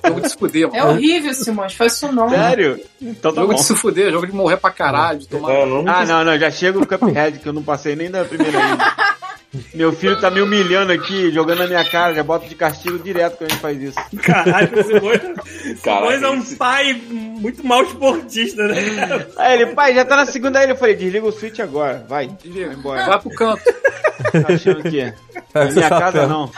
Speaker 3: Jogo de se fuder, mano.
Speaker 9: É horrível, Simões. Faz isso não.
Speaker 7: Sério? Então tá
Speaker 3: jogo
Speaker 7: bom.
Speaker 3: de se fuder, jogo de morrer pra caralho, de tomar.
Speaker 4: É, não-
Speaker 7: Ah, não, não, já chega o Cuphead, que eu não passei nem da primeira ainda. Meu filho tá me humilhando aqui, jogando na minha cara, já bota de castigo direto quando a gente faz isso.
Speaker 1: Caralho, o Simões,
Speaker 4: Caraca,
Speaker 1: Simões é um
Speaker 4: esse-
Speaker 1: pai muito mal esportista, né? cara?
Speaker 7: Aí ele, pai, já tá na segunda aí, eu falei, desliga o switch agora, vai,
Speaker 3: Desliga.
Speaker 7: vai embora.
Speaker 3: Vai pro canto.
Speaker 7: Tá achando que é?
Speaker 2: Pega
Speaker 7: Na
Speaker 2: seu
Speaker 7: minha casa
Speaker 2: chapéu.
Speaker 7: não.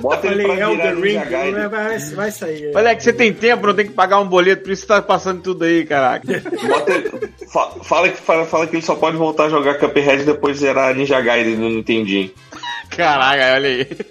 Speaker 4: Bota
Speaker 1: Eu
Speaker 4: ele
Speaker 1: um falei,
Speaker 4: pra virar
Speaker 1: Elden Ring,
Speaker 4: Ninja Gaiden.
Speaker 1: né? vai, vai sair.
Speaker 7: Olha é que você tem tempo, não tem que pagar um boleto, por isso você tá passando tudo aí, caraca.
Speaker 4: Bota ele- fa- fala, que, fala, fala que ele só pode voltar a jogar Cuphead depois de zerar Ninja Gaiden no Nintendinho.
Speaker 7: Caraca, olha aí.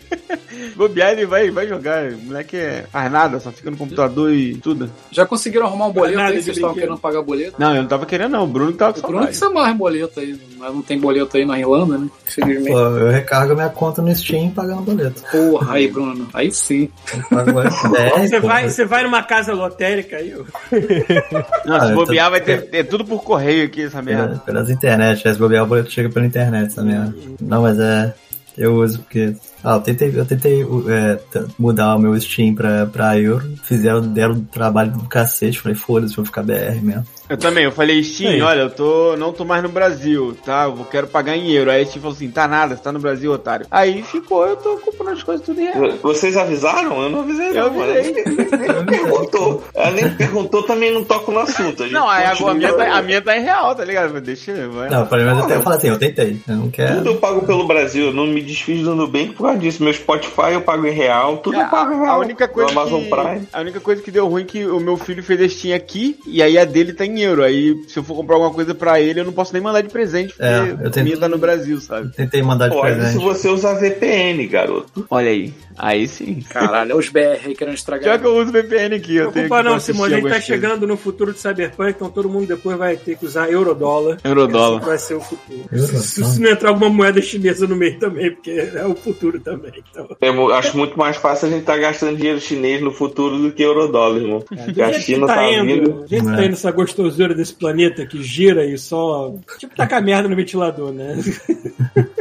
Speaker 7: Bobear ele vai, vai jogar, o moleque é, faz nada, só fica no computador e tudo.
Speaker 3: Já conseguiram arrumar um boleto
Speaker 1: Nada
Speaker 3: aí?
Speaker 1: de
Speaker 3: Vocês estavam
Speaker 1: brinquedo.
Speaker 3: querendo pagar boleto?
Speaker 7: Não, eu não tava querendo não, o Bruno tava com
Speaker 3: O Bruno que
Speaker 7: saudade.
Speaker 3: se amarra em boleto aí, mas não tem boleto aí na Irlanda, né? Infelizmente.
Speaker 6: Pô, eu recargo minha conta no Steam pagando boleto.
Speaker 3: Porra, aí, Bruno. Aí sim.
Speaker 6: Eu pago mais 10,
Speaker 1: Você
Speaker 6: pô.
Speaker 1: vai, você vai numa casa lotérica aí, ó.
Speaker 4: tá
Speaker 6: Ah,
Speaker 7: Se
Speaker 6: eu tô-
Speaker 7: bobear vai ter, ter tudo por correio aqui, essa merda.
Speaker 6: Pela- pelas internet, se bobear o boleto chega pela internet essa merda. Não, mas é. Eu uso porque. Ah, eu tentei, eu tentei uh, é, t- mudar o meu Steam pra, pra Euro. Fizeram, deram um trabalho do cacete. Falei, foda-se, vou ficar BR mesmo.
Speaker 7: Eu também, eu falei, Steam,
Speaker 2: Aí.
Speaker 7: olha, eu tô, não tô mais no Brasil, tá? Eu vou- quero pagar em euro. Aí a Steam falou assim, tá nada, você tá no Brasil, otário. Aí ficou, eu tô comprando as coisas tudo em real.
Speaker 4: Vocês avisaram? Eu não avisei,
Speaker 7: Eu
Speaker 4: não, mano.
Speaker 7: avisei.
Speaker 4: Ela nem perguntou. Ela nem perguntou, também não toco no assunto. gente
Speaker 7: Não, aí agora a minha, tá, a
Speaker 4: continua.
Speaker 7: minha tá em real, tá ligado? Mas Deixa eu vai.
Speaker 6: Não, eu falei, mas até eu falei assim, eu tentei. Eu não
Speaker 4: Tudo
Speaker 6: quero.
Speaker 4: eu pago pelo Brasil, eu não me desfiz do Nubank por causa disso. Meu Spotify eu pago em real, tudo
Speaker 7: É,
Speaker 4: eu pago em real.
Speaker 7: a única coisa
Speaker 4: No Amazon
Speaker 7: que,
Speaker 4: Prime.
Speaker 7: A única coisa que deu ruim é que o meu filho fez a Steam aqui e aí a dele tá em euro. Aí se eu for comprar alguma coisa pra ele, eu não posso nem mandar de presente, porque
Speaker 6: É, eu
Speaker 7: a
Speaker 6: tentei-
Speaker 7: minha tá no Brasil, sabe?
Speaker 6: Tentei mandar de né?
Speaker 4: Olha se
Speaker 6: presente.
Speaker 4: você usar VPN, garoto.
Speaker 7: Olha aí. Aí sim.
Speaker 3: Caralho, é os BR aí querendo estragar.
Speaker 7: Já que eu uso VPN aqui, eu tenho
Speaker 1: Preocupa
Speaker 7: que
Speaker 1: não,
Speaker 7: assistir
Speaker 1: Simone. A gente tá
Speaker 7: algumas coisas.
Speaker 1: chegando no futuro de Cyberpunk, então todo mundo depois vai ter que usar eurodólar.
Speaker 7: Eurodólar.
Speaker 1: Esse vai ser o futuro.
Speaker 6: Eurodólar.
Speaker 1: Se, se não entrar alguma moeda chinesa no meio também, porque é o futuro também. Então.
Speaker 4: Eu mo- É acho muito mais fácil a gente estar gastando dinheiro chinês no futuro do que eurodólar, irmão.
Speaker 7: É,
Speaker 4: Porque
Speaker 1: Do
Speaker 4: a
Speaker 1: jeito
Speaker 4: China
Speaker 1: que
Speaker 4: tá vindo.
Speaker 1: indo, a gente tá
Speaker 6: É.
Speaker 1: indo essa gostosura desse planeta que gira e só. Tipo, tacar merda no ventilador, né?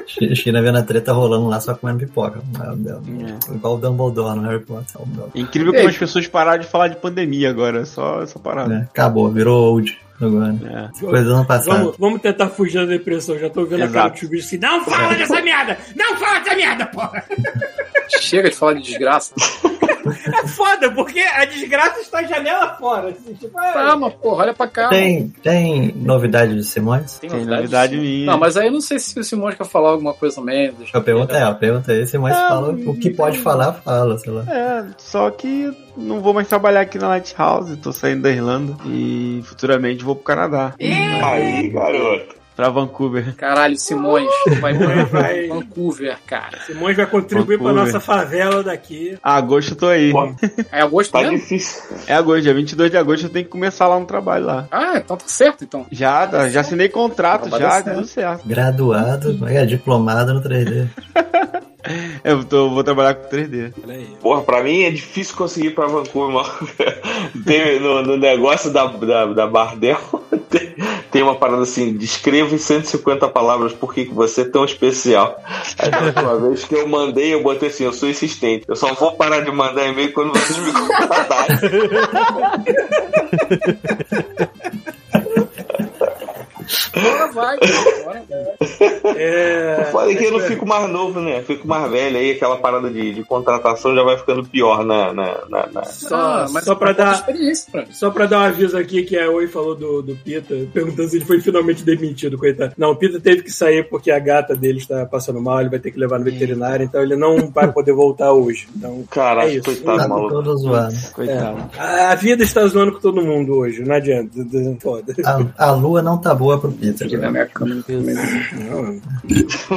Speaker 6: Chi- China vendo a treta rolando lá só comendo pipoca. Ah, meu Deus. Igual o Dumbledore no Harry Potter. o Dumbledore.
Speaker 7: É incrível como as pessoas pararam de falar de pandemia agora, só essa parada.
Speaker 6: É, acabou, virou old agora.
Speaker 7: É.
Speaker 6: Coisa do ano passado.
Speaker 1: Vamos, vamos tentar fugir da depressão. Já tô vendo a cara do
Speaker 7: Exato.
Speaker 1: Tio Bicho assim: não fala dessa merda! Não fala dessa merda, porra!
Speaker 3: Chega de falar de desgraça.
Speaker 1: É foda, porque a desgraça está janela fora. assim, tipo, é-
Speaker 3: Tá, mas porra, olha pra cá.
Speaker 6: Tem, tem novidade de Simões?
Speaker 7: Tem novidade
Speaker 3: sim.
Speaker 7: minha.
Speaker 3: Não, mas aí eu não sei se o Simões quer falar alguma coisa também. deixa
Speaker 6: A pergunta é, a pergunta é, Simões fala o que pode falar, fala, sei lá.
Speaker 7: É, só que não vou mais trabalhar aqui na Lighthouse, tô saindo da Irlanda e futuramente vou pro Canadá,
Speaker 4: Aí, garoto.
Speaker 7: pra Vancouver.
Speaker 3: Caralho, Simões vai
Speaker 1: Vai.
Speaker 3: pra Vancouver, cara.
Speaker 1: Simões vai contribuir para
Speaker 7: Vancouver.
Speaker 1: nossa favela daqui.
Speaker 7: Ah, agosto eu tô aí.
Speaker 4: Bom.
Speaker 3: É agosto
Speaker 4: Tá
Speaker 3: mesmo?
Speaker 4: difícil.
Speaker 7: É agosto, dia 22 de agosto eu tenho que começar lá um trabalho lá.
Speaker 3: Ah, então tá certo, então.
Speaker 7: Já, tá- já assinei contrato,
Speaker 3: Vai
Speaker 7: já,
Speaker 3: dar certo.
Speaker 7: tudo certo.
Speaker 6: Graduado, é, diplomado no 3D.
Speaker 7: Eu tô- vou trabalhar com 3D.
Speaker 4: Porra, pra mim é difícil conseguir ir pra Vancouver, mano. Tem no, no negócio da, da, da Bardel. Tem, tem uma parada assim, descreva em 150 palavras por que que você é tão especial. Aí, da última vez que eu mandei, eu botei assim, eu sou insistente. Eu só vou parar de mandar e-mail quando vocês me contratarem.
Speaker 3: Agora vai, cara. Agora vai.
Speaker 1: É,
Speaker 4: Eu falei que eu não fico mais novo, né? Fico mais velho aí, aquela parada de, de contratação já vai ficando pior na. na, na, na...
Speaker 1: Só-
Speaker 3: Ah, mas
Speaker 1: só pra
Speaker 3: falta
Speaker 1: dar-
Speaker 3: experiência pra mim.
Speaker 1: Só pra dar um aviso aqui que a Oi falou do, do Pita, perguntando se ele foi finalmente demitido, coitado. Não, o Pita teve que sair porque a gata dele está passando mal, ele vai ter que levar no veterinário, então ele não vai poder voltar hoje. Então, É
Speaker 4: Caralho,
Speaker 1: isso.
Speaker 4: coitado,
Speaker 6: Tá
Speaker 4: maluco.
Speaker 6: todo zoado.
Speaker 7: Coitado.
Speaker 1: a, a vida está zoando com todo mundo hoje, não adianta. d- d- Foda.
Speaker 6: A, a lua não tá boa pro Peter.
Speaker 3: É.
Speaker 4: Muito bom.
Speaker 7: É.
Speaker 4: Deixa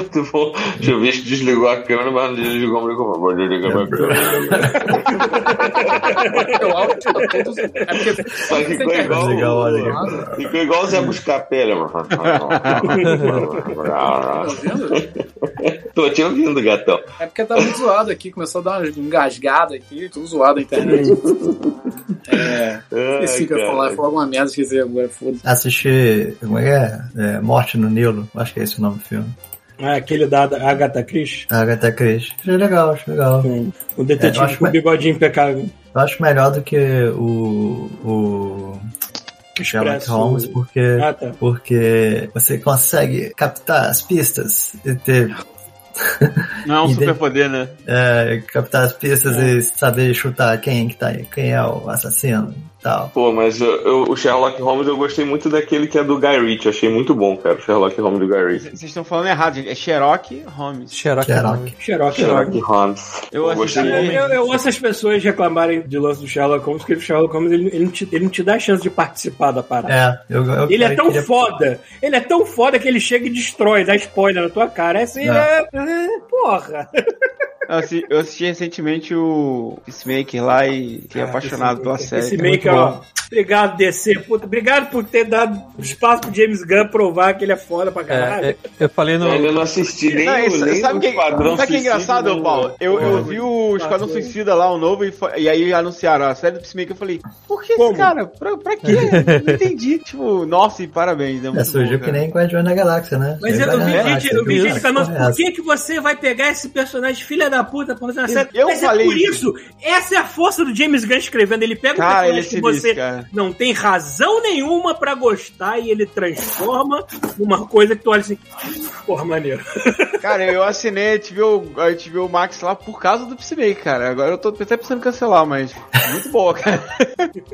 Speaker 4: eu ver se um desligou a câmera, mas não desligou o microfone. Vou desligar minha câmera.
Speaker 7: É.
Speaker 3: Meu áudio tá todo- É porque
Speaker 4: Só que ficou igual.
Speaker 6: Desligar o áudio.
Speaker 4: Ficou igual o Zé Buscapé, mano.
Speaker 3: tá vendo?
Speaker 4: Tô te ouvindo, gatão.
Speaker 3: É porque tá muito zoado aqui, começou a dar uma engasgada aqui, tudo zoado a internet. É.
Speaker 4: Ai,
Speaker 3: Esqueci que eu ia
Speaker 4: cara.
Speaker 3: falar, eu ia falar alguma merda, esqueci agora, foda-se.
Speaker 6: Assistir. Como é que é? É, Morte no Nilo? Acho que é esse o nome do filme.
Speaker 1: Ah, aquele da Ada- Agatha Christie.
Speaker 6: Agatha Christie. Achei legal, achei legal.
Speaker 1: Sim. O
Speaker 6: É, eu
Speaker 1: detetive
Speaker 6: acho
Speaker 1: com o
Speaker 6: que-
Speaker 1: bigodinho impecável.
Speaker 6: Eu acho melhor do que o. o Sherlock
Speaker 1: Expresso-
Speaker 6: Holmes, porque.
Speaker 1: Ah, tá.
Speaker 6: Porque você consegue captar as pistas e ter.
Speaker 7: Não é um
Speaker 6: E daí-
Speaker 7: superpoder, né?
Speaker 6: é, captar as pistas e saber chutar quem que tá aí, quem é o assassino e tal.
Speaker 4: Pô, mas eu- eu- o Sherlock Holmes eu gostei muito daquele que é do Guy Ritchie. Achei muito bom, cara, o Sherlock Holmes do Guy Ritchie.
Speaker 7: Vocês estão falando errado, gente. É Cherokee Holmes.
Speaker 2: Xerox.
Speaker 6: Xerox.
Speaker 1: Xerox, né? Xerox.
Speaker 4: Sherlock Holmes.
Speaker 7: Eu assisti-
Speaker 4: gostei muito.
Speaker 1: É, Eu, eu ouço as pessoas reclamarem de lance do Sherlock Holmes, porque o Sherlock Holmes ele, ele não, te, ele não te dá a chance de participar da parada.
Speaker 6: É, eu, eu,
Speaker 1: Ele é
Speaker 6: eu
Speaker 1: tão
Speaker 6: queria-
Speaker 1: foda, ele é tão foda que ele chega e destrói, dá spoiler na tua cara. É assim,
Speaker 6: Não.
Speaker 1: é, é, porra.
Speaker 7: Eu assi- eu assisti recentemente o Peacemaker lá e fiquei apaixonado pela série.
Speaker 1: Esse
Speaker 7: É
Speaker 1: meio
Speaker 7: muito
Speaker 1: que,
Speaker 7: bom.
Speaker 1: ó. Obrigado, DC. Puta, obrigado por ter dado espaço pro James Gunn provar que ele é foda pra caralho.
Speaker 2: É, é, eu falei
Speaker 4: Eu
Speaker 2: no.
Speaker 4: ainda não assisti nem,
Speaker 7: Não,
Speaker 4: o-
Speaker 7: isso-
Speaker 4: nem
Speaker 7: sabe
Speaker 4: o
Speaker 7: que,
Speaker 4: Esquadrão
Speaker 7: sabe que é
Speaker 4: Suicida,
Speaker 7: engraçado,
Speaker 1: né?
Speaker 4: nem-
Speaker 7: Paulo? Eu, eu vi o Esquadrão
Speaker 1: Esquadrão.
Speaker 7: Suicida lá, o novo, e, fa- e aí anunciaram a série do Peacemaker. Eu falei, por que
Speaker 1: Como?
Speaker 7: esse cara? Pra, pra quê? Não entendi. Tipo, nossa, e parabéns. Né?
Speaker 6: É,
Speaker 7: Muito
Speaker 6: surgiu
Speaker 7: bom,
Speaker 6: que
Speaker 7: cara.
Speaker 6: nem Guardiões da Galáxia, né?
Speaker 1: Mas é eu,
Speaker 6: Guardiões
Speaker 1: eu
Speaker 6: da
Speaker 1: vi
Speaker 6: Galáxia,
Speaker 1: gente, eu vi
Speaker 6: que
Speaker 1: gente tá falando,
Speaker 6: porra é
Speaker 1: por
Speaker 6: essa?
Speaker 1: que, que você vai pegar esse personagem filha da puta pra fazer uma série?
Speaker 7: Eu
Speaker 1: Mas
Speaker 7: falei
Speaker 1: é por
Speaker 7: isso.
Speaker 1: isso. Essa é a força do James Gunn escrevendo. Ele pega
Speaker 7: Cara,
Speaker 1: um
Speaker 7: ele é
Speaker 1: personagem que
Speaker 7: sinistro,
Speaker 1: você
Speaker 7: cara.
Speaker 1: não tem razão nenhuma pra gostar e ele transforma numa coisa que tu olha assim, porra, maneiro.
Speaker 7: Cara, eu assinei a HBO, o Max lá por causa do Peacemaker, cara. Agora eu tô até pensando em cancelar, mas muito boa, cara.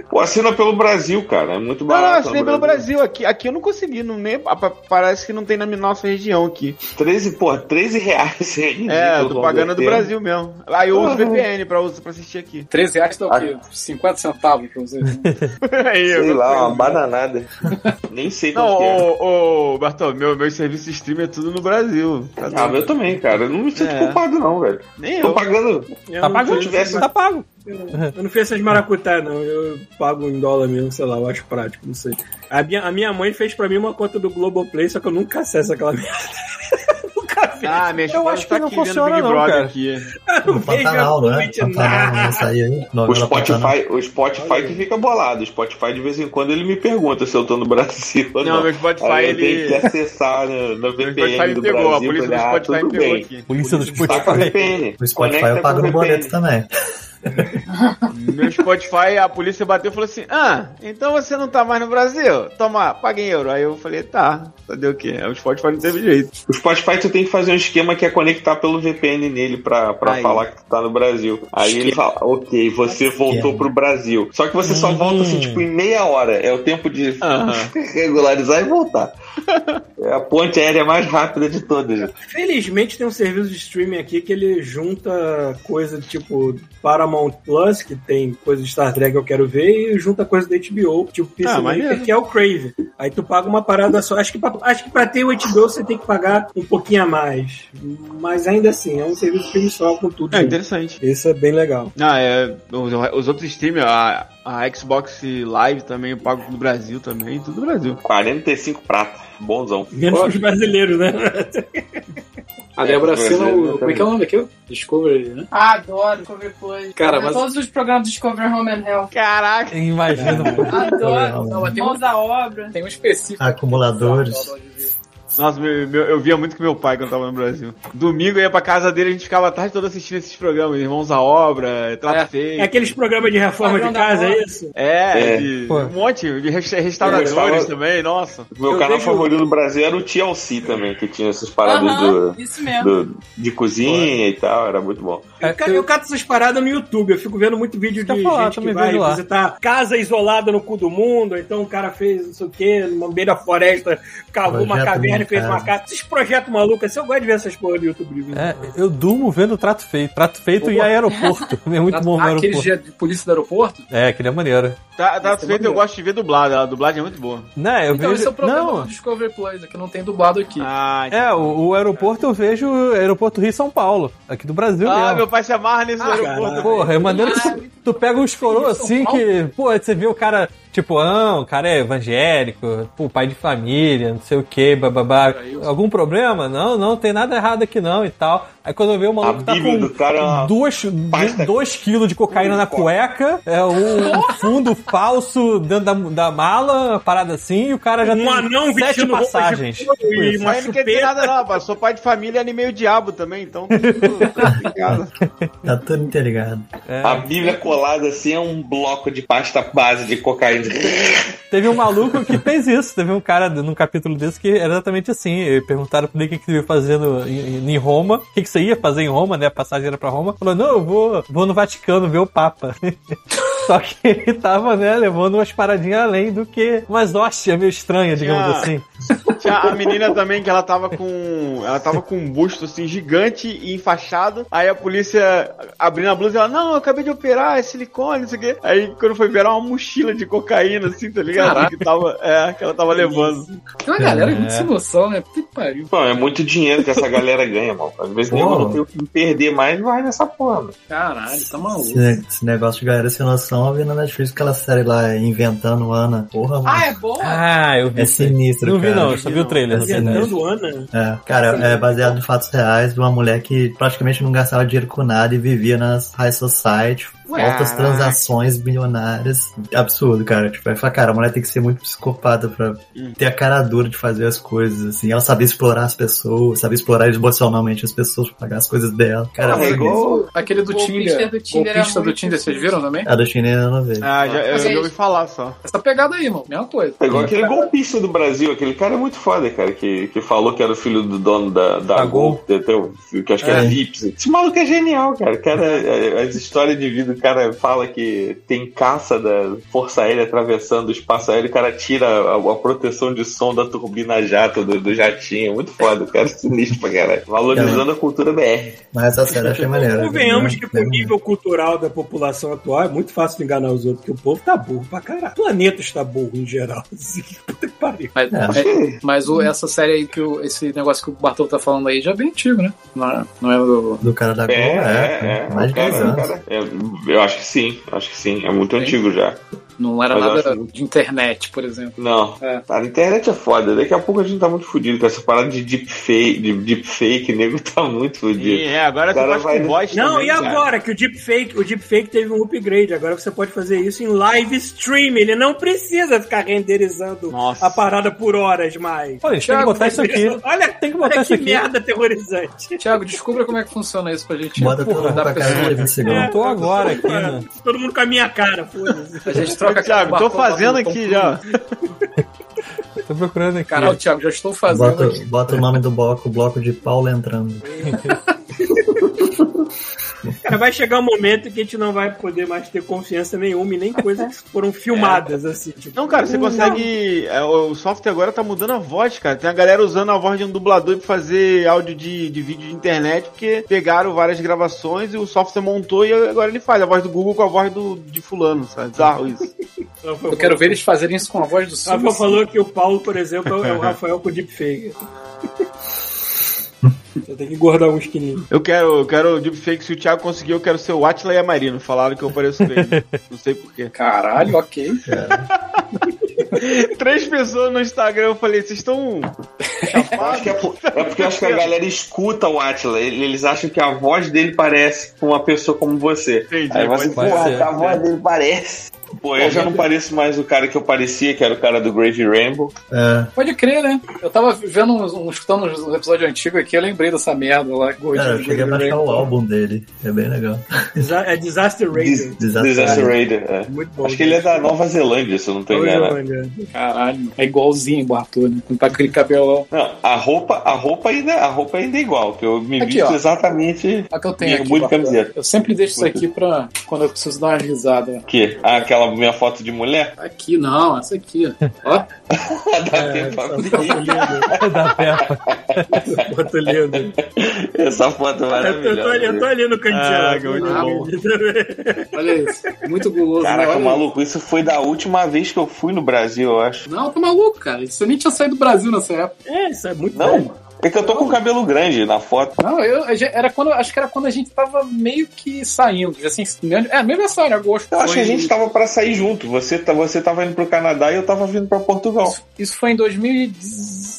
Speaker 4: Pô, assina pelo Brasil, cara. É muito
Speaker 7: Não, não, eu
Speaker 4: barato.
Speaker 7: assinei
Speaker 4: no
Speaker 7: pelo Brasil. Aqui, aqui eu não consegui, não nem, pa- pa- parece que não tem na nossa região aqui.
Speaker 4: 13, porra, 13 reais.
Speaker 7: É, eu
Speaker 4: ridículo,
Speaker 7: tô pagando do
Speaker 4: roteiro.
Speaker 7: Brasil mesmo. Aí eu uso
Speaker 2: Uhum.
Speaker 7: VPN pra, us- pra assistir aqui.
Speaker 3: 13 reais dá o quê? 50 centavos pra você.
Speaker 7: Aí,
Speaker 4: Sei
Speaker 7: eu-
Speaker 4: lá, uma bananada. Nem sei
Speaker 7: É Não,
Speaker 4: quanto que é.
Speaker 7: ô, ô, Bartol, meu, meu serviço de stream é tudo no Brasil. Tá
Speaker 4: Ah, mas eu também, cara. Eu não me sinto
Speaker 7: É.
Speaker 4: culpado, não, velho.
Speaker 7: Nem
Speaker 4: Tô
Speaker 7: eu.
Speaker 4: pagando.
Speaker 1: Eu
Speaker 2: Tá
Speaker 1: não
Speaker 2: pago?
Speaker 1: fiz essas-
Speaker 2: Tá pago.
Speaker 1: Eu não fiz essas maracutá, não. Eu pago em dólar mesmo, sei lá, eu acho prático, não sei. A minha, a minha mãe fez pra mim uma conta do Globoplay, só que eu nunca acesso aquela merda. nunca vi.
Speaker 7: Ah, minha esposa
Speaker 2: acho que
Speaker 7: tá
Speaker 2: não
Speaker 7: aqui vendo
Speaker 2: funciona
Speaker 7: Big
Speaker 2: não,
Speaker 7: Brother
Speaker 2: cara.
Speaker 7: aqui.
Speaker 1: Eu não
Speaker 6: O
Speaker 1: vejo
Speaker 6: Pantanal, né?
Speaker 1: absolutamente
Speaker 6: Pantanal, não
Speaker 1: nada.
Speaker 6: isso aí, hein?
Speaker 4: O
Speaker 6: Novela Pantanal.
Speaker 4: Spotify, o Spotify que fica bolado. O Spotify de vez em quando ele me pergunta se eu tô no Brasil ou não.
Speaker 7: Não, meu Spotify,
Speaker 4: Aí eu tenho
Speaker 7: ele...
Speaker 4: que acessar né, na, na
Speaker 7: Meu Spotify
Speaker 4: VPN
Speaker 7: me
Speaker 4: do
Speaker 7: pegou, a
Speaker 4: Brasil.
Speaker 7: polícia do
Speaker 4: falei, ah,
Speaker 7: Spotify me
Speaker 4: tudo
Speaker 7: pegou
Speaker 4: bem.
Speaker 7: aqui.
Speaker 2: Polícia do
Speaker 4: Taca
Speaker 2: Spotify.
Speaker 4: VPN.
Speaker 6: O Spotify eu pago no boleto também.
Speaker 7: Meu Spotify, a polícia bateu e falou assim: Ah, então você não tá mais no Brasil? Toma, paga em euro. Aí eu falei: Tá, fazer o quê? O Spotify não teve jeito.
Speaker 4: O Spotify tu tem que fazer um esquema que é conectar pelo VPN nele pra, pra
Speaker 7: Aí.
Speaker 4: falar que tu tá no Brasil. Aí ele fala, ok, você voltou pro Brasil. Só que você só volta assim, tipo, em meia hora. É o tempo de
Speaker 7: Aham.
Speaker 4: regularizar e voltar. É a ponte aérea mais rápida de todas.
Speaker 1: Felizmente tem um serviço de streaming aqui que ele junta coisa tipo Paramount Plus, que tem coisa de Star Trek que eu quero ver, e junta coisa da HBO, tipo Peacemaker,
Speaker 7: Ah, maneiro.
Speaker 1: que é o Crave. Aí tu paga uma parada só. Acho que, pra, acho que pra ter o HBO você tem que pagar um pouquinho a mais. Mas ainda assim, é um serviço de streaming só com tudo.
Speaker 7: É
Speaker 1: junto.
Speaker 7: interessante.
Speaker 1: Isso é bem legal.
Speaker 7: Ah, é. Os, os outros streamers, a, a Xbox Live também, eu pago do Brasil também, tudo do Brasil.
Speaker 4: 45 prata. Bonzão.
Speaker 1: Menos os brasileiros, né?
Speaker 3: A Débora
Speaker 4: É,
Speaker 3: assina
Speaker 4: mas é,
Speaker 3: o. Como é que é o nome daquilo? Discovery, né?
Speaker 9: Ah, adoro Discovery Plus.
Speaker 3: Cara,
Speaker 9: Adoro
Speaker 3: mas-
Speaker 9: Todos os programas do Discovery Home and Health.
Speaker 7: Caraca!
Speaker 2: Imagina.
Speaker 1: É
Speaker 9: Adoro.
Speaker 3: Não, mas tem um,
Speaker 9: Mãos à obra.
Speaker 3: tem um específico. Tá,
Speaker 6: Acumuladores.
Speaker 7: Nossa, meu- meu- eu via muito com meu pai quando tava no Brasil. Domingo eu ia pra casa dele, a gente ficava a tarde toda assistindo esses programas, Irmãos à Obra, Trato
Speaker 3: É.
Speaker 7: Feio.
Speaker 1: É aqueles programas de reforma de casa, é isso?
Speaker 7: É,
Speaker 4: É.
Speaker 7: de-
Speaker 2: Pô.
Speaker 7: um monte de resta- restauradores
Speaker 4: Eu-
Speaker 7: também, nossa.
Speaker 4: Meu
Speaker 1: Eu
Speaker 4: canal
Speaker 1: vejo-
Speaker 4: favorito do Brasil era o TLC também, que tinha essas paradas
Speaker 9: Aham, isso
Speaker 4: do,
Speaker 9: mesmo.
Speaker 4: do- de cozinha e tal. Era muito bom.
Speaker 2: É,
Speaker 1: Eu, ca- eu cato essas paradas no YouTube, eu fico vendo muito vídeo
Speaker 2: Isso que eu
Speaker 1: de
Speaker 2: ia falar,
Speaker 1: gente que
Speaker 2: tô tá me
Speaker 1: vai
Speaker 2: vendo lá.
Speaker 1: visitar casa isolada no cu do mundo, ou então o cara fez não sei o quê, no meio da floresta, cavou uma
Speaker 6: Projeto
Speaker 1: caverna e fez
Speaker 6: Minha
Speaker 1: uma casa. Esses projetos malucos, assim, eu gosto de ver essas porra do YouTube.
Speaker 2: É, eu durmo vendo o trato feito. Trato feito e
Speaker 3: Boa.
Speaker 2: aeroporto. É muito bom no
Speaker 3: Aqueles
Speaker 2: aeroporto.
Speaker 3: Tá de de polícia do aeroporto?
Speaker 2: É, aquele é maneiro.
Speaker 7: Tá, tá
Speaker 3: Isso é
Speaker 7: feito, eu
Speaker 3: maneiro.
Speaker 7: gosto de ver dublada, a dublagem é muito boa.
Speaker 2: Não, Né, eu
Speaker 3: Então,
Speaker 2: vejo.
Speaker 3: esse é o problema
Speaker 2: não,
Speaker 3: do Discovery Plus, é que não tem dublado aqui.
Speaker 7: Ah,
Speaker 2: é, o, o aeroporto eu vejo aeroporto Rio São Paulo, aqui do Brasil
Speaker 7: ah,
Speaker 2: mesmo.
Speaker 7: meu pai se amarra nesse
Speaker 3: Ah,
Speaker 7: aeroporto.
Speaker 2: Porra, é maneiro que
Speaker 9: Ah,
Speaker 2: tu, tu pega uns
Speaker 1: é
Speaker 2: coroas assim que, pô, aí você vê o cara, tipo, ah, o cara é evangélico, pô, pai de família, não sei o que, bababá. Algum problema? Não, não, tem nada errado aqui não e tal. Aí quando eu vejo o
Speaker 4: A
Speaker 2: maluco tá
Speaker 4: Bíblia do
Speaker 2: com
Speaker 4: cara é uma...
Speaker 2: dois,
Speaker 4: pasta-
Speaker 2: dois quilos de cocaína na cueca, é um fundo falso dentro da, da mala, uma parada assim, e o cara já
Speaker 1: Um anão
Speaker 2: tem sete
Speaker 1: vestindo roupa
Speaker 2: passagens.
Speaker 1: de couro
Speaker 2: Tipo
Speaker 1: e
Speaker 2: isso.
Speaker 1: uma
Speaker 7: Mas não quer dizer
Speaker 1: chupeta.
Speaker 7: nada, não, rapaz. Sou pai de família e animei o diabo também, então. tá tudo explicado.
Speaker 6: Tá tudo interligado.
Speaker 4: A Bíblia colada assim é um bloco de pasta base de cocaína.
Speaker 2: Teve um maluco que fez isso. Teve um cara num capítulo desse que era exatamente assim. E Perguntaram pra ele o que, que ele ia fazer no- em, em Roma. O que, que você ia fazer em Roma, né? A passagem era pra Roma. Falou, não, eu vou, vou no Vaticano ver o Papa. Só que ele tava, né, levando umas paradinhas além do que umas hóstias meio estranhas, digamos
Speaker 7: Ah.
Speaker 2: assim.
Speaker 7: Tinha a menina também que ela tava com. Ela tava com um busto assim gigante e enfaixado. Aí a polícia abrindo a blusa, ela, não, eu acabei de operar, é silicone, não sei o quê. Aí quando foi ver era uma mochila de cocaína, assim, tá ligado? Que, tava, é, que ela tava levando.
Speaker 3: Tem uma
Speaker 2: é.
Speaker 3: galera muito sem noção, né? Puta que pariu.
Speaker 4: Mano, é muito dinheiro que essa galera ganha, mano. Às vezes nem
Speaker 6: Porra.
Speaker 4: não tem o que perder mais, vai nessa porra. mano.
Speaker 3: Caralho, tá maluco.
Speaker 6: Esse, ne- esse negócio de galera sem noção, eu vi na Netflix aquela série lá, Inventando Ana. Porra, mano.
Speaker 9: Ah, é boa?
Speaker 2: Ah, eu vi.
Speaker 6: É sinistro,
Speaker 2: não vi
Speaker 6: cara.
Speaker 2: não, eu só vi o trailer.
Speaker 6: É
Speaker 2: na verdade.
Speaker 6: sinistro.
Speaker 1: Fernando Ana.
Speaker 6: É, cara, é baseado em fatos reais de uma mulher que praticamente não gastava dinheiro com nada e vivia nas high society,
Speaker 7: Ué,
Speaker 6: altas
Speaker 7: caraca.
Speaker 6: transações bilionárias. Absurdo, cara. Tipo, aí fala, cara, a mulher tem que ser muito psicopata pra ter a cara dura de fazer as coisas, assim. Ela sabia explorar as pessoas, sabia explorar emocionalmente as pessoas pra pagar as coisas dela.
Speaker 4: Ah,
Speaker 6: Cara,
Speaker 4: é
Speaker 6: sinistro.
Speaker 4: igual
Speaker 3: Aquele do
Speaker 9: Golpista
Speaker 3: Tinder.
Speaker 9: do Tinder era
Speaker 3: Golpista do
Speaker 9: muito
Speaker 3: Tinder, vocês viram também?
Speaker 6: A da China eu não vejo.
Speaker 7: Ah, já, eu já ouvi falar só.
Speaker 3: Essa pegada aí, mano. Mesma coisa.
Speaker 4: É igual aquele golpista do Brasil, aquele cara é muito foda, cara, que, que falou que era o filho do dono da, da
Speaker 2: Da
Speaker 4: Gol, entendeu? que acho que
Speaker 6: É.
Speaker 4: era Vips. Esse maluco é genial, cara. O cara, é- as histórias de vida, o cara fala que tem caça da Força Aérea atravessando o espaço aéreo, o cara tira a, a proteção de som da turbina jato, do, do jatinho. Muito foda, o cara é sinistro pra caralho. Valorizando a cultura BR.
Speaker 6: Mas essa série eu achei maneira.
Speaker 1: Convenhamos que pro
Speaker 6: Deve-
Speaker 1: nível cultural da população atual é muito fácil de enganar os outros, porque o povo tá burro pra caralho. O planeta está burro em geral. Assim, puta que pariu.
Speaker 3: Mas,
Speaker 6: É.
Speaker 3: é- mas
Speaker 7: Hum.
Speaker 3: o- essa série aí, que o- esse negócio que o Bartol tá falando aí já é bem antigo, né? Não é, não é do.
Speaker 6: Do cara da Gol, é, cara. mais de 10
Speaker 4: Cara,
Speaker 6: anos.
Speaker 4: cara, é, eu acho que sim, acho que sim. É muito
Speaker 3: Sim.
Speaker 4: antigo já.
Speaker 3: Não era
Speaker 4: Mas eu
Speaker 3: nada
Speaker 4: acho muito.
Speaker 3: de internet, por exemplo.
Speaker 4: Não.
Speaker 3: É.
Speaker 4: Cara, A internet é foda. Daqui a pouco a gente tá muito fudido com essa parada de deepfake, de deepfake, nego tá muito
Speaker 7: E,
Speaker 4: fudido.
Speaker 7: é, agora tu
Speaker 4: Cara,
Speaker 7: faz
Speaker 4: vai-
Speaker 7: com voz
Speaker 1: Não,
Speaker 7: também,
Speaker 1: e
Speaker 7: cara.
Speaker 1: agora que o deepfake, o deepfake teve um upgrade, agora você pode fazer isso em live stream, ele não precisa ficar renderizando
Speaker 7: Nossa.
Speaker 1: a parada por horas mais.
Speaker 2: Olha, a gente tem que
Speaker 3: Thiago,
Speaker 2: botar isso aqui.
Speaker 1: Olha,
Speaker 2: Tem que botar
Speaker 1: olha
Speaker 2: isso
Speaker 1: que
Speaker 2: aqui.
Speaker 1: merda aterrorizante.
Speaker 3: Tiago, descubra como é que funciona isso pra gente.
Speaker 6: Bota tudo
Speaker 3: da
Speaker 6: pra caralho de 20
Speaker 1: É.
Speaker 6: segundos.
Speaker 2: Eu tô agora aqui, né?
Speaker 1: Todo mundo com a minha cara, foda-se.
Speaker 3: A gente troca
Speaker 7: Thiago, tô
Speaker 3: Bartol,
Speaker 7: fazendo
Speaker 3: Bartol,
Speaker 7: aqui
Speaker 3: Tom
Speaker 7: já.
Speaker 3: Cruise.
Speaker 2: Tô procurando aqui.
Speaker 3: Caralho, Thiago, já estou fazendo
Speaker 6: Bota,
Speaker 3: aqui.
Speaker 6: bota o nome do bloco, bloco de Paulo entrando.
Speaker 1: Cara, vai chegar um momento que a gente não vai poder mais ter confiança nenhuma e nem coisas que foram filmadas,
Speaker 3: É.
Speaker 1: assim. Tipo,
Speaker 7: Não, cara, você consegue. é, O software agora tá mudando a voz, cara. Tem a galera usando a voz de um dublador pra fazer áudio de, de vídeo de internet, porque pegaram várias gravações e o software montou e agora ele faz a voz do Google com a voz do, de fulano, sabe? Bizarro isso.
Speaker 1: Rafael
Speaker 3: Eu quero ver eles fazerem isso com a voz do
Speaker 1: falou- Rafael
Speaker 3: Silvio.
Speaker 1: falou que o Paulo, por exemplo, é o Rafael com deepfake. Você tem que engordar uns quilinhos.
Speaker 7: Eu quero, eu quero o deepfake. Se o Thiago conseguir, eu quero ser o Atila e a Marino. Falaram que eu pareço com ele. Não sei porquê.
Speaker 3: Caralho, ok.
Speaker 1: É.
Speaker 7: Três pessoas no Instagram, eu falei, vocês estão.
Speaker 4: Eu acho que é, por- é porque eu acho que a galera escuta o Atila. Ele- Eles acham que a voz dele parece com uma pessoa como você.
Speaker 7: Entendi,
Speaker 4: Aí você,
Speaker 7: pode
Speaker 4: porra,
Speaker 2: ser.
Speaker 4: a voz dele parece. Pô, eu já não pareço mais o cara que eu parecia, que era o cara do Grave Rainbow.
Speaker 6: É,
Speaker 3: Pode crer, né? Eu tava vendo uns, uns- escutando uns episódios antigos aqui, eu lembrei dessa merda lá. né?
Speaker 6: cara, é, eu cheguei a baixar o álbum dele. É bem legal.
Speaker 1: Desa- É Disaster Radio.
Speaker 4: Disaster
Speaker 6: Desastre.
Speaker 4: Raider. é.
Speaker 1: Muito bom.
Speaker 4: Acho que ele é da né? Nova Zelândia, se eu não tô
Speaker 1: Hoje,
Speaker 4: enganado.
Speaker 1: olha,
Speaker 3: Caralho, é igualzinho o Arthur, né? Tá com aquele cabelão.
Speaker 4: Não, a roupa, a roupa ainda, a roupa ainda é igual, que eu me
Speaker 3: Aqui,
Speaker 4: visto
Speaker 3: ó.
Speaker 4: exatamente
Speaker 3: Olha É que eu tenho aqui.
Speaker 4: Muito
Speaker 3: Bartô.
Speaker 4: camiseta.
Speaker 3: Eu sempre deixo isso aqui pra quando eu preciso dar uma risada.
Speaker 4: que ah, aquela minha foto de mulher.
Speaker 3: Aqui não, essa aqui. Ó,
Speaker 4: Dá tempo
Speaker 1: Tá
Speaker 4: abrir.
Speaker 2: da Peppa.
Speaker 1: Foto linda.
Speaker 4: Essa foto é
Speaker 1: Eu, tô- eu tô ali, eu tô
Speaker 4: maravilhosa.
Speaker 1: ali no
Speaker 7: Caraca,
Speaker 1: cantinho.
Speaker 7: muito
Speaker 1: Ah,
Speaker 7: bom.
Speaker 3: olha isso. Muito guloso. né?
Speaker 4: Caraca,
Speaker 3: Olha
Speaker 4: maluco, isso foi da última vez que eu fui no Brasil, eu acho.
Speaker 3: isso. Não, tá maluco, cara. Isso eu nem tinha saído do Brasil nessa época.
Speaker 1: É, isso é muito bom.
Speaker 4: Não, é que eu tô com o cabelo grande na foto.
Speaker 3: Não, eu, a gente- era quando, acho que era quando a gente tava meio que saindo. Assim, é, mesmo essa hora, agosto.
Speaker 4: Eu acho
Speaker 3: Foi-
Speaker 4: que a gente tá- tava pra sair junto. Você, tá- você tava indo pro Canadá e eu tava vindo pra Portugal.
Speaker 3: Isso foi em 2016,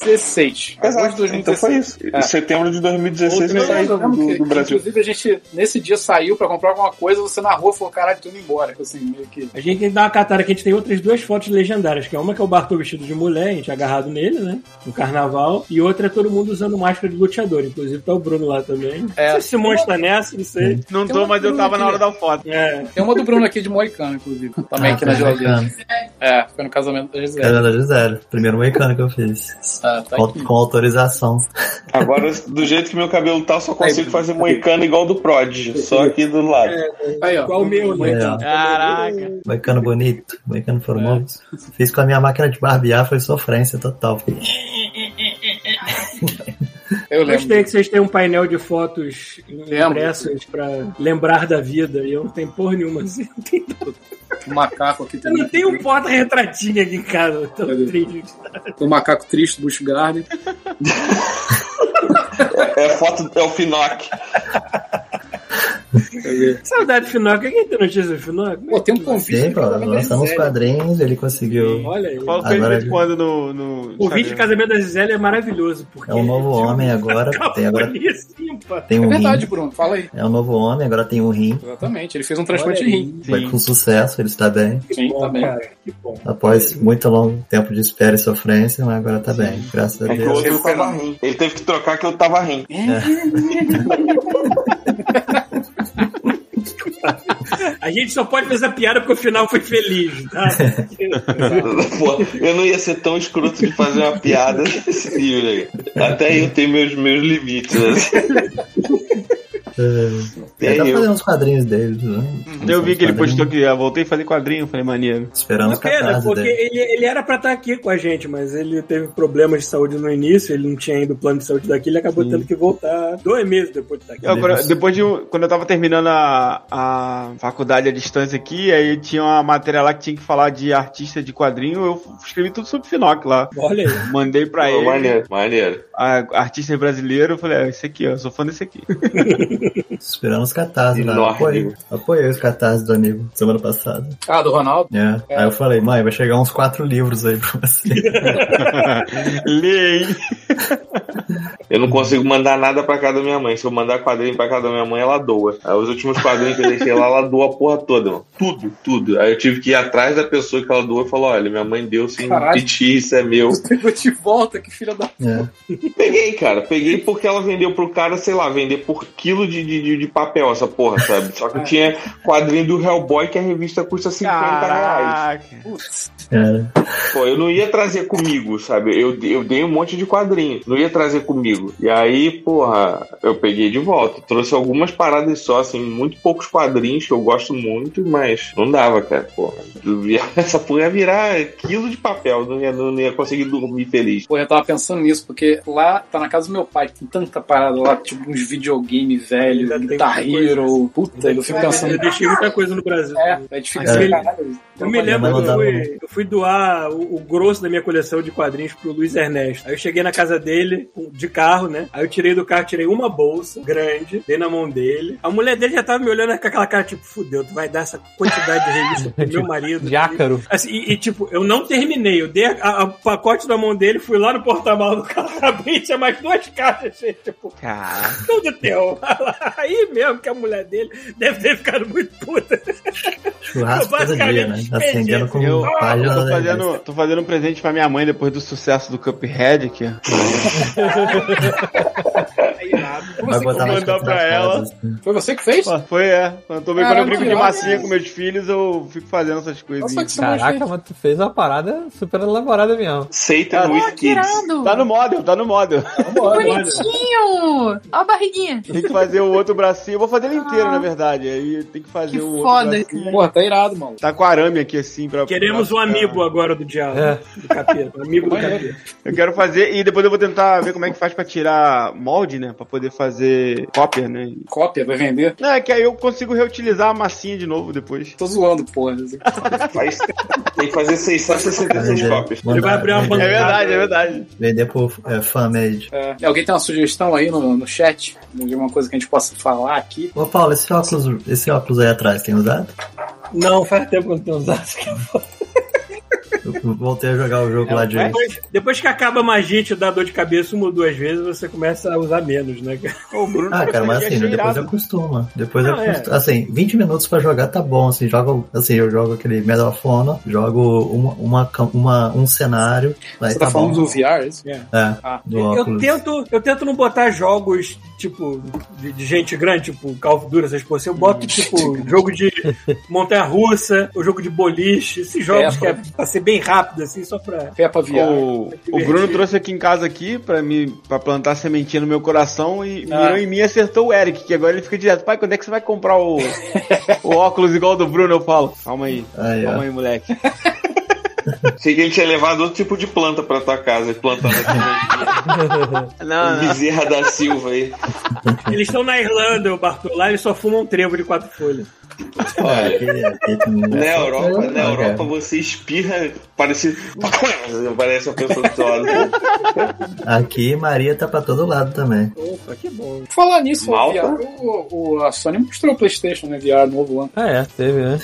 Speaker 3: 2016. Agosto de 2016.
Speaker 4: Então foi isso. Em
Speaker 3: É.
Speaker 4: setembro de
Speaker 3: Outro
Speaker 4: 2016 eu
Speaker 3: dia,
Speaker 4: saí do,
Speaker 3: eu lembro que-
Speaker 4: do
Speaker 3: que,
Speaker 4: Brasil.
Speaker 3: Inclusive, a gente, nesse dia, saiu pra comprar alguma coisa, você na rua falou, caralho, tô indo embora. Assim, meio que...
Speaker 1: A gente tem que dar uma catada que a gente tem outras duas fotos legendárias, que é uma que é o Bartol vestido de mulher, a gente agarrado nele, né? No carnaval, e outra é todo mundo usando máscara de luteador, inclusive tá o Bruno lá também.
Speaker 7: É.
Speaker 1: Se o Simão está nessa, não sei.
Speaker 7: Não
Speaker 3: Tem
Speaker 7: tô,
Speaker 3: uma
Speaker 7: mas eu tava na hora da foto.
Speaker 1: É.
Speaker 3: Tem uma do Bruno aqui de Moicano, inclusive. Também
Speaker 6: Ah,
Speaker 3: aqui na
Speaker 6: foi no
Speaker 3: geladeira.
Speaker 6: Moicano.
Speaker 3: É, foi no casamento da Gisele.
Speaker 6: Era É da Gisele. Primeiro moicano que eu fiz.
Speaker 3: Ah, tá
Speaker 6: Com,
Speaker 3: aqui.
Speaker 6: com autorização.
Speaker 4: Agora, do jeito que meu cabelo tá, eu só consigo
Speaker 3: Aí,
Speaker 4: fazer moicano igual do Prodigy, só aqui do lado.
Speaker 3: Aí, ó.
Speaker 1: Igual o meu, né?
Speaker 6: É,
Speaker 7: Caraca.
Speaker 6: moicano bonito. Moicano formoso.
Speaker 3: É.
Speaker 6: Fiz com a minha máquina de barbear, foi sofrência total.
Speaker 3: Eu lembro.
Speaker 1: Gostei que vocês têm um painel de fotos
Speaker 3: Lembro.
Speaker 1: impressas pra lembrar da vida. E eu não tenho porra nenhuma. assim. Eu não tenho-
Speaker 3: O Um macaco aqui
Speaker 1: Eu
Speaker 3: também.
Speaker 1: não tenho um porta-retratinho aqui em casa. eu Tô
Speaker 3: Cadê?
Speaker 1: triste.
Speaker 3: O Um macaco triste, Bush Garden.
Speaker 4: É, é foto, é o Finoc.
Speaker 1: Saudade do Finoc. Quem é tem notícia do Finoc?
Speaker 3: Pô, tem um convite.
Speaker 6: Sim,
Speaker 3: aqui
Speaker 6: pô,
Speaker 3: pra Gisele.
Speaker 6: lançamos quadrinhos, ele conseguiu.
Speaker 1: Olha aí.
Speaker 7: Paulo fez de
Speaker 6: Agora-
Speaker 7: vez em quando no. no
Speaker 1: O vídeo de casamento da Gisele é maravilhoso. Porque
Speaker 6: É um novo homem agora. Tem, agora
Speaker 1: Olha assim, pô.
Speaker 6: tem
Speaker 3: É
Speaker 6: um
Speaker 3: verdade,
Speaker 6: rim.
Speaker 3: Bruno, fala aí.
Speaker 6: É um novo homem, agora tem um rim.
Speaker 3: Exatamente, ele fez um transplante de
Speaker 1: Olha aí.
Speaker 3: rim.
Speaker 6: Foi com sucesso, ele está bem.
Speaker 1: Que
Speaker 3: Sim,
Speaker 1: bom,
Speaker 3: tá bem.
Speaker 1: cara. Que bom.
Speaker 6: Após muito longo tempo de espera e sofrência, mas agora tá bem, graças a
Speaker 4: É que o
Speaker 6: Deus.
Speaker 4: outro tava rindo. Ele teve que trocar que eu tava rindo.
Speaker 1: A gente só pode fazer a piada porque o final foi feliz, tá?
Speaker 4: Pô, eu não ia ser tão escroto de fazer uma piada desse nível aí. Até eu tenho meus, meus limites. Assim.
Speaker 6: É,
Speaker 4: É
Speaker 6: Ele tá
Speaker 4: eu.
Speaker 6: fazendo uns quadrinhos dele, né?
Speaker 7: Eu vi que ele
Speaker 6: Quadrinhos.
Speaker 7: postou
Speaker 4: um
Speaker 7: que eu voltei a fazer quadrinho, falei, maneiro.
Speaker 6: Esperando
Speaker 1: Uma
Speaker 6: os
Speaker 1: pena,
Speaker 6: catarse
Speaker 1: porque
Speaker 6: dele.
Speaker 1: ele, ele era pra estar aqui com a gente, mas ele teve problemas de saúde no início, ele não tinha ainda o plano de saúde daqui, ele acabou tendo que voltar dois meses depois de estar aqui.
Speaker 7: Eu, quando- depois de. um- Quando eu tava terminando a, a faculdade à distância aqui, aí tinha uma matéria lá que tinha que falar de artista de quadrinho, eu escrevi tudo sobre Finoc lá.
Speaker 1: Olha aí.
Speaker 7: Mandei pra
Speaker 4: Pô,
Speaker 7: ele,
Speaker 4: maneiro, maneiro.
Speaker 7: a, artista brasileiro, eu falei, ah, esse aqui, ó, eu sou fã desse aqui.
Speaker 6: Esperando os catarses lá.
Speaker 4: Enorme.
Speaker 6: Apoiei. Apoiei os catarses do amigo semana passada.
Speaker 3: Ah, do Ronaldo?
Speaker 6: É. Aí eu falei, mãe, vai chegar uns quatro livros aí pra você.
Speaker 7: Lei!
Speaker 4: Eu não consigo mandar nada pra casa da minha mãe. Se eu mandar quadrinho pra casa da minha mãe, ela doa. Aí os últimos quadrinhos que eu deixei lá, ela doa a porra toda, mano. Tudo, tudo. Aí eu tive que ir atrás da pessoa que ela doou e falar: olha, minha mãe deu sim,
Speaker 3: Caralho.
Speaker 4: piti, isso é meu.
Speaker 3: Pegou de volta, que filha da.
Speaker 6: É.
Speaker 4: Peguei, cara. Peguei porque ela vendeu pro cara, sei lá, vender por quilo de, de, de- de papel essa porra, sabe? Só que tinha quadrinho do Hellboy que a revista custa 50 reais.
Speaker 7: Caraca!
Speaker 3: Putz.
Speaker 6: Cara,
Speaker 4: Pô, eu não ia trazer comigo, sabe? Eu, eu dei um monte de quadrinho, não ia trazer comigo. E aí, porra, eu peguei de volta. Trouxe algumas paradas só, assim, muito poucos quadrinhos que eu gosto muito, mas não dava, cara, porra. Eu ia- Essa porra ia virar quilo de papel, não ia, não ia conseguir dormir feliz.
Speaker 3: Pô, eu tava pensando nisso, porque lá tá na casa do meu pai, tem tanta parada lá, tipo uns videogame velho,
Speaker 1: Ainda tem
Speaker 3: Guitar
Speaker 1: muita coisa.
Speaker 3: Hero, puta, eu fico pensando.
Speaker 1: Eu deixei muita coisa no Brasil.
Speaker 3: É, a gente fica
Speaker 6: É.
Speaker 3: assim, caralho.
Speaker 1: Eu me
Speaker 6: Mas
Speaker 1: lembro
Speaker 6: não
Speaker 1: que eu
Speaker 6: dá,
Speaker 1: fui, eu fui doar o, o grosso da minha coleção de quadrinhos pro Luiz Ernesto. Aí eu cheguei na casa dele, com- de carro, né? Aí eu tirei do carro, tirei uma bolsa grande, dei na mão dele. A mulher dele já tava me olhando com aquela cara, tipo, fudeu, tu vai dar essa quantidade de revista pro meu marido.
Speaker 2: De ácaro.
Speaker 1: Assim, e, e, tipo, eu não terminei. Eu dei a- a- o pacote na mão dele, fui lá no porta-malas do carro, abri, tinha mais duas caixas, gente, tipo,
Speaker 7: Caraca!
Speaker 1: tudo teu. Aí mesmo que a mulher dele deve ter ficado muito puta.
Speaker 6: churrasco
Speaker 1: Eu
Speaker 6: todo dia, né?
Speaker 1: basicamente
Speaker 6: Acendendo com
Speaker 7: Eu
Speaker 6: página
Speaker 7: tô
Speaker 6: da revista.
Speaker 7: fazendo, tô fazendo um presente pra minha mãe depois do sucesso do Cuphead aqui.
Speaker 3: Como
Speaker 6: Vai
Speaker 3: assim?
Speaker 6: botar mais
Speaker 7: mandar pra
Speaker 6: quatro
Speaker 7: ela.
Speaker 6: quadros.
Speaker 3: Foi você que fez?
Speaker 7: Pô, Foi, é. Quando eu, tô, quando
Speaker 3: Caramba,
Speaker 7: eu brinco de
Speaker 3: olha
Speaker 7: massinha
Speaker 3: isso.
Speaker 7: com meus filhos, eu fico fazendo essas
Speaker 3: Nossa, que
Speaker 7: coisinhas.
Speaker 2: Caraca, mas tu fez uma parada super elaborada mesmo.
Speaker 4: Satan
Speaker 7: Ah,
Speaker 4: with Kids.
Speaker 7: Tá no model, tá no model.
Speaker 9: Bonitinho! Ó a barriguinha.
Speaker 7: Tem que fazer o outro bracinho. Eu vou fazer ele inteiro,
Speaker 3: Ah.
Speaker 7: na verdade. Aí tem que fazer
Speaker 9: Que
Speaker 7: o
Speaker 9: foda,
Speaker 7: outro bracinho.
Speaker 9: cara.
Speaker 3: Porra, tá irado, mano.
Speaker 7: Tá com arame aqui, assim, pra...
Speaker 1: Queremos
Speaker 7: pra-
Speaker 1: o amigo agora do diabo,
Speaker 2: É.
Speaker 1: do capeta. um Amigo do capeta.
Speaker 7: Eu quero fazer, e depois eu vou tentar ver como é que faz pra tirar molde, né? Pra poder fazer cópia, né?
Speaker 3: Cópia, vai vender?
Speaker 7: Não, é que aí eu consigo reutilizar a massinha de novo depois.
Speaker 3: Tô zoando, porra.
Speaker 4: Faz- tem que fazer 666 cópias.
Speaker 6: Mandar-
Speaker 1: Ele vai abrir uma
Speaker 6: vender-
Speaker 7: É
Speaker 1: bancada.
Speaker 7: verdade, é verdade.
Speaker 6: Vender por é, fan-made.
Speaker 3: É. Alguém tem uma sugestão aí no, no chat? De alguma coisa que a gente possa falar aqui?
Speaker 6: Ô Paulo, esse óculos, esse óculos aí atrás tem usado?
Speaker 1: Não, faz tempo que eu não tenho usado.
Speaker 6: Eu voltei a jogar o
Speaker 1: É,
Speaker 6: jogo lá de.
Speaker 1: Depois, depois que acaba a magia e te dá dor de cabeça uma ou duas vezes, você começa a usar menos, né? cara?
Speaker 7: O Bruno
Speaker 6: Ah, cara, mas
Speaker 7: achei
Speaker 6: assim, depois
Speaker 7: irado.
Speaker 6: eu acostuma. Depois
Speaker 1: Não,
Speaker 6: eu
Speaker 1: é.
Speaker 6: acostumo. Assim, 20 minutos pra jogar tá bom, assim, jogo, assim, eu jogo aquele Medal of Honor, jogo uma, uma, cam- uma- um cenário, aí
Speaker 3: Você
Speaker 6: tá,
Speaker 3: tá
Speaker 6: bom.
Speaker 3: falando do VR? é isso?
Speaker 6: É,
Speaker 3: Ah,
Speaker 6: do
Speaker 1: Eu
Speaker 6: óculos.
Speaker 1: tento, eu tento não botar jogos, tipo, de, de gente grande, tipo Call of Duty, essas coisas. Eu boto, tipo, jogo de montanha-russa, o jogo de boliche, esses jogos
Speaker 3: É,
Speaker 1: que é pra ser bem rápido, assim, só pra...
Speaker 3: Peppa VR.
Speaker 7: O, o Bruno trouxe aqui em casa aqui pra me pra plantar sementinha no meu coração e mirou em mim e acertou o Eric, que agora ele fica direto. Pai, quando é que você vai comprar o, o óculos igual ao do Bruno? Eu falo, calma aí,
Speaker 6: Aí, ó.
Speaker 7: calma aí, moleque.
Speaker 4: Achei que a gente tinha levado outro tipo de planta pra tua casa, plantando aqui
Speaker 7: Não,
Speaker 4: no Bezerra da Silva aí.
Speaker 1: Eles estão na Irlanda, o Bartol, lá eles só fumam um trevo de quatro folhas.
Speaker 6: Olha, que- aqui que não é
Speaker 4: Na
Speaker 6: só-
Speaker 4: Europa, na
Speaker 6: Não,
Speaker 4: Europa
Speaker 6: cara.
Speaker 4: você espirra, parece. Parece uma pessoa do seu lado.
Speaker 6: Aqui Maria tá pra todo lado também.
Speaker 1: Opa, que bom.
Speaker 3: Por Falar nisso, o
Speaker 4: Malta?
Speaker 3: VR, o, o- a Sony mostrou o PlayStation, né? VR novo lá.
Speaker 2: Ah, é, teve, né?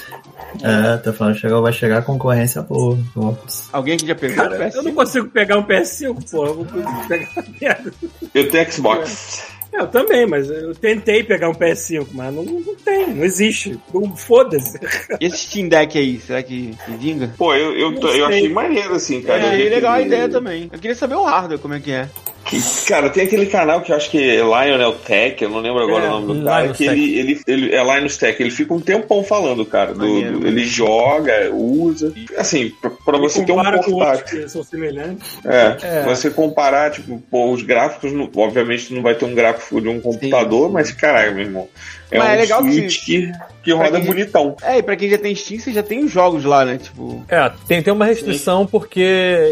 Speaker 6: É, tá falando, chegou, vai chegar a concorrência boa. Ops.
Speaker 7: alguém que já pegou?
Speaker 1: Eu não consigo pegar um PS5, pô. Eu vou pegar uma merda.
Speaker 4: Eu tenho Xbox.
Speaker 1: Eu também, mas eu tentei pegar um PS5, mas não, não tem, não existe. Não- Foda-se.
Speaker 7: E esse Steam Deck aí, será que que vinga?
Speaker 4: Pô, eu, eu, tô- eu
Speaker 1: Não sei.
Speaker 4: achei maneiro assim,
Speaker 7: Eu
Speaker 4: cara. Eu vi
Speaker 7: achei É, legal a
Speaker 4: aquele-
Speaker 7: ideia também. Eu queria saber o hardware, como é que é.
Speaker 4: Que- Cara, tem aquele canal que eu acho que é Lionel Tech, eu não lembro agora
Speaker 1: É,
Speaker 4: o nome do cara,
Speaker 2: Linus
Speaker 4: que
Speaker 2: Tech.
Speaker 4: ele, ele, ele é Linus Tech, ele fica um tempão falando, cara. do- do-
Speaker 7: Maneiro.
Speaker 4: ele joga, usa. E, assim, pra, pra você ter um
Speaker 1: Compara com outros
Speaker 4: portátil.
Speaker 1: que são semelhantes.
Speaker 4: É, Você comparar, tipo, pô, os gráficos, não- obviamente tu não vai ter um gráfico de um computador, mas caralho, meu irmão. É
Speaker 7: Mas
Speaker 4: um
Speaker 7: é legal que-
Speaker 4: Switch que, que roda
Speaker 7: pra quem-
Speaker 4: bonitão.
Speaker 7: É, e pra quem já tem Steam, você já tem os jogos lá, né? Tipo,
Speaker 2: É, tem, tem uma restrição porque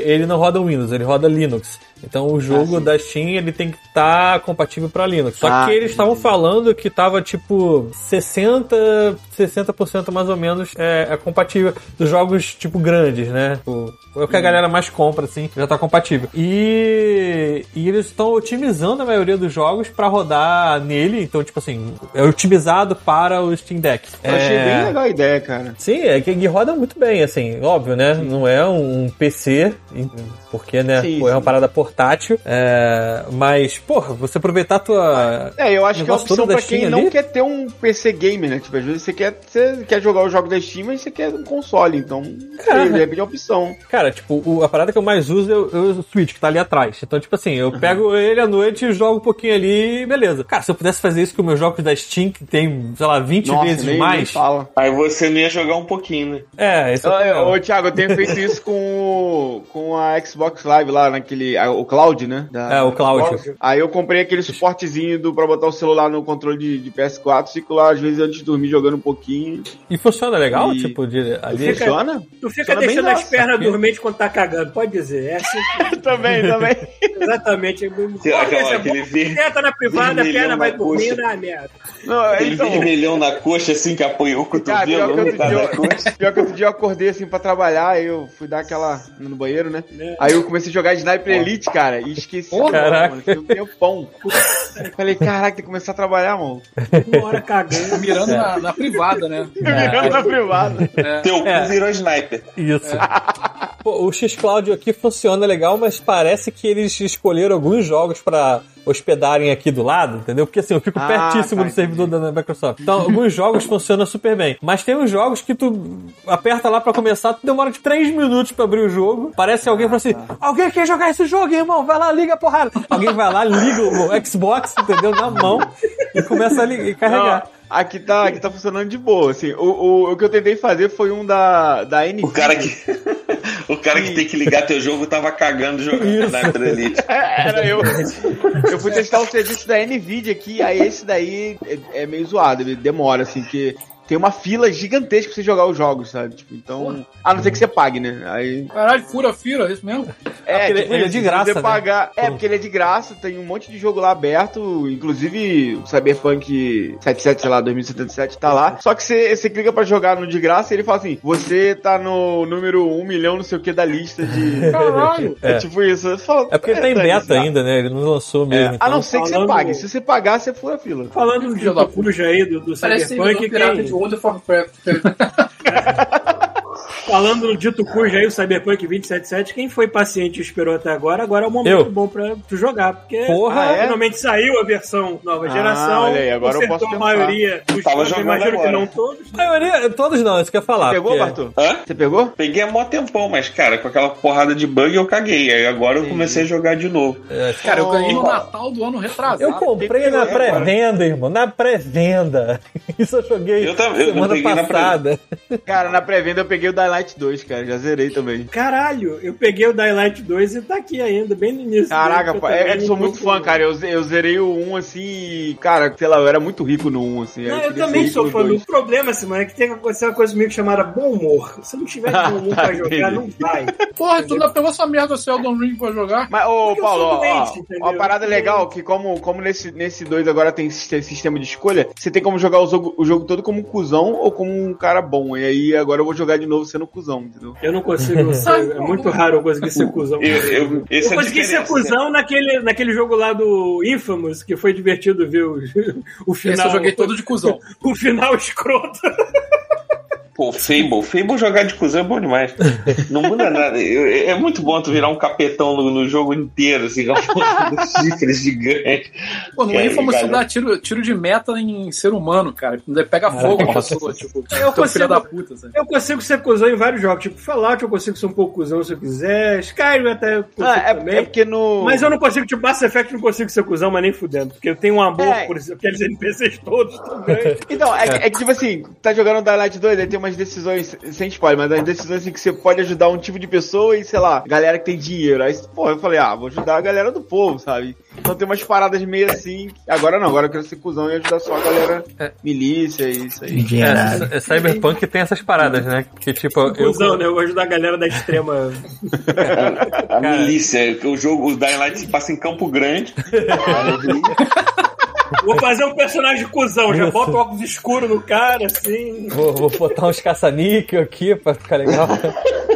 Speaker 2: ele não roda Windows, ele roda Linux. Então o jogo da Steam ele tem que estar compatível para Linux. Só
Speaker 7: Ah,
Speaker 2: que eles estavam falando que tava tipo 60, 60% mais ou menos é, é compatível dos jogos tipo grandes, né? Tipo, é o
Speaker 7: Hum.
Speaker 2: que a galera mais compra assim, já tá compatível. E, e eles estão otimizando a maioria dos jogos para rodar nele, então tipo assim, é otimizado para o Steam Deck.
Speaker 7: eu achei
Speaker 2: É.
Speaker 7: bem legal a ideia, cara.
Speaker 2: Sim, é que ele roda muito bem, assim, óbvio, né? Não é um PC, em- porque, né?
Speaker 7: Sim,
Speaker 2: pô, é uma
Speaker 7: sim.
Speaker 2: parada portátil. é, mas, porra, você aproveitar a tua.
Speaker 7: É, eu acho que é uma
Speaker 2: Negócio todo
Speaker 7: opção
Speaker 2: da
Speaker 7: pra quem
Speaker 2: Steam
Speaker 7: não
Speaker 2: ali?
Speaker 7: quer ter um PC gamer, né? Tipo, às vezes você quer, você quer jogar os jogos da Steam, mas você quer um console, então
Speaker 2: Cara.
Speaker 7: é, de repente é opção.
Speaker 2: Cara, tipo, o- a parada que eu mais uso é o, é o Switch, que tá ali atrás. Então, tipo assim,
Speaker 7: Uhum.
Speaker 2: eu pego ele à noite, jogo um pouquinho ali e beleza. Cara, se eu pudesse fazer isso com meus jogos da Steam, que tem, sei lá, 20 vezes
Speaker 7: nem- nem
Speaker 2: mais.
Speaker 7: fala.
Speaker 4: Aí você não ia jogar um pouquinho, né?
Speaker 2: É, esse é o
Speaker 7: Ah, eu-
Speaker 2: problema.
Speaker 7: Ô, Thiago, eu tenho feito isso com, o- com a Xbox Live lá, naquele. a- o Cloud, né? Da-
Speaker 2: É, o Cláudio.
Speaker 7: Aí eu comprei aquele suportezinho do, pra botar o celular no controle de, de PS4, fico lá, às vezes, antes de dormir, jogando um pouquinho.
Speaker 2: E funciona legal?
Speaker 7: E-
Speaker 2: Tipo, de, ali.
Speaker 1: Fica-
Speaker 7: Funciona?
Speaker 1: Tu fica
Speaker 7: Funciona é bem
Speaker 1: deixando
Speaker 7: nossa,
Speaker 1: as pernas dormentes quando tá cagando, pode dizer. É assim,
Speaker 7: também, também.
Speaker 1: exatamente. Porra,
Speaker 4: Aquela,
Speaker 7: é
Speaker 1: essa
Speaker 4: aquele ver...
Speaker 1: Teta na privada, a
Speaker 4: Vermelhão
Speaker 1: perna vai
Speaker 4: na
Speaker 1: dormindo,
Speaker 4: coxa.
Speaker 1: ah, merda.
Speaker 7: Não,
Speaker 4: Aquele
Speaker 7: então,
Speaker 4: vermelhão na coxa, assim, que apoiou o
Speaker 7: Cara,
Speaker 4: cotovelo
Speaker 7: pior
Speaker 4: na
Speaker 7: que, outro
Speaker 4: metade
Speaker 7: dia,
Speaker 4: da coxa.
Speaker 7: eu- pior que outro dia eu acordei assim pra trabalhar, aí eu fui dar aquela no banheiro, né?
Speaker 1: É.
Speaker 7: Aí eu comecei a jogar Sniper Elite, cara, e esqueci.
Speaker 2: Caraca.
Speaker 7: Fiquei um tempão. Aí eu falei, caraca, tem que começar a trabalhar, mano.
Speaker 1: Uma hora cagando.
Speaker 3: Tá Mirando na, na privada, né?
Speaker 7: Virando na privada.
Speaker 4: Teu
Speaker 2: É.
Speaker 4: cu virou sniper.
Speaker 2: Isso. Pô, o X-Cloud aqui funciona legal, mas parece que eles escolheram alguns jogos pra hospedarem aqui do lado, entendeu? Porque assim, eu fico
Speaker 7: Ah,
Speaker 2: pertíssimo
Speaker 7: tá,
Speaker 2: do servidor da Microsoft. Então, alguns jogos funcionam super bem. Mas tem uns jogos que tu aperta lá pra começar, tu demora de 3 minutos pra abrir o jogo. Parece alguém falando assim:
Speaker 7: Ah, tá.
Speaker 2: alguém quer jogar esse jogo, irmão? Vai lá, liga a porrada. Alguém vai lá, liga o Xbox, entendeu? Na mão e começa a ligar, e carregar.
Speaker 7: Não, Aqui tá, aqui tá funcionando de boa, assim. O, o, o que eu tentei fazer foi um da, da NVIDIA.
Speaker 4: O cara que. O cara que tem que ligar teu jogo tava cagando jogando Sniper Elite.
Speaker 7: Era eu. Eu fui testar o serviço da NVIDIA aqui, aí esse daí é, é meio zoado, ele demora, assim, que tem uma fila gigantesca pra você jogar os jogos, sabe? Tipo, então. A não ser que você pague, né? Aí.
Speaker 3: Caralho, fura, fira, é isso mesmo?
Speaker 7: É,
Speaker 2: porque ele- ele é
Speaker 7: isso,
Speaker 2: de
Speaker 7: se
Speaker 2: graça,
Speaker 7: você
Speaker 2: né?
Speaker 7: pagar. É,
Speaker 2: Pô.
Speaker 7: porque ele é de graça, tem um monte de jogo lá aberto, inclusive o Cyberpunk 77, sei lá, 2077 tá lá. Só que você, você clica pra jogar no de graça e ele fala assim: você tá no número 1 milhão, não sei o que, da lista de.
Speaker 3: Caralho!
Speaker 7: É, tipo isso. Eu falo,
Speaker 2: É porque ele tá em
Speaker 7: dane-se,
Speaker 2: beta
Speaker 7: ah,
Speaker 2: ainda, né? Ele não lançou mesmo.
Speaker 7: a não
Speaker 2: então-
Speaker 7: ser que você
Speaker 1: falando-
Speaker 7: pague. Se você pagar, você fura a fila.
Speaker 1: Falando de
Speaker 3: Filho da
Speaker 1: coruja aí, do, do
Speaker 3: Parece ser
Speaker 1: Cyberpunk,
Speaker 3: pirata de
Speaker 1: quem,
Speaker 3: World of Warcraft.
Speaker 1: Falando no dito cujo aí, o Cyberpunk 2077, quem foi paciente e esperou até agora, agora é o momento
Speaker 2: Eu.
Speaker 1: bom pra tu jogar, porque
Speaker 2: Porra,
Speaker 1: ah,
Speaker 7: é?
Speaker 1: finalmente saiu a versão nova
Speaker 7: Ah,
Speaker 1: geração,
Speaker 7: olha aí, agora eu
Speaker 1: acertou
Speaker 7: posso
Speaker 1: a
Speaker 7: pensar.
Speaker 1: maioria dos
Speaker 4: Tava
Speaker 1: fãs, eu
Speaker 4: jogando
Speaker 1: imagino que
Speaker 4: agora.
Speaker 1: não todos. né?
Speaker 2: A maioria, todos não, isso que eu ia falar.
Speaker 7: Pegou,
Speaker 2: Ah, porque-
Speaker 7: Bartô?
Speaker 4: Hã?
Speaker 7: Você pegou?
Speaker 4: Peguei há mó tempão, mas, cara, com aquela porrada de bug eu caguei. Aí agora eu comecei a jogar de novo.
Speaker 3: Cara, eu ganhei no Natal do ano retrasado.
Speaker 2: Eu comprei na pré-venda, irmão. Na pré-venda. Isso eu joguei
Speaker 4: Eu tam- eu não
Speaker 2: semana
Speaker 4: peguei na
Speaker 2: passada.
Speaker 7: Cara, na pré-venda eu peguei o Daylight 2, cara. Já zerei também.
Speaker 1: Caralho, eu peguei o Daylight 2 e tá aqui ainda, bem no início.
Speaker 7: Caraca,
Speaker 1: Eu
Speaker 7: pô,
Speaker 1: também
Speaker 7: é, eu sou
Speaker 1: não
Speaker 7: muito
Speaker 1: tô-
Speaker 7: fã, cara. Eu, ze- eu zerei o 1 assim e, cara, sei lá, eu era muito rico no 1, assim. aí
Speaker 1: Não, eu
Speaker 7: queria ser
Speaker 1: também
Speaker 7: rico
Speaker 1: sou
Speaker 7: no
Speaker 1: fã. O
Speaker 7: dois.
Speaker 1: problema, Simone, é que tem que acontecer uma coisa comigo chamada bom humor. Se não tiver bom humor pra jogar, não vai.
Speaker 3: Porra, tu ainda pegou essa merda seu Elden Ring pra jogar?
Speaker 7: Mas, ô,
Speaker 1: Porque eu
Speaker 7: Paulo,
Speaker 1: sou
Speaker 7: ó,
Speaker 1: doente,
Speaker 7: ó,
Speaker 1: entendeu? Tipo,
Speaker 7: uma parada legal que, como, como nesse 2 nesse dois agora tem siste- sistema de escolha, você tem como jogar o jogo, o jogo todo como um cuzão ou como um cara bom. E aí agora eu vou jogar de novo sendo cuzão, entendeu?
Speaker 1: Eu não consigo ser. É muito raro eu conseguir ser cuzão.
Speaker 4: Eu, eu,
Speaker 1: Eu
Speaker 4: essa é a
Speaker 1: consegui ser
Speaker 4: diferença,
Speaker 1: cuzão naquele, naquele jogo lá do Infamous, que foi divertido ver o, o final.
Speaker 3: Esse eu joguei todo de cuzão.
Speaker 1: O final escroto.
Speaker 4: né? Pô, Fable. Fable jogar de cuzão é bom demais. Não muda nada. Eu- eu- É muito bom tu virar um capetão no, no jogo inteiro, assim, com a porra dos chifres gigantes.
Speaker 3: Pô, no
Speaker 4: É,
Speaker 3: Infamous
Speaker 4: cara.
Speaker 3: tu dá tiro, tiro de meta em ser humano, cara. Ainda Pega fogo na pessoa, tipo, eu
Speaker 1: consigo-
Speaker 3: filho da puta, sabe?
Speaker 1: Eu consigo ser cuzão em vários jogos. Tipo, Fallout eu consigo ser um pouco cuzão se eu quiser. Skyrim até eu consigo
Speaker 7: Ah, é,
Speaker 1: também.
Speaker 7: é porque no.
Speaker 1: Mas eu não consigo, tipo, Mass Effect eu não consigo ser cuzão, mas nem fudendo. Porque eu tenho um amor
Speaker 7: É.
Speaker 1: por aqueles NPCs todos também.
Speaker 7: Então, é, que- é que tipo assim, tá jogando Daylight 2, aí tem umas decisões, sem spoiler, mas as decisões assim que você pode ajudar um tipo de pessoa e, sei lá, galera que tem dinheiro. Aí, pô, eu falei, ah, vou ajudar a galera do povo, sabe? Então tem umas paradas meio assim. Agora não, agora eu quero ser cuzão e ajudar só a galera milícia e isso aí.
Speaker 6: Engenharia.
Speaker 2: É, Cyberpunk tem essas paradas, né? Que tipo,
Speaker 1: Cusão, né? Eu vou ajudar a galera da extrema.
Speaker 4: A milícia. O jogo, o Dying Light se passa em Campo Grande. lá no Rio.
Speaker 1: Vou fazer um personagem cuzão. Já bota o óculos escuro no cara, assim.
Speaker 2: Vou, vou botar uns caça-níquel aqui pra ficar legal.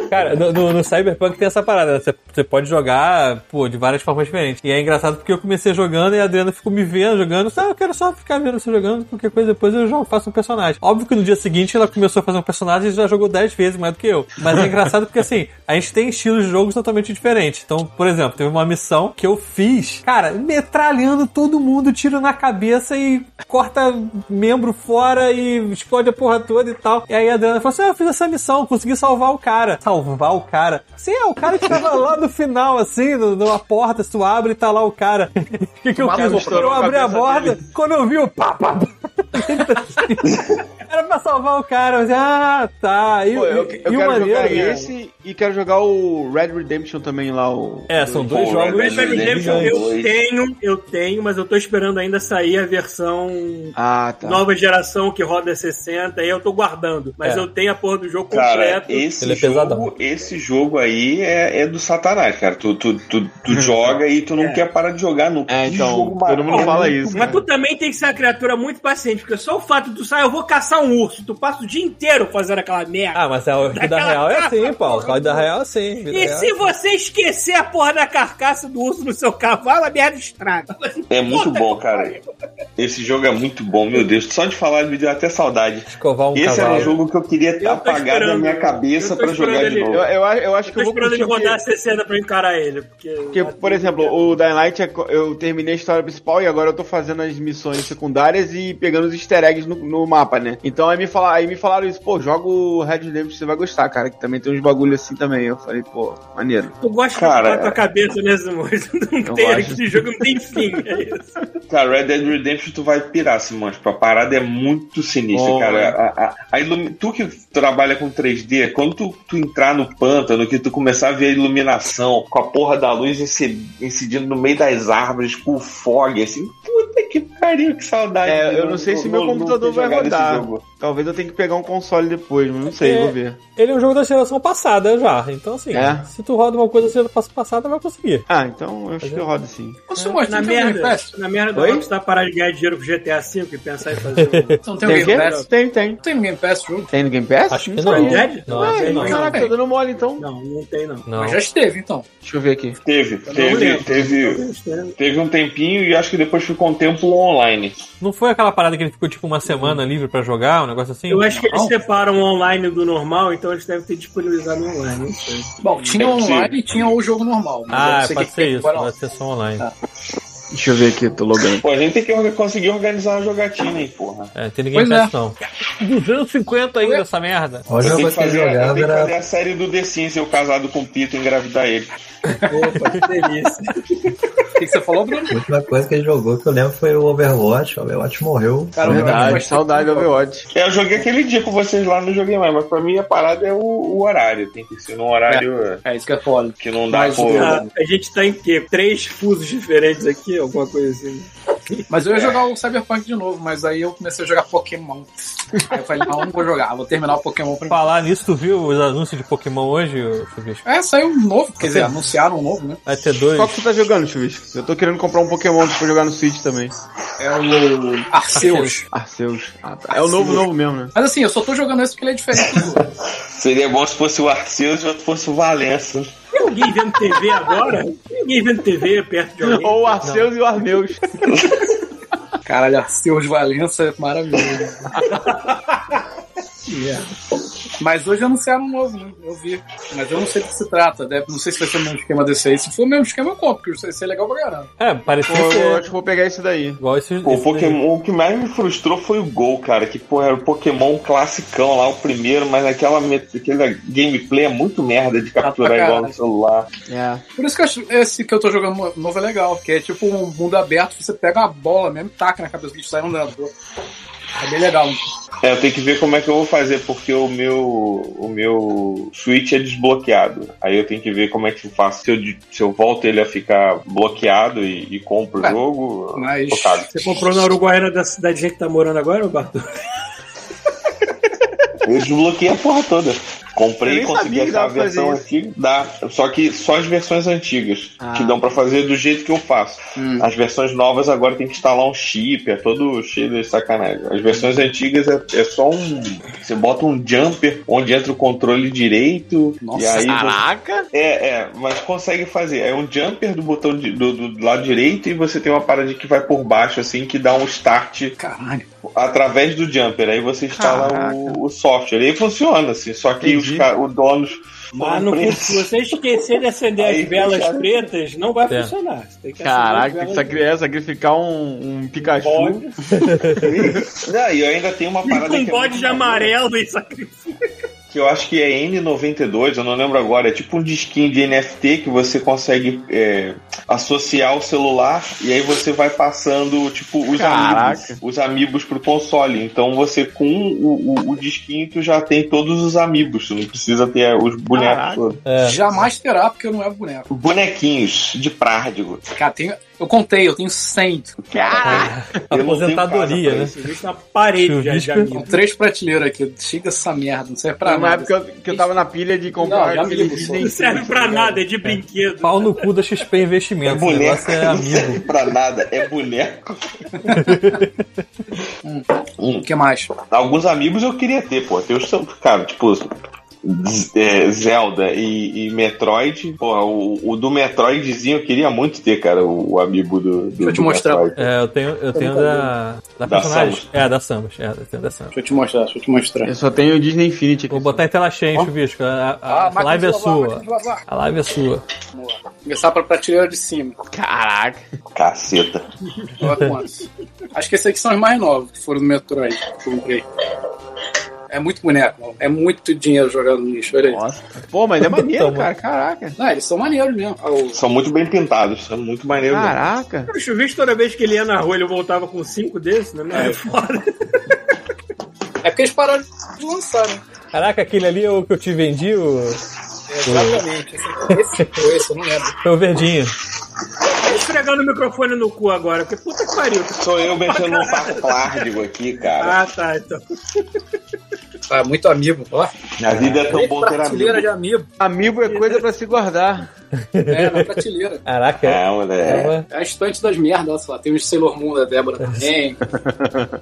Speaker 2: Cara, no, no- no Cyberpunk tem essa parada, né? Você- Você pode jogar, pô, de várias formas diferentes. E é engraçado porque eu comecei jogando e a Adriana ficou me vendo jogando. Ah, eu quero só ficar vendo você jogando, qualquer coisa depois eu jogo, faço um personagem. Óbvio que no dia seguinte ela começou a fazer um personagem e já jogou 10 vezes mais do que eu. Mas é engraçado porque assim, a gente tem estilos de jogos totalmente diferentes. Então, por exemplo, teve uma missão que eu fiz, cara, metralhando todo mundo, tiro na cabeça e corta membro fora e explode a porra toda e tal. E aí a Adriana falou assim: ah, eu fiz essa missão, consegui salvar o cara. Salvar o cara? Sim, é o cara que tava lá no final, assim, no- numa porta, se tu abre e tá lá o cara. O que, que eu
Speaker 3: O maluco
Speaker 2: fiz? Eu
Speaker 3: estourou
Speaker 7: a
Speaker 2: abri a
Speaker 7: cabeça
Speaker 2: borda, quando eu vi o pá, pá, pá. Era pra salvar o cara, mas ah, tá. E,
Speaker 7: Pô, eu, eu
Speaker 2: e- e
Speaker 7: quero
Speaker 2: o maneiro. é né?
Speaker 7: jogar esse e quero jogar o Red Redemption também lá, o.
Speaker 2: É, são dois
Speaker 4: Pô,
Speaker 2: jogos.
Speaker 4: Red Dead Redemption
Speaker 2: gigantes.
Speaker 1: eu
Speaker 4: dois.
Speaker 1: tenho, eu tenho, mas eu tô esperando ainda sair a versão
Speaker 7: Ah, tá.
Speaker 1: nova geração que roda 60 e eu tô guardando. Mas
Speaker 2: É.
Speaker 1: eu tenho a porra do jogo
Speaker 4: Cara,
Speaker 1: completo.
Speaker 4: esse,
Speaker 2: Ele é pesadão.
Speaker 4: jogo, esse jogo aí é, é do satanás, cara. Tu, tu, tu,
Speaker 1: Uhum.
Speaker 4: tu joga e tu não
Speaker 1: É.
Speaker 4: quer parar de jogar nunca.
Speaker 7: É,
Speaker 4: Que
Speaker 7: então,
Speaker 4: jogo
Speaker 7: todo
Speaker 4: maravilhoso.
Speaker 7: mundo fala isso.
Speaker 1: né? Mas
Speaker 7: cara.
Speaker 1: tu também tem que ser uma criatura muito paciente, porque só o fato de tu sair, eu vou caçar um urso, tu passa o dia inteiro fazendo aquela merda.
Speaker 2: Ah, mas a vida
Speaker 1: Daquela
Speaker 2: real é assim,
Speaker 1: caça,
Speaker 2: Paulo.
Speaker 1: porra.
Speaker 3: né?
Speaker 2: A vida real é assim. vida
Speaker 1: E
Speaker 2: real.
Speaker 1: se você esquecer a porra da carcaça do urso no seu cavalo, a merda estraga.
Speaker 4: É muito bom, cara. Esse jogo é muito bom, meu Deus. Só de falar me deu até saudade.
Speaker 2: Escovar um
Speaker 4: Esse era um
Speaker 2: cavalo.
Speaker 4: jogo que eu queria
Speaker 1: tô
Speaker 4: apagar da
Speaker 1: esperando.
Speaker 4: minha cabeça
Speaker 1: Eu tô
Speaker 4: pra jogar
Speaker 1: esperando
Speaker 4: de
Speaker 1: ele.
Speaker 4: novo.
Speaker 7: Eu, eu, eu acho
Speaker 1: Eu
Speaker 7: que
Speaker 1: tô
Speaker 7: eu vou
Speaker 1: esperando ele
Speaker 7: curtir
Speaker 1: rodar a
Speaker 7: porque-
Speaker 1: 60 pra eu encarar ele. Porque,
Speaker 7: Porque,
Speaker 1: né?
Speaker 7: por exemplo, o Dying Light, é co- eu terminei a história principal e agora eu tô fazendo as missões secundárias e pegando os easter eggs no, no mapa, né? Então aí me, fala, aí me falaram isso, pô, joga o Red Dead você vai gostar, cara, que também tem uns bagulho assim também. Eu falei, pô, maneiro.
Speaker 1: Tu gosta
Speaker 4: Cara,
Speaker 1: de botar
Speaker 7: é-
Speaker 1: a tua cabeça nesse momento. Não
Speaker 7: eu
Speaker 1: tem,
Speaker 7: acho.
Speaker 1: esse jogo não tem fim. É isso.
Speaker 4: Cara, Red Dead Redemption tu vai pirar, Simões. A parada é muito sinistra,
Speaker 7: Bom,
Speaker 4: cara.
Speaker 7: né?
Speaker 4: A, a- a ilumi- Tu que trabalha com 3D, quando tu, tu entrar no pântano, que tu começar a ver a iluminação com a porra da luz inci- incidindo no meio das árvores, com o fog, assim, puta que pariu, que saudade.
Speaker 7: É,
Speaker 4: de
Speaker 7: eu
Speaker 4: não-
Speaker 7: não sei
Speaker 4: não-
Speaker 7: se meu
Speaker 4: não- não
Speaker 7: computador
Speaker 4: ter
Speaker 7: vai
Speaker 4: jogado esse
Speaker 7: rodar.
Speaker 4: jogo.
Speaker 7: Talvez eu tenha que pegar um console depois, mas não sei,
Speaker 2: É.
Speaker 7: vou ver.
Speaker 2: Ele é um jogo da geração passada já. Então, assim,
Speaker 7: É.
Speaker 2: se tu roda uma coisa da geração passada, vai conseguir.
Speaker 7: Ah, então eu acho que eu rodo sim.
Speaker 3: Ô, senhor, tu
Speaker 1: Na
Speaker 3: não tem um Game
Speaker 1: merda,
Speaker 3: Pass?
Speaker 1: na merda do
Speaker 7: Oi?
Speaker 1: Rockstar parar de ganhar dinheiro com GTA V e pensar em fazer um.
Speaker 3: Tu não tem o Game Pass?
Speaker 7: Tem, tem.
Speaker 3: Não tem Game Pass, jogo?
Speaker 7: Tem no Game Pass?
Speaker 2: Acho que
Speaker 3: é
Speaker 7: sabia.
Speaker 2: não.
Speaker 1: Dead?
Speaker 2: Não,
Speaker 1: Ué,
Speaker 2: acho que
Speaker 7: Ué,
Speaker 2: não.
Speaker 3: não.
Speaker 7: caraca, tô dando mole então.
Speaker 1: Não, não tem não.
Speaker 2: Não.
Speaker 3: Mas já esteve, então.
Speaker 7: Deixa eu ver aqui.
Speaker 4: Teve,
Speaker 1: Eu não
Speaker 4: teve,
Speaker 1: lembro.
Speaker 4: teve, teve um tempinho e acho que depois ficou um tempo currículo online.
Speaker 2: Não foi aquela parada que ele ficou tipo uma semana livre pra jogar, um negócio assim?
Speaker 1: Eu acho que eles separam o online do normal, então eles devem ter disponibilizado online. não sei.
Speaker 3: Bom, tinha o online e tinha o jogo normal. mas eu
Speaker 2: Ah,
Speaker 3: não sei
Speaker 2: pode
Speaker 3: que
Speaker 2: ser
Speaker 3: que
Speaker 2: isso,
Speaker 3: agora-
Speaker 2: pode ser só online.
Speaker 7: Deixa eu ver aqui, tô logando.
Speaker 4: Pô, a gente tem que orga- conseguir organizar uma jogatina, hein, porra.
Speaker 2: É, tem ninguém
Speaker 3: Pois
Speaker 2: Pass não. 250 ainda essa merda.
Speaker 6: O
Speaker 4: Eu
Speaker 6: jogo
Speaker 4: tenho,
Speaker 6: que
Speaker 4: que
Speaker 6: eu
Speaker 4: fazer, eu
Speaker 6: jogava
Speaker 4: tenho que fazer
Speaker 6: era.
Speaker 4: a série do The Sims, eu casado com o Pito e engravidar ele.
Speaker 3: O que que você falou, Bruno?
Speaker 6: A última coisa que ele jogou que eu lembro foi o Overwatch. O Overwatch morreu.
Speaker 3: Cara,
Speaker 7: Verdade, saudade do Overwatch.
Speaker 4: É, Eu joguei aquele dia com vocês lá, não joguei mais, mas pra mim a parada é o, o horário. Tem que ser num horário
Speaker 3: É isso que eu falo.
Speaker 4: que não dá
Speaker 3: Mas
Speaker 4: pô.
Speaker 1: Ah, a gente tá em quê? Três fusos diferentes aqui, alguma coisa assim.
Speaker 3: Mas eu ia jogar o Cyberpunk de novo, mas aí eu comecei a jogar Pokémon. Aí eu falei, não, não vou jogar, vou terminar o Pokémon primeiro.
Speaker 2: Falar nisso, tu viu os anúncios de Pokémon hoje, ô, Chubisco?
Speaker 3: É, saiu um novo, quer dizer, anunciaram um novo, né?
Speaker 2: Vai ter dois.
Speaker 7: Qual que você tá jogando, Chuvisco? Eu tô querendo comprar um Pokémon pra jogar no Switch também.
Speaker 3: É o Arceus.
Speaker 7: Arceus. É o novo, novo mesmo, né?
Speaker 3: Mas assim, eu só tô jogando esse porque ele é diferente dos outros.
Speaker 4: Seria bom se fosse o Arceus e o outro fosse o Valença.
Speaker 1: Tem alguém vendo TV agora? Tem alguém vendo TV perto de alguém?
Speaker 7: Ou o Arceus e o Armeus.
Speaker 3: Caralho, Arceus Valença é maravilhoso. Yeah. Mas hoje anunciaram um novo, né? Eu vi. Mas eu não sei do que se trata. deve- Não sei se vai ser o mesmo esquema desse aí. Se for o mesmo esquema, eu compro, porque isso é legal pra caramba.
Speaker 2: É, parecia
Speaker 7: Pô, eu acho
Speaker 2: ser
Speaker 7: que vou pegar isso daí.
Speaker 2: igual esse.
Speaker 4: Pô, o
Speaker 2: esse daí.
Speaker 4: Pokémon, o que mais me frustrou foi o Gol, cara. Que, pô, era o Pokémon classicão lá, o primeiro, mas aquela, met- aquela gameplay é muito merda de capturar
Speaker 3: Tá pra
Speaker 4: igual
Speaker 3: caralho.
Speaker 4: no celular.
Speaker 7: É.
Speaker 3: Por isso que eu acho esse que eu tô jogando novo é legal, que é tipo um mundo aberto, você pega uma bola mesmo, taca na cabeça do bicho e sai andando. É bem legal.
Speaker 4: É, eu tenho que ver como é que eu vou fazer, porque o meu, o meu Switch é desbloqueado. Aí eu tenho que ver como é que eu faço. Se eu, de- se eu volto ele a ficar bloqueado e, e compro
Speaker 3: Ué,
Speaker 4: o jogo,
Speaker 3: Mas.
Speaker 4: focado.
Speaker 1: Você comprou na Uruguaiana da cidadezinha que tá morando agora, ô Bartô?
Speaker 4: Eu desbloqueei a porra toda.
Speaker 7: Eu
Speaker 4: Comprei e
Speaker 7: nem
Speaker 4: consegui
Speaker 7: sabia que
Speaker 4: aquela
Speaker 7: dava pra fazer
Speaker 4: versão
Speaker 7: isso.
Speaker 4: antiga. Dá. Só que só as versões antigas
Speaker 7: Ah.
Speaker 4: que dão pra fazer do jeito que eu faço.
Speaker 7: Hum.
Speaker 4: As versões novas agora tem que instalar um chip, é todo cheio de sacanagem. As versões antigas é, é só um. Você bota um jumper onde entra o controle direito.
Speaker 3: Nossa,
Speaker 4: e aí você-
Speaker 7: Caraca!
Speaker 4: é, é, mas consegue fazer. É um jumper do botão de- do, do lado direito e você tem uma parada que vai por baixo, assim, que dá um start
Speaker 3: Caralho.
Speaker 4: através do jumper. Aí você instala
Speaker 7: Caraca.
Speaker 4: o, o software. E aí funciona, assim. Só que
Speaker 7: Entendi.
Speaker 4: os ca- o dono.
Speaker 1: Mas no curso, se você esquecer de acender
Speaker 4: Aí,
Speaker 1: as velas
Speaker 4: cara.
Speaker 1: pretas, não vai
Speaker 2: É.
Speaker 1: funcionar. Você tem que acender
Speaker 7: Caraca,
Speaker 1: as
Speaker 7: tem que
Speaker 1: velas
Speaker 7: sacri- é, sacrificar um, um Pikachu.
Speaker 1: Bode.
Speaker 4: Não, e eu ainda tenho uma
Speaker 1: com
Speaker 4: parada
Speaker 1: um
Speaker 4: que, é muito
Speaker 1: bode de
Speaker 4: maneira,
Speaker 1: amarelo e sacrifício.
Speaker 4: que eu acho que é N92, eu não lembro agora. É tipo um disquinho de NFT que você consegue é, associar o celular e aí você vai passando, tipo, os
Speaker 7: Caraca.
Speaker 4: amigos, os amigos pro console. Então você, com o, o, o disquinho, tu já tem todos os amigos. Tu não precisa ter os bonecos
Speaker 7: Caraca.
Speaker 4: todos.
Speaker 2: É.
Speaker 3: Jamais terá, porque eu não é boneco.
Speaker 4: Bonequinhos de prádigo.
Speaker 3: Cara, tenho- eu contei, eu tenho 100.
Speaker 4: Eu não tenho casa
Speaker 2: Aposentadoria,
Speaker 4: pra
Speaker 2: né?
Speaker 4: isso.
Speaker 1: Existe uma é parede de, de
Speaker 2: Chuvisco.
Speaker 3: Com
Speaker 1: amigos.
Speaker 3: três prateleiras aqui. Chega dessa merda, Uhum. não é serve pra
Speaker 7: Na
Speaker 3: nada.
Speaker 7: época eu- que eu tava na pilha de comprar
Speaker 3: Não, já
Speaker 7: aquele
Speaker 3: me lembro,
Speaker 7: Disney
Speaker 1: Não serve pra nada, é de brinquedo.
Speaker 2: Pau no cu da XP Investimentos. O negócio é
Speaker 4: não serve
Speaker 2: amigo.
Speaker 4: pra nada, é boneco. Um,
Speaker 3: O que mais?
Speaker 4: Alguns amigos eu queria ter, pô. Tem os são, cara, tipo. Z- é, Zelda e, e Metroid, porra, o, o do Metroidzinho eu queria muito ter, cara, o, o amigo do, do.
Speaker 3: Deixa eu te
Speaker 4: do
Speaker 3: mostrar.
Speaker 4: Metroid.
Speaker 2: É, eu tenho, eu tenho da. Da,
Speaker 4: Da
Speaker 2: personagem. É, da Samus. É, eu tenho da Samus.
Speaker 3: Deixa eu te mostrar, deixa eu te mostrar.
Speaker 7: Eu só tenho o Disney Infinity aqui.
Speaker 2: Vou botar em tela cheia, hein, Chubisco. A, a- a
Speaker 3: máquina
Speaker 2: live
Speaker 3: de
Speaker 2: é
Speaker 3: lavar, máquina
Speaker 2: sua.
Speaker 3: de lavar.
Speaker 2: A live é sua.
Speaker 3: Vamos lá. Começar pra prateleira de cima.
Speaker 7: Caraca.
Speaker 4: Caceta.
Speaker 3: Olha quantos. Acho que esses aqui são os mais novos, que foram do Metroid. que eu comprei. É muito boneco, mano. É muito dinheiro jogado no lixo, olha aí.
Speaker 7: Nossa. Pô, mas é maneiro,
Speaker 2: Toma.
Speaker 7: cara. Caraca.
Speaker 3: Não, eles são maneiros mesmo. Ah, o-
Speaker 4: São muito bem pintados, são muito maneiros. mesmo.
Speaker 7: Caraca.
Speaker 1: O chuvisco, toda vez que ele ia na rua, ele voltava com cinco desses, né? Não, é foda.
Speaker 3: É porque eles pararam de lançar, né?
Speaker 2: Caraca, aquele ali é o que eu te vendi, o.
Speaker 3: Exatamente. Esse, esse, esse, eu não lembro.
Speaker 2: Foi o verdinho.
Speaker 1: Tá esfregando o microfone no cu agora, porque puta que pariu.
Speaker 4: Sou eu mexendo
Speaker 7: Ah,
Speaker 4: um papo plárdigo aqui, cara.
Speaker 1: Ah, tá, então.
Speaker 3: Ah, muito amigo, ó.
Speaker 4: A vida é tão
Speaker 3: Tem
Speaker 4: bom ter
Speaker 3: prateleira de
Speaker 4: amigo.
Speaker 3: amigo.
Speaker 7: Amigo é coisa pra se guardar.
Speaker 3: É, na prateleira.
Speaker 2: Caraca, é,
Speaker 4: É, moleque.
Speaker 2: uma-
Speaker 3: É a estante das merdas, olha só. Tem os Sailor Moon da
Speaker 2: É.
Speaker 3: Débora também.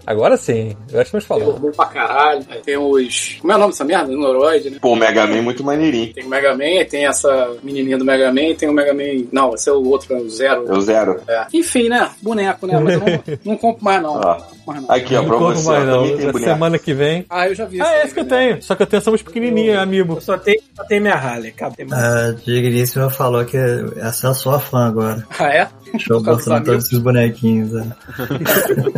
Speaker 2: Agora sim, eu acho que nós
Speaker 3: Sailor
Speaker 2: falamos.
Speaker 3: Moon pra caralho. Aí tem os... Como é o nome dessa merda? Noroid, né?
Speaker 4: Pô, o Mega Man é muito maneirinho.
Speaker 3: Tem o Mega Man, aí tem essa menininha do Mega Man, tem o Mega Man... Não, esse é o outro, é o Zero.
Speaker 4: Eu zero.
Speaker 3: É. Enfim, né? Boneco, né? Mas eu não, não compro mais, não.
Speaker 4: Ó.
Speaker 3: Não compro mais, não.
Speaker 4: Aqui, ó, pra
Speaker 2: Não compro
Speaker 4: você.
Speaker 2: mais
Speaker 4: ó,
Speaker 2: não,
Speaker 4: também tem
Speaker 2: na
Speaker 4: boneco.
Speaker 2: semana que vem.
Speaker 3: Ah, eu já vi.
Speaker 2: Ah, é esse que eu tenho. Só que eu tenho essa pequenininha, amiibo.
Speaker 1: Eu só tenho, só tenho minha Harley. Acabou. Tem mais.
Speaker 6: A Digníssima falou que essa é a sua fã agora.
Speaker 3: Ah, é? causa
Speaker 6: Estou
Speaker 3: dos
Speaker 6: mostrando todos esses bonequinhos. né?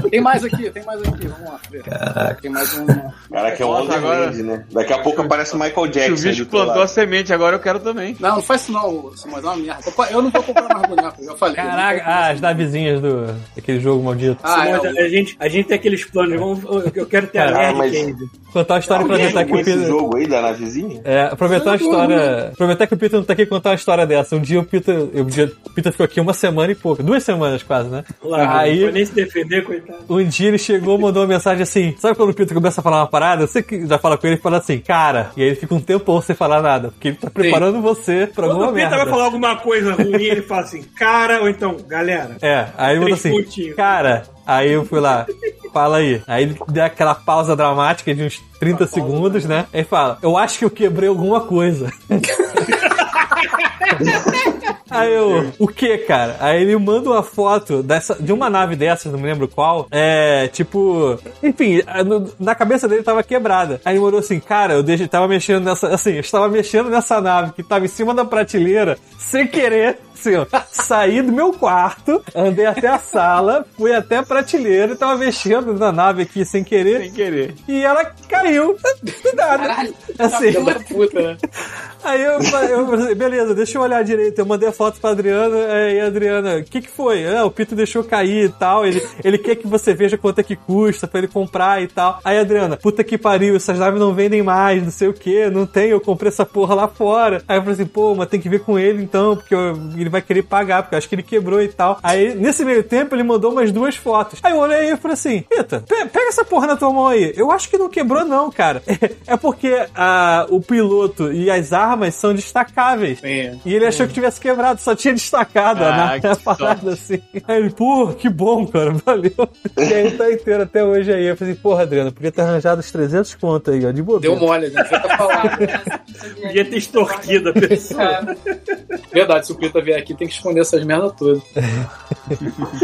Speaker 3: Tem mais aqui, tem mais aqui. Vamos lá. Fred. Tem mais um...
Speaker 4: Caraca, é um
Speaker 7: Nossa,
Speaker 4: Wonder
Speaker 7: agora-
Speaker 4: Lady, né? Daqui a pouco aparece o Michael
Speaker 7: Se o
Speaker 4: Jackson.
Speaker 7: bicho
Speaker 4: do teu
Speaker 7: plantou a
Speaker 4: lado.
Speaker 7: semente, agora eu quero também.
Speaker 3: Não, não faz isso não, Simões, é uma merda. Opa, Eu não vou comprar mais boneco, já falei.
Speaker 2: Caraca, ah, as navezinhas do daquele jogo maldito.
Speaker 3: Ah, é,
Speaker 1: Mas
Speaker 4: um-
Speaker 1: a, a gente, a gente tem aqueles planos. Vamos, eu- eu quero ter a Nerd
Speaker 2: Caralho,
Speaker 4: mas-
Speaker 1: Cave.
Speaker 2: Contar a história e
Speaker 4: Alguém
Speaker 2: aproveitar que
Speaker 4: jogou
Speaker 2: o
Speaker 4: esse
Speaker 2: Peter.
Speaker 4: jogo aí da navezinha?
Speaker 2: É, aproveitar a história. Aproveitar que o Peter não tá aqui e contar uma história dessa. Um dia o Peter. Um dia, o Peter ficou aqui uma semana e pouco. Duas semanas quase, né?
Speaker 1: Lá,
Speaker 2: Aí-
Speaker 1: Não foi nem se defender, coitado.
Speaker 2: Um dia ele chegou, mandou uma mensagem assim. Sabe quando o Peter começa a falar uma parada? Você que já fala com ele e fala assim, cara. E aí ele fica um tempão sem falar nada. Porque ele tá preparando você pra
Speaker 1: Quando
Speaker 2: alguma
Speaker 1: o Pita
Speaker 2: merda.
Speaker 1: vai falar alguma coisa ruim, ele fala assim, cara, ou então, galera.
Speaker 2: É, aí ele mandou
Speaker 1: Três
Speaker 2: assim,
Speaker 1: pontinhos.
Speaker 2: cara, aí eu fui lá, fala aí. Aí ele deu aquela pausa dramática de uns 30 segundos, né? Aí fala, eu acho que eu quebrei alguma coisa. Aí eu, o que, cara? Aí ele manda uma foto dessa, de uma nave dessas, não me lembro qual. É, tipo. Enfim, a- no- na cabeça dele tava quebrada. Aí ele mandou assim, cara, eu deixei, tava mexendo nessa. Assim, eu estava mexendo nessa nave que tava em cima da prateleira, sem querer. Assim, ó, saí do meu quarto, andei até a sala, fui até a prateleira e tava mexendo na nave aqui sem querer.
Speaker 7: Sem querer.
Speaker 2: E ela caiu do nada. assim.
Speaker 3: Filha da puta, né?
Speaker 2: Aí eu, eu falei, assim, beleza, deixa eu olhar direito. Eu mandei a foto pra Adriana, é, e a Adriana, o que que foi? Ah, o Pito deixou cair e tal, ele, ele quer que você veja quanto é que custa pra ele comprar e tal. Aí a Adriana, puta que pariu, essas naves não vendem mais, não sei o que, não tem, eu comprei essa porra lá fora. Aí eu falei assim, pô, mas tem que ver com ele então, porque eu- ele vai querer pagar, porque eu acho que ele quebrou e tal. Aí, nesse meio tempo, ele mandou umas duas fotos. Aí eu olhei e falei assim, Pita, pe- pega essa porra na tua mão aí. Eu acho que não quebrou não, cara. É porque ah, o piloto e as armas são destacáveis.
Speaker 3: Sim.
Speaker 2: E ele achou que tivesse quebrado, só tinha destacado né?
Speaker 7: Ah,
Speaker 2: a,
Speaker 7: que
Speaker 2: na- a parada assim. Aí ele, pô, que bom, cara, valeu. E aí tá inteiro até hoje aí. Eu falei, assim, porra, Adriano, podia ter arranjado os 300 conto aí, ó, de bobeira.
Speaker 3: Deu mole, né? Fica falando.
Speaker 1: Podia ter extorquido a pessoa.
Speaker 3: Verdade, se o Pita vier aqui, tem que esconder essas merdas todas.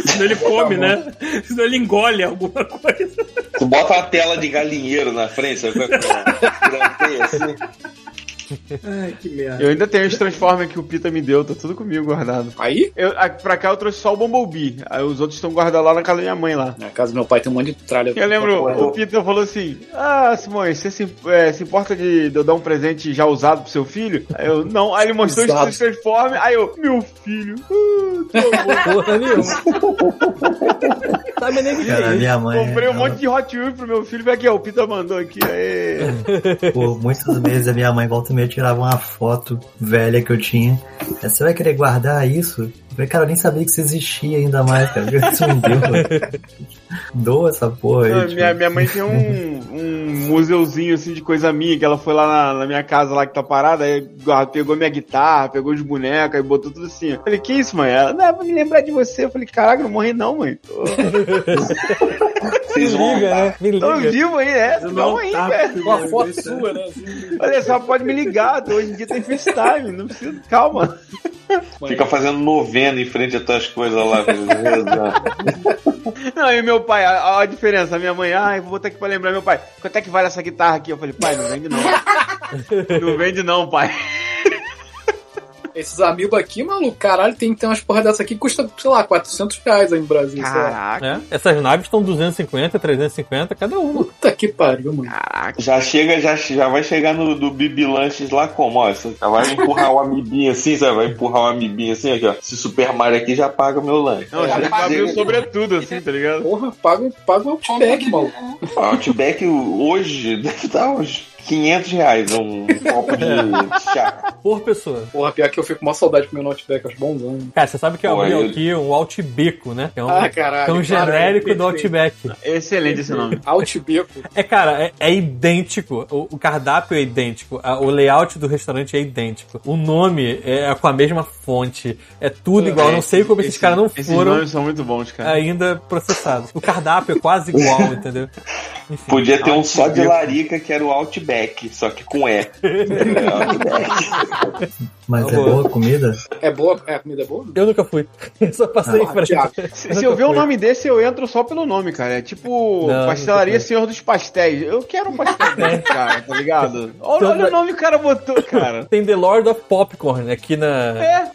Speaker 1: Senão ele come, né? Senão ele engole alguma coisa.
Speaker 4: Tu bota uma tela de galinheiro na frente, sabe? qual é que é? Grandeia, assim.
Speaker 1: Ai, que merda.
Speaker 7: Eu ainda tenho os Transformers que o Pita me deu, tá tudo comigo guardado.
Speaker 3: Aí?
Speaker 7: Eu, a- pra cá eu trouxe só o Bumblebee, aí os outros estão guardados lá na casa da minha mãe lá.
Speaker 3: Na casa do meu pai tem um monte de tralha.
Speaker 7: Eu lembro, o Pita falou assim: Ah, Simões, você se, é, se importa de, de eu dar um presente já usado pro seu filho? Aí eu, não. Aí ele mostrou
Speaker 3: Usado.
Speaker 7: os Transformers, aí eu, meu filho.
Speaker 2: Porra nenhuma. Sabe nem o que
Speaker 6: Cara,
Speaker 2: é isso.
Speaker 6: minha mãe.
Speaker 7: Comprei um
Speaker 6: ela-
Speaker 7: monte de Hot Wheels pro meu filho. Vem aqui, ó, o Pita mandou aqui. Aê.
Speaker 6: Por muitos meses a minha mãe volta e meia tirava uma foto velha que eu tinha. Ela, Você vai querer guardar isso? Eu falei, cara, eu nem sabia que isso existia ainda mais, cara. Por que Isso me deu. Doa essa porra aí.
Speaker 7: Ah,
Speaker 6: tipo.
Speaker 7: minha, minha mãe tem um, um museuzinho assim de coisa minha, que ela foi lá na, na minha casa lá que tá parada, aí guarda- pegou minha guitarra, pegou os bonecas e botou tudo assim. Eu falei, que isso, mãe? Ela, não, é pra me lembrar de você. Eu falei, caraca, não morri não, mãe. Tô,
Speaker 2: Me
Speaker 4: Vocês vão.
Speaker 2: liga, né? Me
Speaker 7: tô
Speaker 2: liga.
Speaker 7: vivo aí, é? Não aí,
Speaker 1: tá,
Speaker 7: velho.
Speaker 3: Com a foto sua, né? Assim,
Speaker 7: Olha, só pode me ligar, tô- hoje em dia tem FaceTime, não precisa, calma.
Speaker 4: Fica fazendo novena em frente às tuas coisas lá. né? rezando.
Speaker 7: Não, e meu pai, a, a diferença, a minha mãe, ah, eu vou botar aqui pra lembrar meu pai, quanto é que vale essa guitarra aqui? Eu falei, pai, não vende não. não vende não, pai.
Speaker 3: Esses amigos aqui, maluco, caralho, tem, tem umas porra dessa aqui que custa, sei lá, 400 reais aí no Brasil. sei lá.
Speaker 7: Caraca,
Speaker 2: É, essas naves estão 250, 350, cada uma.
Speaker 3: Puta que pariu, mano.
Speaker 7: caraca.
Speaker 4: Já chega, já, já vai chegar no do Bibi Lanches lá como? Ó, você já vai empurrar o amibinho assim, sabe? Vai empurrar o amibinho assim, aqui, ó. Se Super Mario aqui já paga o meu lanche.
Speaker 7: Não, já abriu sobretudo, assim, tá ligado?
Speaker 3: um,
Speaker 2: um
Speaker 3: Porra, paga, paga o outback, maluco.
Speaker 4: O Outback hoje deve estar hoje. 500 reais um copo de chá.
Speaker 2: Por pessoa.
Speaker 3: Porra, pior que eu fico com uma saudade pro meu notebook, acho bonzão.
Speaker 2: Cara, você sabe que é
Speaker 4: Pô,
Speaker 2: um
Speaker 4: eu-
Speaker 2: aqui, um Outbico, né? Que É um,
Speaker 3: Ah, caralho,
Speaker 2: que é um
Speaker 3: claro,
Speaker 2: genérico do
Speaker 3: perfeito.
Speaker 2: Outback.
Speaker 7: Excelente esse nome.
Speaker 3: Outbeco.
Speaker 2: É, cara, é, é idêntico. O, o cardápio é idêntico. a- o layout do restaurante é idêntico. O nome é com a mesma fonte. É tudo igual. Eu não sei como esses
Speaker 7: Esse-
Speaker 2: caras não
Speaker 7: esses
Speaker 2: foram
Speaker 7: nomes são muito bons,
Speaker 1: né?
Speaker 7: cara.
Speaker 2: ainda processados. O cardápio é quase igual, entendeu?
Speaker 4: Podia ter um só de larica que era o Outback, só que com E.
Speaker 6: Mas é
Speaker 2: Boa.
Speaker 6: boa a comida?
Speaker 3: É boa? É, a comida é boa?
Speaker 2: Eu nunca fui. Eu só passei
Speaker 3: Ah,
Speaker 2: pra
Speaker 3: Thiago,
Speaker 7: Se, se eu ver um nome desse, eu entro só pelo nome, cara. É tipo
Speaker 2: Não,
Speaker 7: Pastelaria
Speaker 2: não sei.
Speaker 7: Senhor dos Pastéis. Eu quero um pastel desse, cara, tá ligado? Olha, olha o nome que o cara botou, cara.
Speaker 2: Tem The Lord of Popcorn aqui na.
Speaker 7: É.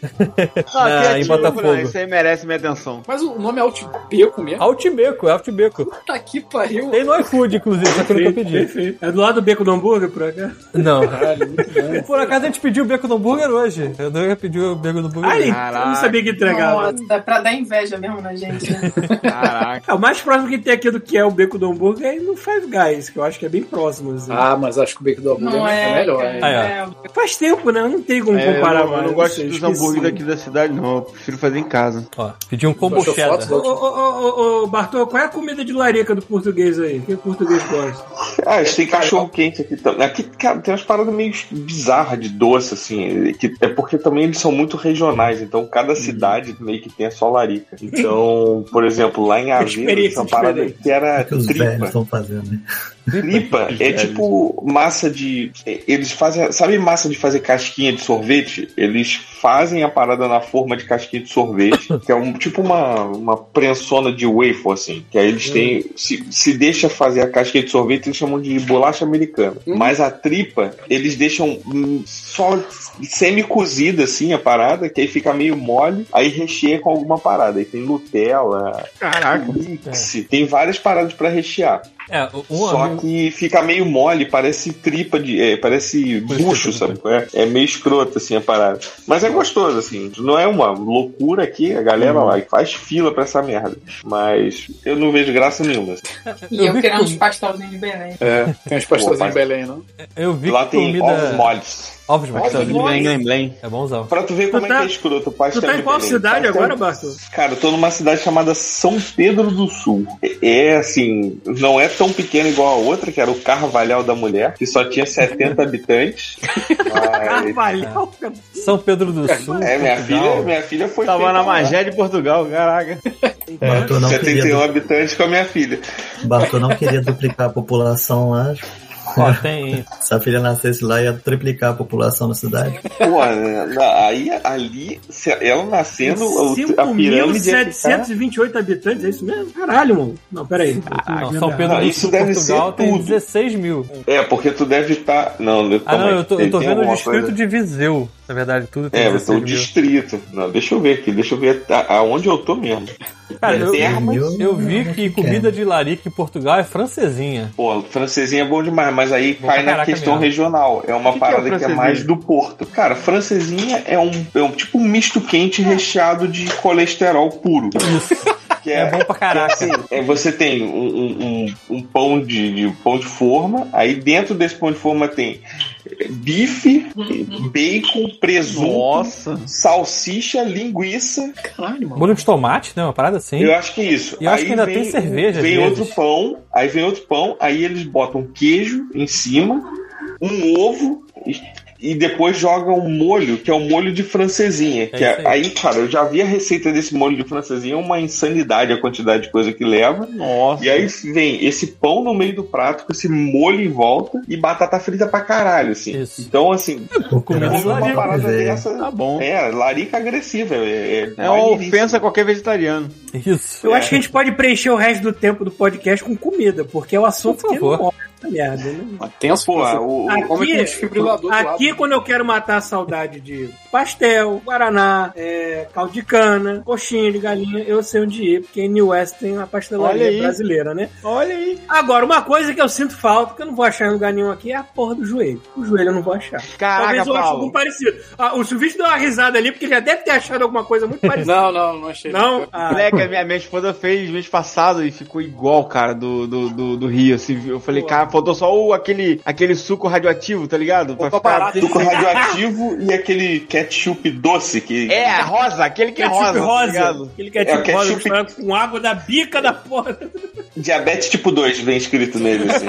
Speaker 7: Ah,
Speaker 2: Não, em
Speaker 7: criativo,
Speaker 2: Botafogo.
Speaker 7: né? Isso aí merece minha atenção.
Speaker 3: Mas o nome é Outbeco mesmo?
Speaker 2: Outbeco, é Outbeco.
Speaker 3: Puta que pariu.
Speaker 2: Tem no iFood, inclusive, só que eu nunca pedi.
Speaker 1: É do lado do beco do hambúrguer, por acaso?
Speaker 2: Não.
Speaker 3: Caralho, muito bom.
Speaker 2: Por acaso a gente pediu o beco do hambúrguer hoje. Eu nunca pedi o beco do hambúrguer.
Speaker 1: Ai,
Speaker 7: Caraca.
Speaker 1: eu não sabia que entregava.
Speaker 9: Nossa, é pra dar inveja mesmo na gente. né?
Speaker 7: Caraca.
Speaker 1: É, O mais próximo que tem aqui do que é o beco do hambúrguer é no Five Guys, que eu acho que é bem próximo. assim.
Speaker 3: Ah, mas acho que o Beco do Hambúrguer
Speaker 9: Não
Speaker 3: é,
Speaker 9: é,
Speaker 3: melhor.
Speaker 9: cara,
Speaker 3: hein?
Speaker 2: Aí, ó.
Speaker 9: é.
Speaker 1: Faz tempo, né? Não tem como
Speaker 7: É, eu,
Speaker 1: comparar
Speaker 7: não, eu
Speaker 1: mais.
Speaker 7: não gosto
Speaker 1: sei,
Speaker 7: dos
Speaker 1: esqueci.
Speaker 7: hambúrgueres daqui da cidade, não. Eu prefiro fazer em casa.
Speaker 2: Ó, pedi um combo
Speaker 3: Postou
Speaker 2: cheddar.
Speaker 3: fotos
Speaker 1: Ô,
Speaker 3: do
Speaker 1: ô, ô, ô, ô, Bartô, qual é a comida de larica do português aí? O que o português gosta?
Speaker 4: Ah, tem cachorro quente aqui também. Aqui, cara, tem umas paradas meio bizarras de doce, assim. que- é porque também eles são muito regionais, então
Speaker 1: Uhum.
Speaker 4: cada cidade meio que tem a sua larica. Então, por exemplo, lá em Aveiro,
Speaker 1: Experiência
Speaker 4: essa parada
Speaker 1: diferente.
Speaker 4: que era
Speaker 7: Ah,
Speaker 6: O É que os velhos
Speaker 4: tripa.
Speaker 6: estão fazendo, né?
Speaker 4: Tripa é tipo massa de. é, Eles fazem. Sabe massa de fazer casquinha de sorvete? Eles fazem a parada na forma de casquinha de sorvete, que é um tipo uma, uma prensona de wafer, assim. Que aí eles têm. Se, se deixa fazer a casquinha de sorvete, eles chamam de bolacha americana. Mas a tripa, eles deixam hum, só semi-cozida, assim, a parada, que aí fica meio mole, aí recheia com alguma parada. Aí tem Nutella,
Speaker 7: Caraca.
Speaker 4: mix, tem várias paradas pra rechear.
Speaker 2: É, um
Speaker 4: Só
Speaker 2: amigo-
Speaker 4: que fica meio mole, parece tripa de. é, parece bucho, sabe? qual É, É meio escroto, assim, a parada. Mas é gostoso, assim. Não é uma loucura aqui, a
Speaker 2: Hum.
Speaker 4: galera lá faz fila pra essa merda. Mas eu não vejo graça nenhuma. assim.
Speaker 9: E
Speaker 2: Eu
Speaker 9: eu,
Speaker 2: vi
Speaker 9: querendo
Speaker 2: que-
Speaker 9: uns pastelzinhos de Belém.
Speaker 3: É, tem uns pastéis em Belém, não?
Speaker 2: Eu vi
Speaker 4: Lá
Speaker 2: que
Speaker 4: tem
Speaker 2: comida...
Speaker 4: ovos moles.
Speaker 2: Ovos moles.
Speaker 1: Ovos moles.
Speaker 7: Blém, blém, blém.
Speaker 2: É bonzão.
Speaker 4: Pra tu ver como
Speaker 1: Tu tá-
Speaker 4: é que é escroto, o pastel
Speaker 1: Tu tá
Speaker 4: de
Speaker 1: em qual
Speaker 4: Belém.
Speaker 1: cidade
Speaker 4: Pastel-
Speaker 1: agora, Bartô?
Speaker 4: Cara, eu tô numa cidade chamada São Pedro do Sul. É assim, não é tão pequena igual a outra, que era o Carvalhal da Mulher, que só tinha 70 habitantes. Mas
Speaker 1: Carvalhal, cara.
Speaker 2: São Pedro do Sul.
Speaker 4: É, minha filha,
Speaker 2: Portugal.
Speaker 4: minha filha foi.
Speaker 7: Tava
Speaker 4: feita
Speaker 7: na
Speaker 4: lá.
Speaker 7: Magé de Portugal, caraca.
Speaker 6: Bartô não,
Speaker 4: 71
Speaker 6: queria,
Speaker 4: habitantes com a minha filha.
Speaker 6: Bartô não queria duplicar a população lá.
Speaker 2: Ó, tem...
Speaker 6: Se a filha nascesse lá, ia triplicar a população na cidade.
Speaker 4: Pô, na- aí ali, se ela nascendo, o- a pirâmide. é tá? ia ficar-
Speaker 1: 5.728 habitantes, é isso mesmo? Caralho, mano. Não, peraí.
Speaker 2: Não, São Pedro
Speaker 4: Não,
Speaker 2: do
Speaker 4: isso
Speaker 2: Sul,
Speaker 4: deve
Speaker 2: Portugal,
Speaker 4: ser
Speaker 2: tem
Speaker 4: tudo.
Speaker 2: 16 mil.
Speaker 4: É, porque tu deve estar. Não, né,
Speaker 2: Ah,
Speaker 4: calma
Speaker 2: não,
Speaker 4: aí,
Speaker 2: eu tô,
Speaker 4: tem-
Speaker 2: eu tô
Speaker 4: tem
Speaker 2: vendo o
Speaker 4: alguma
Speaker 2: distrito
Speaker 4: coisa-
Speaker 2: de Viseu. Na verdade, tudo tem
Speaker 4: É, eu tô
Speaker 2: 16
Speaker 4: o
Speaker 2: mil.
Speaker 4: distrito. Não, deixa eu ver aqui, deixa eu ver a- aonde eu tô mesmo.
Speaker 2: Cara, eu,
Speaker 4: Termas.
Speaker 2: eu vi que comida de larica em Portugal é francesinha.
Speaker 4: Pô, francesinha é bom demais, mas aí
Speaker 2: Bom
Speaker 4: cai
Speaker 2: pra
Speaker 4: na
Speaker 2: caraca
Speaker 4: questão
Speaker 2: mesmo.
Speaker 4: regional. É uma
Speaker 7: Que que é
Speaker 4: parada que é,
Speaker 7: francesinha?
Speaker 4: mais do Porto. Cara, francesinha é um, é um tipo um misto quente recheado de colesterol puro. Isso. Que
Speaker 2: É bom pra caraca.
Speaker 4: Assim, é, você tem um, um- um- um pão de, de- pão de forma, aí dentro desse pão de forma tem eh, bife, bacon, presunto,
Speaker 7: Nossa.
Speaker 4: salsicha, linguiça.
Speaker 3: Caralho, mano.
Speaker 2: Molho de tomate, né? Uma parada assim.
Speaker 4: Eu acho que é isso.
Speaker 2: E eu acho que ainda tem cerveja, às
Speaker 4: Vem
Speaker 2: vezes.
Speaker 4: outro pão, aí vem outro pão, aí eles botam queijo em cima, um ovo e, e depois jogam um molho, que é o molho de francesinha. que é-
Speaker 2: isso aí.
Speaker 4: aí. cara, eu já vi a receita desse molho de francesinha, é uma insanidade a quantidade de coisa que leva.
Speaker 7: Nossa.
Speaker 4: E aí vem esse pão no meio do prato, com esse molho em volta e batata frita pra caralho, assim.
Speaker 2: Isso.
Speaker 4: Então, assim,
Speaker 6: Vou comer
Speaker 2: Comida de
Speaker 6: uma
Speaker 2: larica,
Speaker 4: parada
Speaker 6: velha.
Speaker 4: dessa.
Speaker 7: Tá bom. É,
Speaker 4: É, larica agressiva. É, é,
Speaker 7: uma
Speaker 4: maneiríssimo.
Speaker 7: ofensa a qualquer vegetariano.
Speaker 2: Isso.
Speaker 1: Eu acho que a gente pode preencher o resto do tempo do podcast com comida, porque é o assunto
Speaker 2: Por
Speaker 1: que
Speaker 2: favor.
Speaker 1: não morre essa merda, né?
Speaker 3: Mas tenso,
Speaker 4: Pô, ah,
Speaker 3: pô.
Speaker 4: o,
Speaker 3: come
Speaker 4: o-
Speaker 3: com desfibrilador do
Speaker 1: aqui
Speaker 3: lado.
Speaker 1: quando eu quero matar a saudade de pastel, guaraná, é, caldo de cana, coxinha de galinha, eu sei onde ir, porque em New West tem uma
Speaker 7: Olha aí.
Speaker 1: pastelaria brasileira, né?
Speaker 7: Olha aí.
Speaker 1: Agora, uma coisa que eu sinto falta, que eu não vou achar em lugar nenhum aqui, é a porra do joelho. O joelho eu não vou achar.
Speaker 7: Caraca,
Speaker 1: Talvez eu ache algum
Speaker 7: Paulo.
Speaker 1: parecido. Ah, o Silvio deu uma risada ali, porque ele já deve ter achado alguma coisa muito parecida.
Speaker 3: Não, não, não achei.
Speaker 1: não? Ah,
Speaker 7: Moleque, a minha, minha esposa fez mês passado e ficou igual, cara, do, do, do, do Rio, assim, eu falei, cara, faltou só o, aquele, aquele suco radioativo, tá ligado? Pra ficar...
Speaker 4: Suco radioativo e aquele ketchup doce que.
Speaker 7: É, rosa, aquele que é
Speaker 1: Ketchup
Speaker 7: rosa, tá
Speaker 1: rosa.
Speaker 7: ligado?
Speaker 1: Aquele ketchup
Speaker 4: É, o
Speaker 1: rosa
Speaker 4: ketchup-
Speaker 1: misturado com água da bica da porra.
Speaker 4: Diabetes tipo 2 vem escrito nele, assim.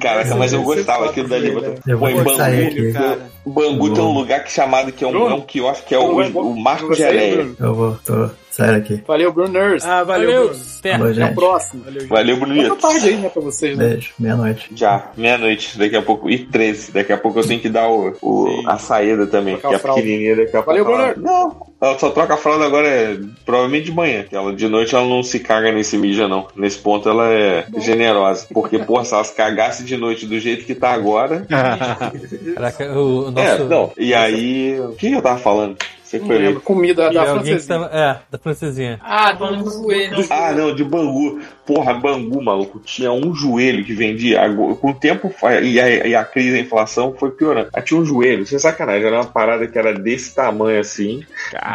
Speaker 4: Caraca, mas eu
Speaker 3: é
Speaker 4: gostava aquilo dali.
Speaker 6: Eu
Speaker 4: Pô,
Speaker 6: vou
Speaker 4: em
Speaker 6: sair
Speaker 4: Bangu,
Speaker 6: aqui.
Speaker 7: Cara.
Speaker 4: Bangu tem um lugar que chamado que é um,
Speaker 3: Bruno?
Speaker 4: é um quiosque, que é o,
Speaker 3: Bruno,
Speaker 4: o Marco de
Speaker 3: Você,
Speaker 4: Areia.
Speaker 3: Bruno.
Speaker 6: Eu vou, tô, sair aqui.
Speaker 3: Valeu, Bruno Nurse.
Speaker 1: Ah, valeu,
Speaker 2: Valeu.
Speaker 1: Bruno.
Speaker 2: é
Speaker 6: Falou,
Speaker 3: Até a
Speaker 6: gente.
Speaker 3: próxima.
Speaker 1: Valeu, gente.
Speaker 4: Valeu,
Speaker 3: Boa
Speaker 4: bonito.
Speaker 3: tarde aí, né, pra vocês, né?
Speaker 6: Beijo, meia-noite.
Speaker 4: Já, meia-noite, daqui a pouco. E 13, daqui a pouco eu tenho que dar o, o-
Speaker 3: Sim.
Speaker 4: a saída também,
Speaker 3: Trocar
Speaker 4: que
Speaker 3: a
Speaker 4: a
Speaker 3: fralda.
Speaker 4: pequenininha daqui a
Speaker 3: Valeu,
Speaker 4: pouco. ela-
Speaker 3: Bruno.
Speaker 4: Não, ela só troca a fralda agora, é, provavelmente de manhã. que Ela, de noite ela não se caga nesse mídia, não. Nesse ponto ela é generosa. Porque, porra, se ela se cagasse de noite do jeito que tá agora.
Speaker 2: Caraca, o, o nosso.
Speaker 4: É, não. E aí. O que eu tava falando? Você que
Speaker 3: Não
Speaker 4: foi
Speaker 3: lembro. Comida
Speaker 2: E
Speaker 3: da
Speaker 2: alguém que
Speaker 3: francesinha.
Speaker 2: tava, é, da francesinha.
Speaker 9: Ah, vamos zoeira.
Speaker 4: Ah, não, de Bangu. Porra, Bangu, maluco, tinha um joelho que vendia. Ago- Com o tempo, fa- e a, e a crise, a inflação foi piorando. Aí tinha um joelho, sem sacanagem, era uma parada que era desse tamanho assim,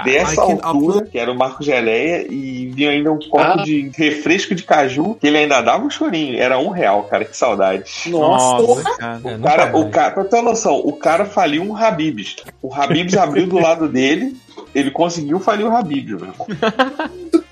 Speaker 4: dessa
Speaker 10: Ai, que-
Speaker 4: altura, que era o Marco Geleia, e vinha ainda um copo
Speaker 3: Ah.
Speaker 4: de refresco de caju, que ele ainda dava um chorinho. Era um real, cara, que saudade.
Speaker 3: Nossa,
Speaker 7: cara.
Speaker 2: É,
Speaker 4: O
Speaker 2: não
Speaker 4: cara,
Speaker 2: paga,
Speaker 4: o
Speaker 2: né?
Speaker 4: cara, pra ter uma noção, o cara faliu um Habibs. O Habibs abriu do lado dele, ele conseguiu falir o Habibs, velho.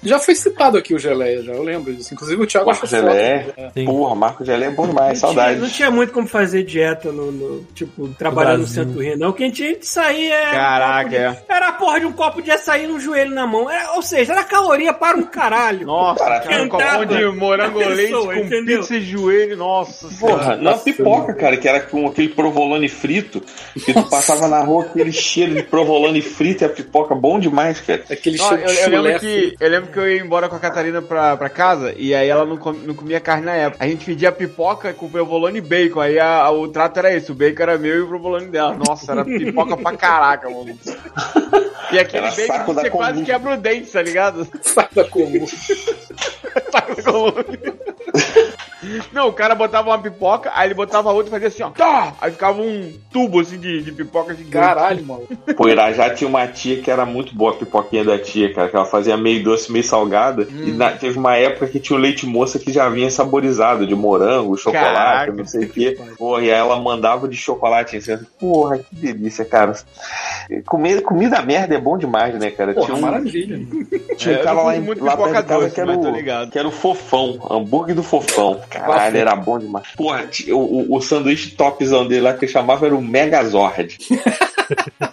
Speaker 3: já foi citado aqui o Geleia, já, eu lembro disso. Inclusive o Thiago
Speaker 4: Marco
Speaker 3: achou foto.
Speaker 4: Geleia.
Speaker 2: Sim.
Speaker 4: Porra, Marco Geleia é bom demais,
Speaker 1: Não tinha,
Speaker 4: saudade.
Speaker 1: não tinha muito como fazer dieta no, no- tipo, trabalhar no
Speaker 2: Brasil.
Speaker 1: centro do Rio, não. O que a gente tinha de sair é.
Speaker 7: Caraca, é.
Speaker 1: Era a porra de um copo de açaí no joelho na mão. Era- ou seja, era caloria para um caralho.
Speaker 7: Nossa, cara, um
Speaker 1: Cantava.
Speaker 7: copão de morango
Speaker 1: Pessoa,
Speaker 7: leite com
Speaker 1: entendeu?
Speaker 7: pizza e joelho, nossa
Speaker 4: Porra, na pipoca, cara, que era com aquele provolone frito, que tu passava na rua com aquele cheiro de provolone frito e a pipoca, bom demais, cara.
Speaker 3: Aquele
Speaker 7: Ó,
Speaker 3: cheiro
Speaker 7: eu,
Speaker 3: de
Speaker 7: eu
Speaker 3: chulé.
Speaker 7: lembro que, eu lembro que eu ia embora com a Catarina pra, pra casa e aí ela não, com- não comia carne na época. A gente pedia pipoca com provolone e bacon. Aí a- a- o trato era isso: o bacon era meu e o provolone dela. Nossa, era pipoca pra caraca, mano. E aquele
Speaker 4: Era
Speaker 7: bacon
Speaker 4: saco
Speaker 7: que
Speaker 4: da
Speaker 7: você quase
Speaker 4: Coluna.
Speaker 7: quebra o dente, tá ligado?
Speaker 3: Sai da comum.
Speaker 7: Saco da Coluna. Não, o cara botava uma pipoca, aí ele botava outra e fazia assim, ó. Tó! Aí ficava um tubo assim de, de pipoca gigante.
Speaker 3: Caralho, mano.
Speaker 4: Pô, Irajá tinha uma tia que era muito boa, a pipoquinha da tia, cara, que ela fazia meio doce, meio salgada. E
Speaker 3: Hum.
Speaker 4: na- teve uma época que tinha o leite moça que já vinha saborizado, de morango, chocolate,
Speaker 7: Caraca.
Speaker 4: não sei o quê. Porra, e aí ela mandava de chocolate em cima. Porra, que delícia, cara. Comer, comida merda é bom demais, né, cara?
Speaker 3: Porra,
Speaker 4: tinha um,
Speaker 3: maravilha.
Speaker 4: Tinha
Speaker 7: É,
Speaker 4: um
Speaker 7: eu
Speaker 4: cara
Speaker 7: não
Speaker 4: lá,
Speaker 7: como
Speaker 4: em,
Speaker 7: muito
Speaker 4: lá perto
Speaker 7: pipoca
Speaker 4: de casa
Speaker 7: doce,
Speaker 4: que era,
Speaker 7: mas tô
Speaker 4: o,
Speaker 7: ligado.
Speaker 4: que era o fofão, hambúrguer do fofão. Caralho, era bom demais. Porra, ti- o, o, o sanduíche topzão dele lá que eu chamava era o Megazord.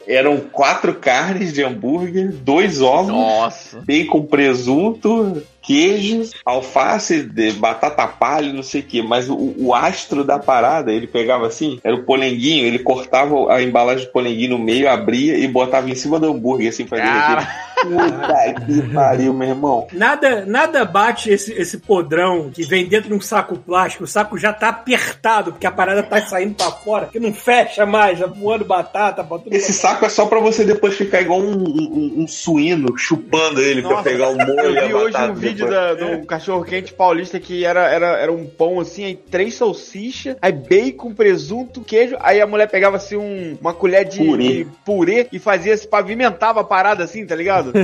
Speaker 4: Eram quatro carnes de hambúrguer, dois ovos,
Speaker 7: Nossa.
Speaker 4: bacon, presunto, queijo, alface, de- batata palha, não sei o que. Mas o, o astro da parada, ele pegava assim, era o polenguinho, ele cortava a embalagem do polenguinho no meio, abria e botava em cima do hambúrguer, assim, pra derreter.
Speaker 7: Cara,
Speaker 4: Puta que pariu, meu irmão.
Speaker 1: Nada, nada bate esse, esse podrão que vem dentro de um saco plástico. O saco já tá apertado, porque a parada tá saindo pra fora, que não fecha mais, já voando batata, botando.
Speaker 4: Esse saco é só pra você depois ficar igual um, um- um suíno chupando ele pra
Speaker 7: Nossa,
Speaker 4: pegar o molho.
Speaker 7: Eu
Speaker 4: e a
Speaker 7: vi hoje
Speaker 4: batata
Speaker 7: um vídeo
Speaker 4: depois.
Speaker 7: da, do cachorro-quente paulista que era, era, era um pão assim, aí três salsichas, aí bacon, presunto, queijo, aí a mulher pegava assim um- uma colher de de
Speaker 4: Purê.
Speaker 7: purê. e fazia, se pavimentava a parada assim, tá ligado?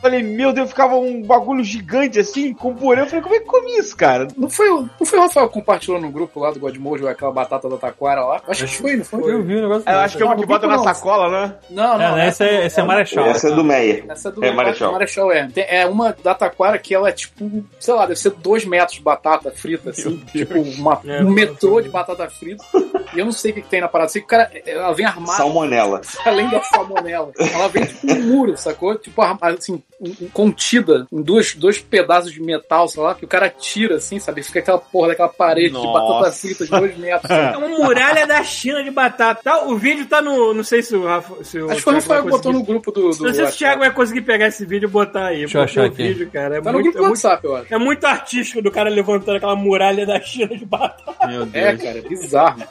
Speaker 7: falei, meu Deus, ficava um bagulho gigante assim, com purê. Eu falei, como é que come isso, cara?
Speaker 3: Não foi, o- não foi o Rafael que compartilhou no grupo lá do Godmode aquela batata da taquara lá? Acho que foi, não foi?
Speaker 2: Eu vi o um negócio. assim.
Speaker 7: Eu acho que é o que
Speaker 3: Não,
Speaker 7: bota na
Speaker 3: não.
Speaker 7: sacola, né?
Speaker 3: Não,
Speaker 2: É,
Speaker 3: não.
Speaker 2: né, esse, é, esse é Marechal.
Speaker 4: Essa é do Meia.
Speaker 3: Essa do
Speaker 4: É, Marechal.
Speaker 3: Marechal é. Tem- é uma da taquara que ela é tipo, sei lá, deve ser dois metros de batata frita, assim. Tipo, uma-
Speaker 1: É,
Speaker 3: um
Speaker 1: não,
Speaker 3: metrô
Speaker 1: não.
Speaker 3: de batata frita. E eu não sei o que, que tem na parada. Sei que o cara, é, ela vem armada.
Speaker 4: Salmonela.
Speaker 3: Além da salmonela. Ela vem tipo um muro, sacou? Tipo, arma- assim, um- um- contida em dois, dois pedaços de metal, sei lá, que o cara tira, assim, sabe? Fica aquela porra daquela parede de
Speaker 7: Nossa.
Speaker 3: batata frita de dois metros. assim.
Speaker 1: É uma muralha da China de batata. Tá, o vídeo tá no. Não sei se o Rafa. Se o
Speaker 3: Acho que
Speaker 1: Thiago
Speaker 3: foi o
Speaker 1: vai
Speaker 3: Rafael que botou
Speaker 1: conseguir-
Speaker 3: no grupo do. do
Speaker 1: Não sei se o Thiago vai conseguir pegar esse vídeo e botar aí.
Speaker 2: Deixa eu
Speaker 1: porque
Speaker 2: achar
Speaker 1: o
Speaker 2: aqui.
Speaker 1: vídeo, cara, é
Speaker 3: Tá no
Speaker 1: muito-
Speaker 3: grupo do
Speaker 1: é muito
Speaker 3: WhatsApp, eu acho.
Speaker 1: É muito artístico do cara levantando aquela muralha da China de batata.
Speaker 7: Meu
Speaker 3: É, cara, é bizarro.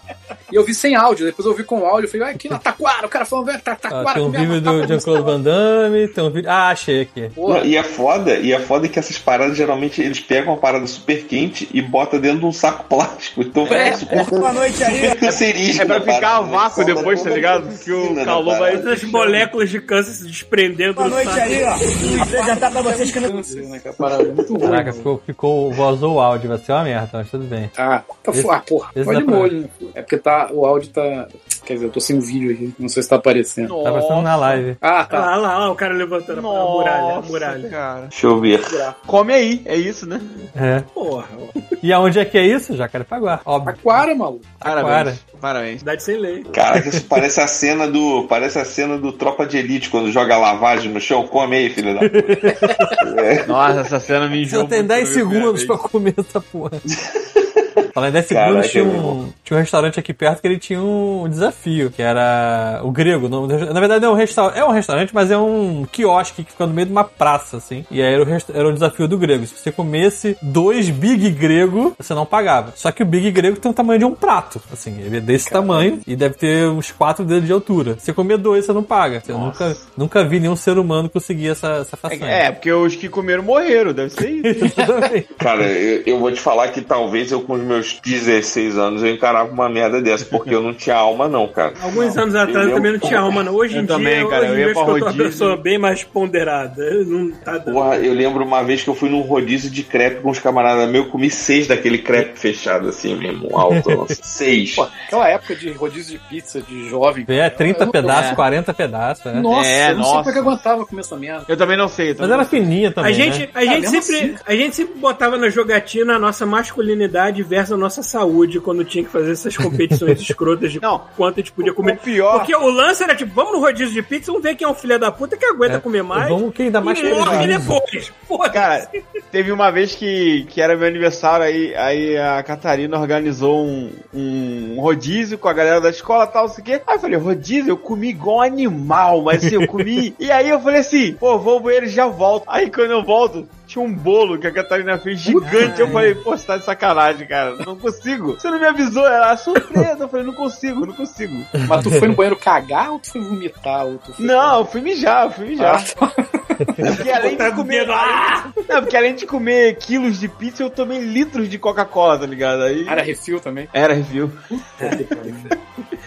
Speaker 3: E eu vi sem áudio, depois eu vi com áudio, eu falei, ah, aqui na Taquara, o cara falou, velho, tá
Speaker 2: Ah,
Speaker 3: Taquara,
Speaker 2: tem um
Speaker 3: que minha
Speaker 2: vídeo do
Speaker 3: mataca no
Speaker 2: Jean-Claude Van Damme, tem um vídeo. Ah, achei aqui.
Speaker 3: Porra,
Speaker 4: Não, e é foda, e é foda que essas paradas geralmente eles pegam uma parada super quente e botam dentro de um saco plástico. Então
Speaker 3: É,
Speaker 4: fica super,
Speaker 1: Boa noite aí.
Speaker 4: super cancerígeno.
Speaker 7: É pra ficar
Speaker 4: cara,
Speaker 7: o vácuo
Speaker 4: né?
Speaker 7: depois, tá
Speaker 4: Solta
Speaker 7: ligado?
Speaker 4: toda a
Speaker 7: Que o
Speaker 4: toxina da
Speaker 7: calor
Speaker 4: parada.
Speaker 7: vai-
Speaker 1: As moléculas de câncer se desprendendo Boa noite aí, ó.
Speaker 3: cara, parada, muito ruim.
Speaker 2: Caraca, ficou, ficou vazou o áudio, vai ser uma merda, mas tudo bem.
Speaker 3: Ah, tá
Speaker 2: Esse-
Speaker 3: fo- ah, porra.
Speaker 2: esse
Speaker 3: Olha
Speaker 2: dá
Speaker 3: o
Speaker 2: pra-
Speaker 3: molho, né? É porque tá, o áudio tá. Quer dizer, eu tô sem o vídeo aqui. Não sei se tá aparecendo.
Speaker 2: Tá passando na live.
Speaker 3: Ah,
Speaker 1: Olha
Speaker 3: tá.
Speaker 1: lá, olha lá, olha o cara levantando a muralha, a
Speaker 7: Nossa,
Speaker 1: muralha.
Speaker 7: cara.
Speaker 4: Deixa eu ver.
Speaker 7: Come aí, é isso, né?
Speaker 2: É.
Speaker 1: Porra, ó.
Speaker 2: E aonde é que é isso? Jacarepaguá, óbvio.
Speaker 3: Aquara, maluco.
Speaker 2: Taquara.
Speaker 7: Parabéns. Parabéns.
Speaker 1: cidade sem lei.
Speaker 4: Caraca, isso parece a cena do. Parece a cena do Tropa de Elite quando joga lavagem no chão. Come aí, filho da puta.
Speaker 7: Nossa, essa cena me enjoou.
Speaker 2: Só tem
Speaker 7: muito
Speaker 2: 10
Speaker 7: pela primeira
Speaker 2: segundos pra comer essa porra. Falando em 10
Speaker 4: Caraca,
Speaker 2: segundos, tinha
Speaker 4: é
Speaker 2: um, tinha um restaurante aqui perto que ele tinha um desafio, que era o grego. o nome do resta- na verdade, é um, resta é um restaurante, mas é um quiosque que fica no meio de uma praça, assim. E aí era o, resta- era o desafio do grego. Se você comesse dois big grego, você não pagava. Só que o big grego tem o tamanho de um prato, assim. Ele é desse tamanho e deve ter uns 4 dedos de altura. Se você comer dois, você não paga. Eu nunca, nunca vi nenhum ser humano conseguir essa, essa
Speaker 7: vez.
Speaker 2: façanha.
Speaker 7: É, é, porque os que comeram morreram, deve ser isso.
Speaker 2: Exatamente.
Speaker 4: Cara, eu, eu vou te falar que talvez eu, com os meus 16 anos, eu encarava uma merda dessa, porque eu não tinha alma, não, cara.
Speaker 1: Alguns anos atrás eu
Speaker 4: eu-
Speaker 1: também não tinha alma, não. Hoje
Speaker 7: Eu
Speaker 1: em
Speaker 7: também,
Speaker 1: dia,
Speaker 7: cara,
Speaker 1: hoje
Speaker 7: eu
Speaker 1: em
Speaker 7: ia
Speaker 1: dia
Speaker 7: pra
Speaker 1: acho que eu tô uma
Speaker 7: rodízio.
Speaker 1: pessoa bem mais ponderada. Eu Não tá dando.
Speaker 4: Porra, eu lembro uma vez que eu fui num rodízio de crepe com uns camaradas meus, eu comi seis daquele crepe fechado assim mesmo, alto, nossa, seis.
Speaker 3: Pô, aquela época de rodízio de pizza, de jovem.
Speaker 2: É, 30
Speaker 3: Eu- eu-
Speaker 2: pedaços,
Speaker 7: é.
Speaker 2: 40 pedaços, né?
Speaker 3: Nossa,
Speaker 7: É,
Speaker 3: eu não
Speaker 7: nossa.
Speaker 3: sei como é que eu aguentava comer essa merda.
Speaker 7: Eu também não sei. eu
Speaker 2: Mas
Speaker 7: também
Speaker 2: era
Speaker 7: não sei.
Speaker 2: fininha também,
Speaker 1: A gente,
Speaker 2: né?
Speaker 1: a, gente
Speaker 3: mesmo
Speaker 1: sempre,
Speaker 3: assim.
Speaker 1: a gente sempre botava na jogatina a nossa masculinidade versus a nossa saúde quando tinha que fazer essas competições escrotas de
Speaker 7: Não.
Speaker 1: quanto a gente
Speaker 2: assim,
Speaker 1: podia
Speaker 7: O
Speaker 2: né?
Speaker 1: comer.
Speaker 7: pior.
Speaker 1: Porque o lance era tipo, vamos no rodízio de pizza, vamos ver quem é um filho da puta que aguenta
Speaker 2: É,
Speaker 1: comer mais.
Speaker 2: Vamos quem dá mais
Speaker 1: e morre né,
Speaker 2: peso.
Speaker 1: depois. Foda-se.
Speaker 7: Cara, teve uma vez que, que era meu aniversário, aí, aí a Catarina organizou um, um rodízio com a galera da escola e tal, não sei o quê. Aí eu falei, rodízio, eu comi igual um animal, mas assim, eu comi. e aí eu falei assim, pô, vou ao banheiro e já volto. Aí quando eu volto, tinha um bolo que a Catarina fez gigante. Eu falei, pô, você tá de sacanagem, cara. Não consigo. Você não me avisou, era surpresa. Eu falei, não consigo, não consigo.
Speaker 3: Mas tu foi no banheiro cagar ou tu foi vomitar? Ou tu foi...
Speaker 7: Não, eu fui mijar, eu fui mijar.
Speaker 3: Ah,
Speaker 7: Porque além de comer. Não, porque além de comer quilos de pizza, eu tomei litros de Coca-Cola, tá ligado? Aí.
Speaker 3: era refil também.
Speaker 7: Era refil.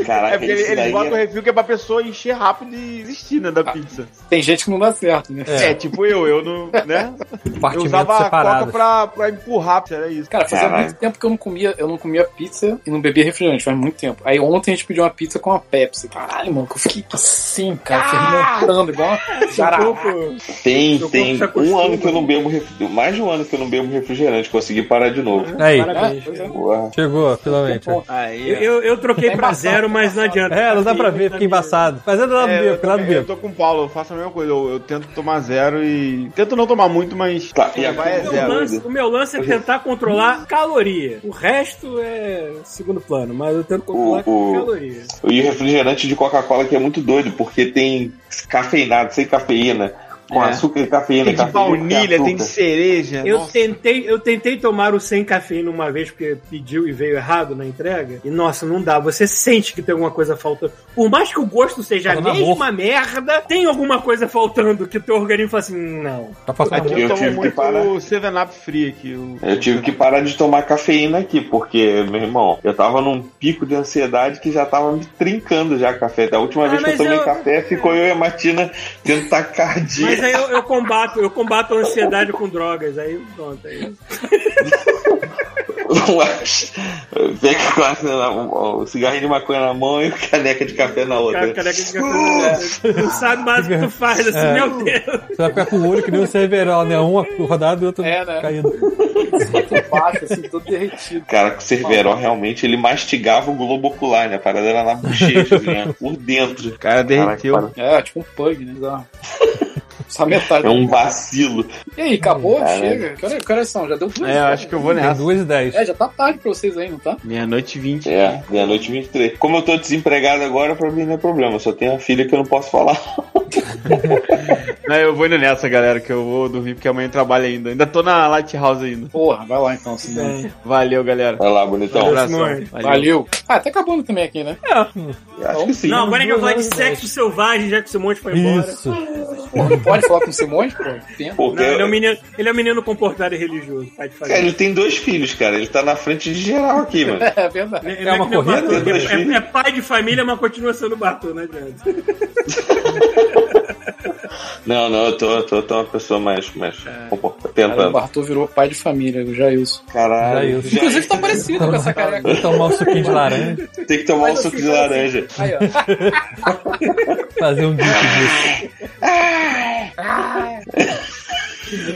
Speaker 4: Caraca,
Speaker 7: É porque
Speaker 4: isso
Speaker 7: eles
Speaker 4: daí
Speaker 7: botam o
Speaker 4: é... Ah,
Speaker 7: refil que é pra pessoa encher rápido e desistir, né, da pizza.
Speaker 3: Tem gente que não dá certo, né?
Speaker 7: É. tipo eu, eu não. Né? Eu
Speaker 2: Partimento
Speaker 7: usava a
Speaker 2: separado.
Speaker 7: Coca pra, pra empurrar, era isso.
Speaker 3: Cara, fazia
Speaker 4: Caralho.
Speaker 3: muito tempo que eu não comia, eu não comia pizza e não bebia refrigerante, faz muito tempo. Aí ontem a gente pediu uma pizza com uma Pepsi. Caralho, mano, que eu fiquei assim, cara,
Speaker 7: Ah!
Speaker 3: fermentando igual uma né? jararaca.
Speaker 4: Tem,
Speaker 1: Seu corpo
Speaker 4: tem
Speaker 1: se
Speaker 4: um
Speaker 1: acostuma.
Speaker 4: ano que eu não bebo ref- mais de um ano que eu não bebo refrigerante, consegui parar de novo.
Speaker 2: Aí,
Speaker 1: Parabéns.
Speaker 3: Pois é.
Speaker 4: Porra.
Speaker 2: chegou, finalmente.
Speaker 3: Bom,
Speaker 7: Aí.
Speaker 1: Eu, eu, eu troquei
Speaker 3: É
Speaker 1: pra
Speaker 3: embaçado,
Speaker 1: zero, mas não adianta.
Speaker 2: É, não dá pra ver, fica embaçado. Mas é do lado
Speaker 7: É,
Speaker 2: B,
Speaker 7: eu,
Speaker 2: do lado
Speaker 7: também- eu
Speaker 2: B.
Speaker 7: tô com o Paulo, eu faço a mesma coisa. Eu, eu tento tomar zero e. Tento não tomar muito, mas.
Speaker 4: Tá, e a-
Speaker 7: vai é
Speaker 1: O meu,
Speaker 7: zero.
Speaker 1: lance, o meu lance é tentar controlar caloria. O resto é segundo plano, mas eu tento controlar
Speaker 4: O- o-
Speaker 1: caloria.
Speaker 4: E o refrigerante de Coca-Cola que é muito doido, porque tem cafeinado, sem cafeína, com
Speaker 3: É.
Speaker 4: açúcar e cafeína.
Speaker 7: Tem de
Speaker 4: cafeína sem
Speaker 7: baunilha, tem de
Speaker 4: açúcar.
Speaker 7: cereja.
Speaker 1: Eu
Speaker 7: É, nossa.
Speaker 1: tentei, eu tentei tomar o sem cafeína uma vez, porque pediu e veio errado na entrega. E nossa, não dá. Você sente que tem alguma coisa faltando. Por mais que o gosto seja a
Speaker 2: Fala na
Speaker 1: mesma merda, tem alguma coisa faltando que o teu organismo fala assim: não.
Speaker 2: Tá faltando
Speaker 7: Aqui
Speaker 4: Eu
Speaker 7: eu, tomo
Speaker 4: tive que
Speaker 7: muito
Speaker 4: parar.
Speaker 7: o 7-Up Free aqui. o-
Speaker 4: Eu tive que parar de tomar cafeína aqui, porque, meu irmão, eu tava num pico de ansiedade que já tava me trincando já café. Da última
Speaker 1: Ah,
Speaker 4: vez que eu
Speaker 1: mas
Speaker 4: tomei
Speaker 1: eu-
Speaker 4: café, ficou eu e a Martina tendo tacardia.
Speaker 1: Mas aí eu, eu combato, eu combato a ansiedade com drogas. Aí pronto. Aí.
Speaker 4: um Pega quase na- o o cigarrinho de maconha na mão e a caneca de café na outra.
Speaker 1: Cara, careca de café. Não sabe mais o que tu faz, assim,
Speaker 2: É.
Speaker 1: meu Deus.
Speaker 2: Você vai ficar com o olho que nem um cerverol, né? Um rodado e o outro
Speaker 3: É, né?
Speaker 2: caído.
Speaker 3: Muito baixo, assim, todo derretido.
Speaker 4: Cara, que o Cerveró realmente ele mastigava o globo ocular, né? A parada era na bochecha, assim, né? por dentro.
Speaker 7: Cara, derreteu.
Speaker 4: Caraca,
Speaker 3: É, tipo um pug, né? Bizarro. Só metade.
Speaker 4: É um vacilo.
Speaker 3: E aí, acabou?
Speaker 4: Caralho.
Speaker 3: Chega. Que horas, que horas são? Já deu duas
Speaker 7: É, eu acho que eu vou
Speaker 2: Tem
Speaker 7: nessa.
Speaker 2: duas e dez.
Speaker 3: É, já tá tarde pra vocês aí, não tá?
Speaker 7: Meia-noite e vinte.
Speaker 4: É, meia-noite e 23. Como eu tô desempregado agora, pra mim não é problema. Eu só tenho a filha que eu não posso falar.
Speaker 7: Não, eu vou indo nessa, galera, que eu vou dormir, porque amanhã eu trabalho ainda. Ainda tô na Lighthouse ainda.
Speaker 3: Porra, vai lá então, Simone.
Speaker 7: Valeu, galera.
Speaker 4: Vai lá, bonitão.
Speaker 7: abraço.
Speaker 2: Simone.
Speaker 3: Valeu. Ah, tá acabando também aqui, né?
Speaker 4: Acho que sim.
Speaker 1: Não, agora é que eu vou falar de sexo selvagem, já que o Simone foi embora.
Speaker 2: um Isso.
Speaker 3: Porra, não pode falar com o Simone, pô. Pena.
Speaker 4: Porque
Speaker 1: Não, ele, é um menino, ele é um menino comportado e religioso, pode
Speaker 4: cara,
Speaker 1: fazer.
Speaker 4: ele tem dois filhos, cara. Ele tá na frente de geral aqui, mano.
Speaker 3: É verdade.
Speaker 1: Ele não
Speaker 2: uma
Speaker 1: que nem o
Speaker 2: corrida?
Speaker 1: Bartô,
Speaker 4: Dois
Speaker 1: É,
Speaker 4: filhos?
Speaker 1: é pai de família, mas continua sendo Bartô, não adianta.
Speaker 4: Não, não, eu tô, eu tô, eu tô uma pessoa mais, mais
Speaker 1: É.
Speaker 4: comporta-
Speaker 3: Cara, o
Speaker 4: tentando.
Speaker 3: Bartô virou pai de família, o Jailson.
Speaker 4: Caralho,
Speaker 2: Jailson.
Speaker 4: já-
Speaker 3: Inclusive tá parecido com essa careca.
Speaker 4: Tá
Speaker 2: Vou tomar um suquinho de laranja,
Speaker 4: tem que tomar um suco
Speaker 1: assim,
Speaker 4: de laranja.
Speaker 1: tá
Speaker 3: Aí, ó.
Speaker 2: fazer um bico disso.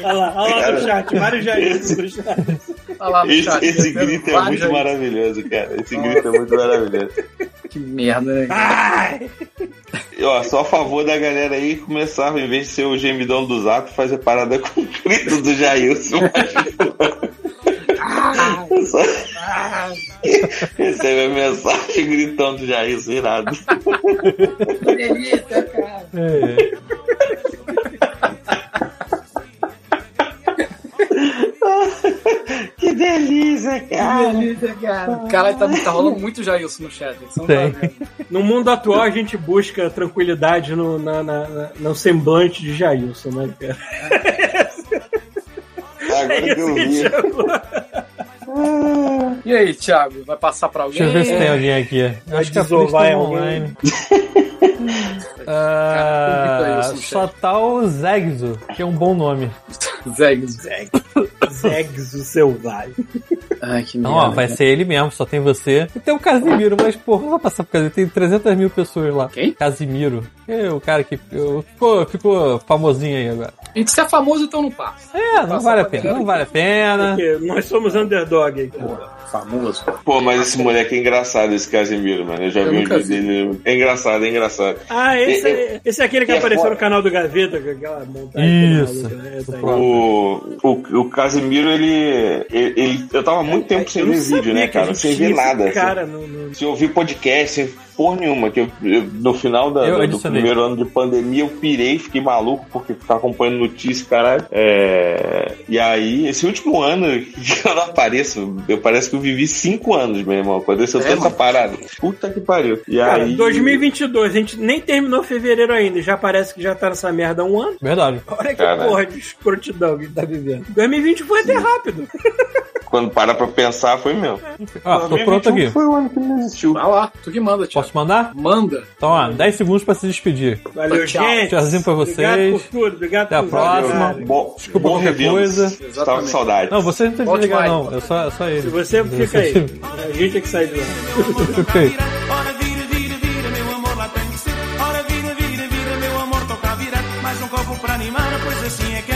Speaker 1: Olha lá, olha lá no chat, vários Jairzinhos no chat.
Speaker 3: Olha Tá lá no
Speaker 4: Esse,
Speaker 1: tá
Speaker 3: chat.
Speaker 4: esse grito é
Speaker 3: Vários
Speaker 4: muito
Speaker 3: aí.
Speaker 4: maravilhoso, cara. Esse grito é muito maravilhoso.
Speaker 3: Que merda, né?
Speaker 4: E, ó, só a favor da galera aí começar, em vez de ser o gemidão do zap, fazer parada com o grito do Jailson. Só- Recebe a mensagem gritando do Jailson, irado.
Speaker 9: Que delícia, cara.
Speaker 2: É, é.
Speaker 4: Que delícia, cara.
Speaker 3: Caralho, tá, tá rolando muito Jailson no chat. Você não tá
Speaker 2: Ah. Tem.
Speaker 3: vendo.
Speaker 1: No mundo atual, a gente busca tranquilidade no, na, na- na- no semblante de Jailson, né, cara?
Speaker 4: Agora que eu vi.
Speaker 3: E aí, Thiago, vai passar pra alguém?
Speaker 2: Deixa eu ver se tem alguém aqui. Eu acho que a Flix
Speaker 3: é
Speaker 1: desovar
Speaker 2: tá
Speaker 1: alguém.
Speaker 2: online. Ah,
Speaker 3: Cara,
Speaker 2: só tá o Zegzo, que é um bom nome. um-
Speaker 3: Zeg.
Speaker 1: Zegzo selvagem.
Speaker 3: Ai, que merda.
Speaker 2: Não, Então, ó, vai ser ele mesmo, só tem você. E tem o Casimiro, mas porra, não vai passar por Casimiro, tem 300 mil pessoas lá.
Speaker 3: Quem?
Speaker 2: Casimiro. É o cara que eu- ficou, ficou famosinho aí agora.
Speaker 3: E se é famoso, então não passa.
Speaker 2: É, não
Speaker 3: Passa
Speaker 2: vale a
Speaker 3: pra
Speaker 2: pena,
Speaker 3: galera
Speaker 2: não vale a pena.
Speaker 1: Porque nós somos underdog. hein, cara.
Speaker 3: Famoso.
Speaker 4: Pô, mas esse moleque é engraçado, esse Casimiro, mano. Eu já
Speaker 3: Eu
Speaker 4: vi um
Speaker 3: nunca
Speaker 4: vídeo dele. É engraçado, é engraçado.
Speaker 1: Ah, esse, é- esse é aquele que
Speaker 4: É
Speaker 1: apareceu
Speaker 4: foda.
Speaker 1: no canal do Gaveta, com aquela montagem.
Speaker 2: Isso.
Speaker 1: toda maluca, né? Essa aí.
Speaker 4: O, o, o Casimiro, ele, ele, ele- Eu tava há muito tempo sem
Speaker 1: É, Eu não
Speaker 4: ver vídeo,
Speaker 1: sabia
Speaker 4: né,
Speaker 1: que a
Speaker 4: cara?
Speaker 1: gente
Speaker 4: Sem
Speaker 1: tinha
Speaker 4: ver
Speaker 1: esse
Speaker 4: nada. assim.
Speaker 1: Cara, no, no-
Speaker 4: Se eu ouvir podcast, sem porra nenhuma, que eu- eu- no final da-
Speaker 2: Eu
Speaker 4: do- do
Speaker 2: adicionei.
Speaker 4: primeiro ano de pandemia eu pirei, fiquei maluco porque ficava acompanhando notícias, caralho. É, e aí, esse último ano que eu não apareço, eu parece que eu vivi cinco anos, meu irmão. Aconteceu tanta parada. Puta que pariu. E
Speaker 1: Cara,
Speaker 4: aí.
Speaker 1: 2022, a gente nem terminou fevereiro ainda, já parece que já tá nessa merda há um ano.
Speaker 2: Verdade.
Speaker 1: Olha que
Speaker 4: Caralho.
Speaker 1: porra de escrotidão que a gente tá vivendo. 2020 foi até rápido.
Speaker 4: Quando para pra pensar, foi meu.
Speaker 2: Ó,
Speaker 3: é
Speaker 2: tô pronto aqui.
Speaker 4: Foi o ano que não existiu.
Speaker 3: Vai lá, tu que manda, Thiago.
Speaker 2: Posso mandar?
Speaker 3: Manda.
Speaker 2: Então, ó, 10 segundos pra se despedir.
Speaker 1: Valeu,
Speaker 3: Tchau.
Speaker 1: gente.
Speaker 2: Tchauzinho pra vocês.
Speaker 1: Obrigado por tudo, obrigado
Speaker 2: Até a
Speaker 1: por
Speaker 2: próxima.
Speaker 1: tudo.
Speaker 4: Bom,
Speaker 2: Desculpa
Speaker 4: bom
Speaker 2: qualquer
Speaker 4: review.
Speaker 2: coisa.
Speaker 4: Estava com saudade.
Speaker 2: Não, você não tem que
Speaker 3: Volte
Speaker 2: desligar,
Speaker 3: mais.
Speaker 2: não. É só, é só ele.
Speaker 1: Você fica aí. A gente é que sai de lá.
Speaker 2: Fica aí.
Speaker 10: Ora, vira, vira, vira, meu amor, lá tem que ser. Ora, vira, vira, vira, meu amor, toca a virar. Mais um copo pra animar, pois assim é que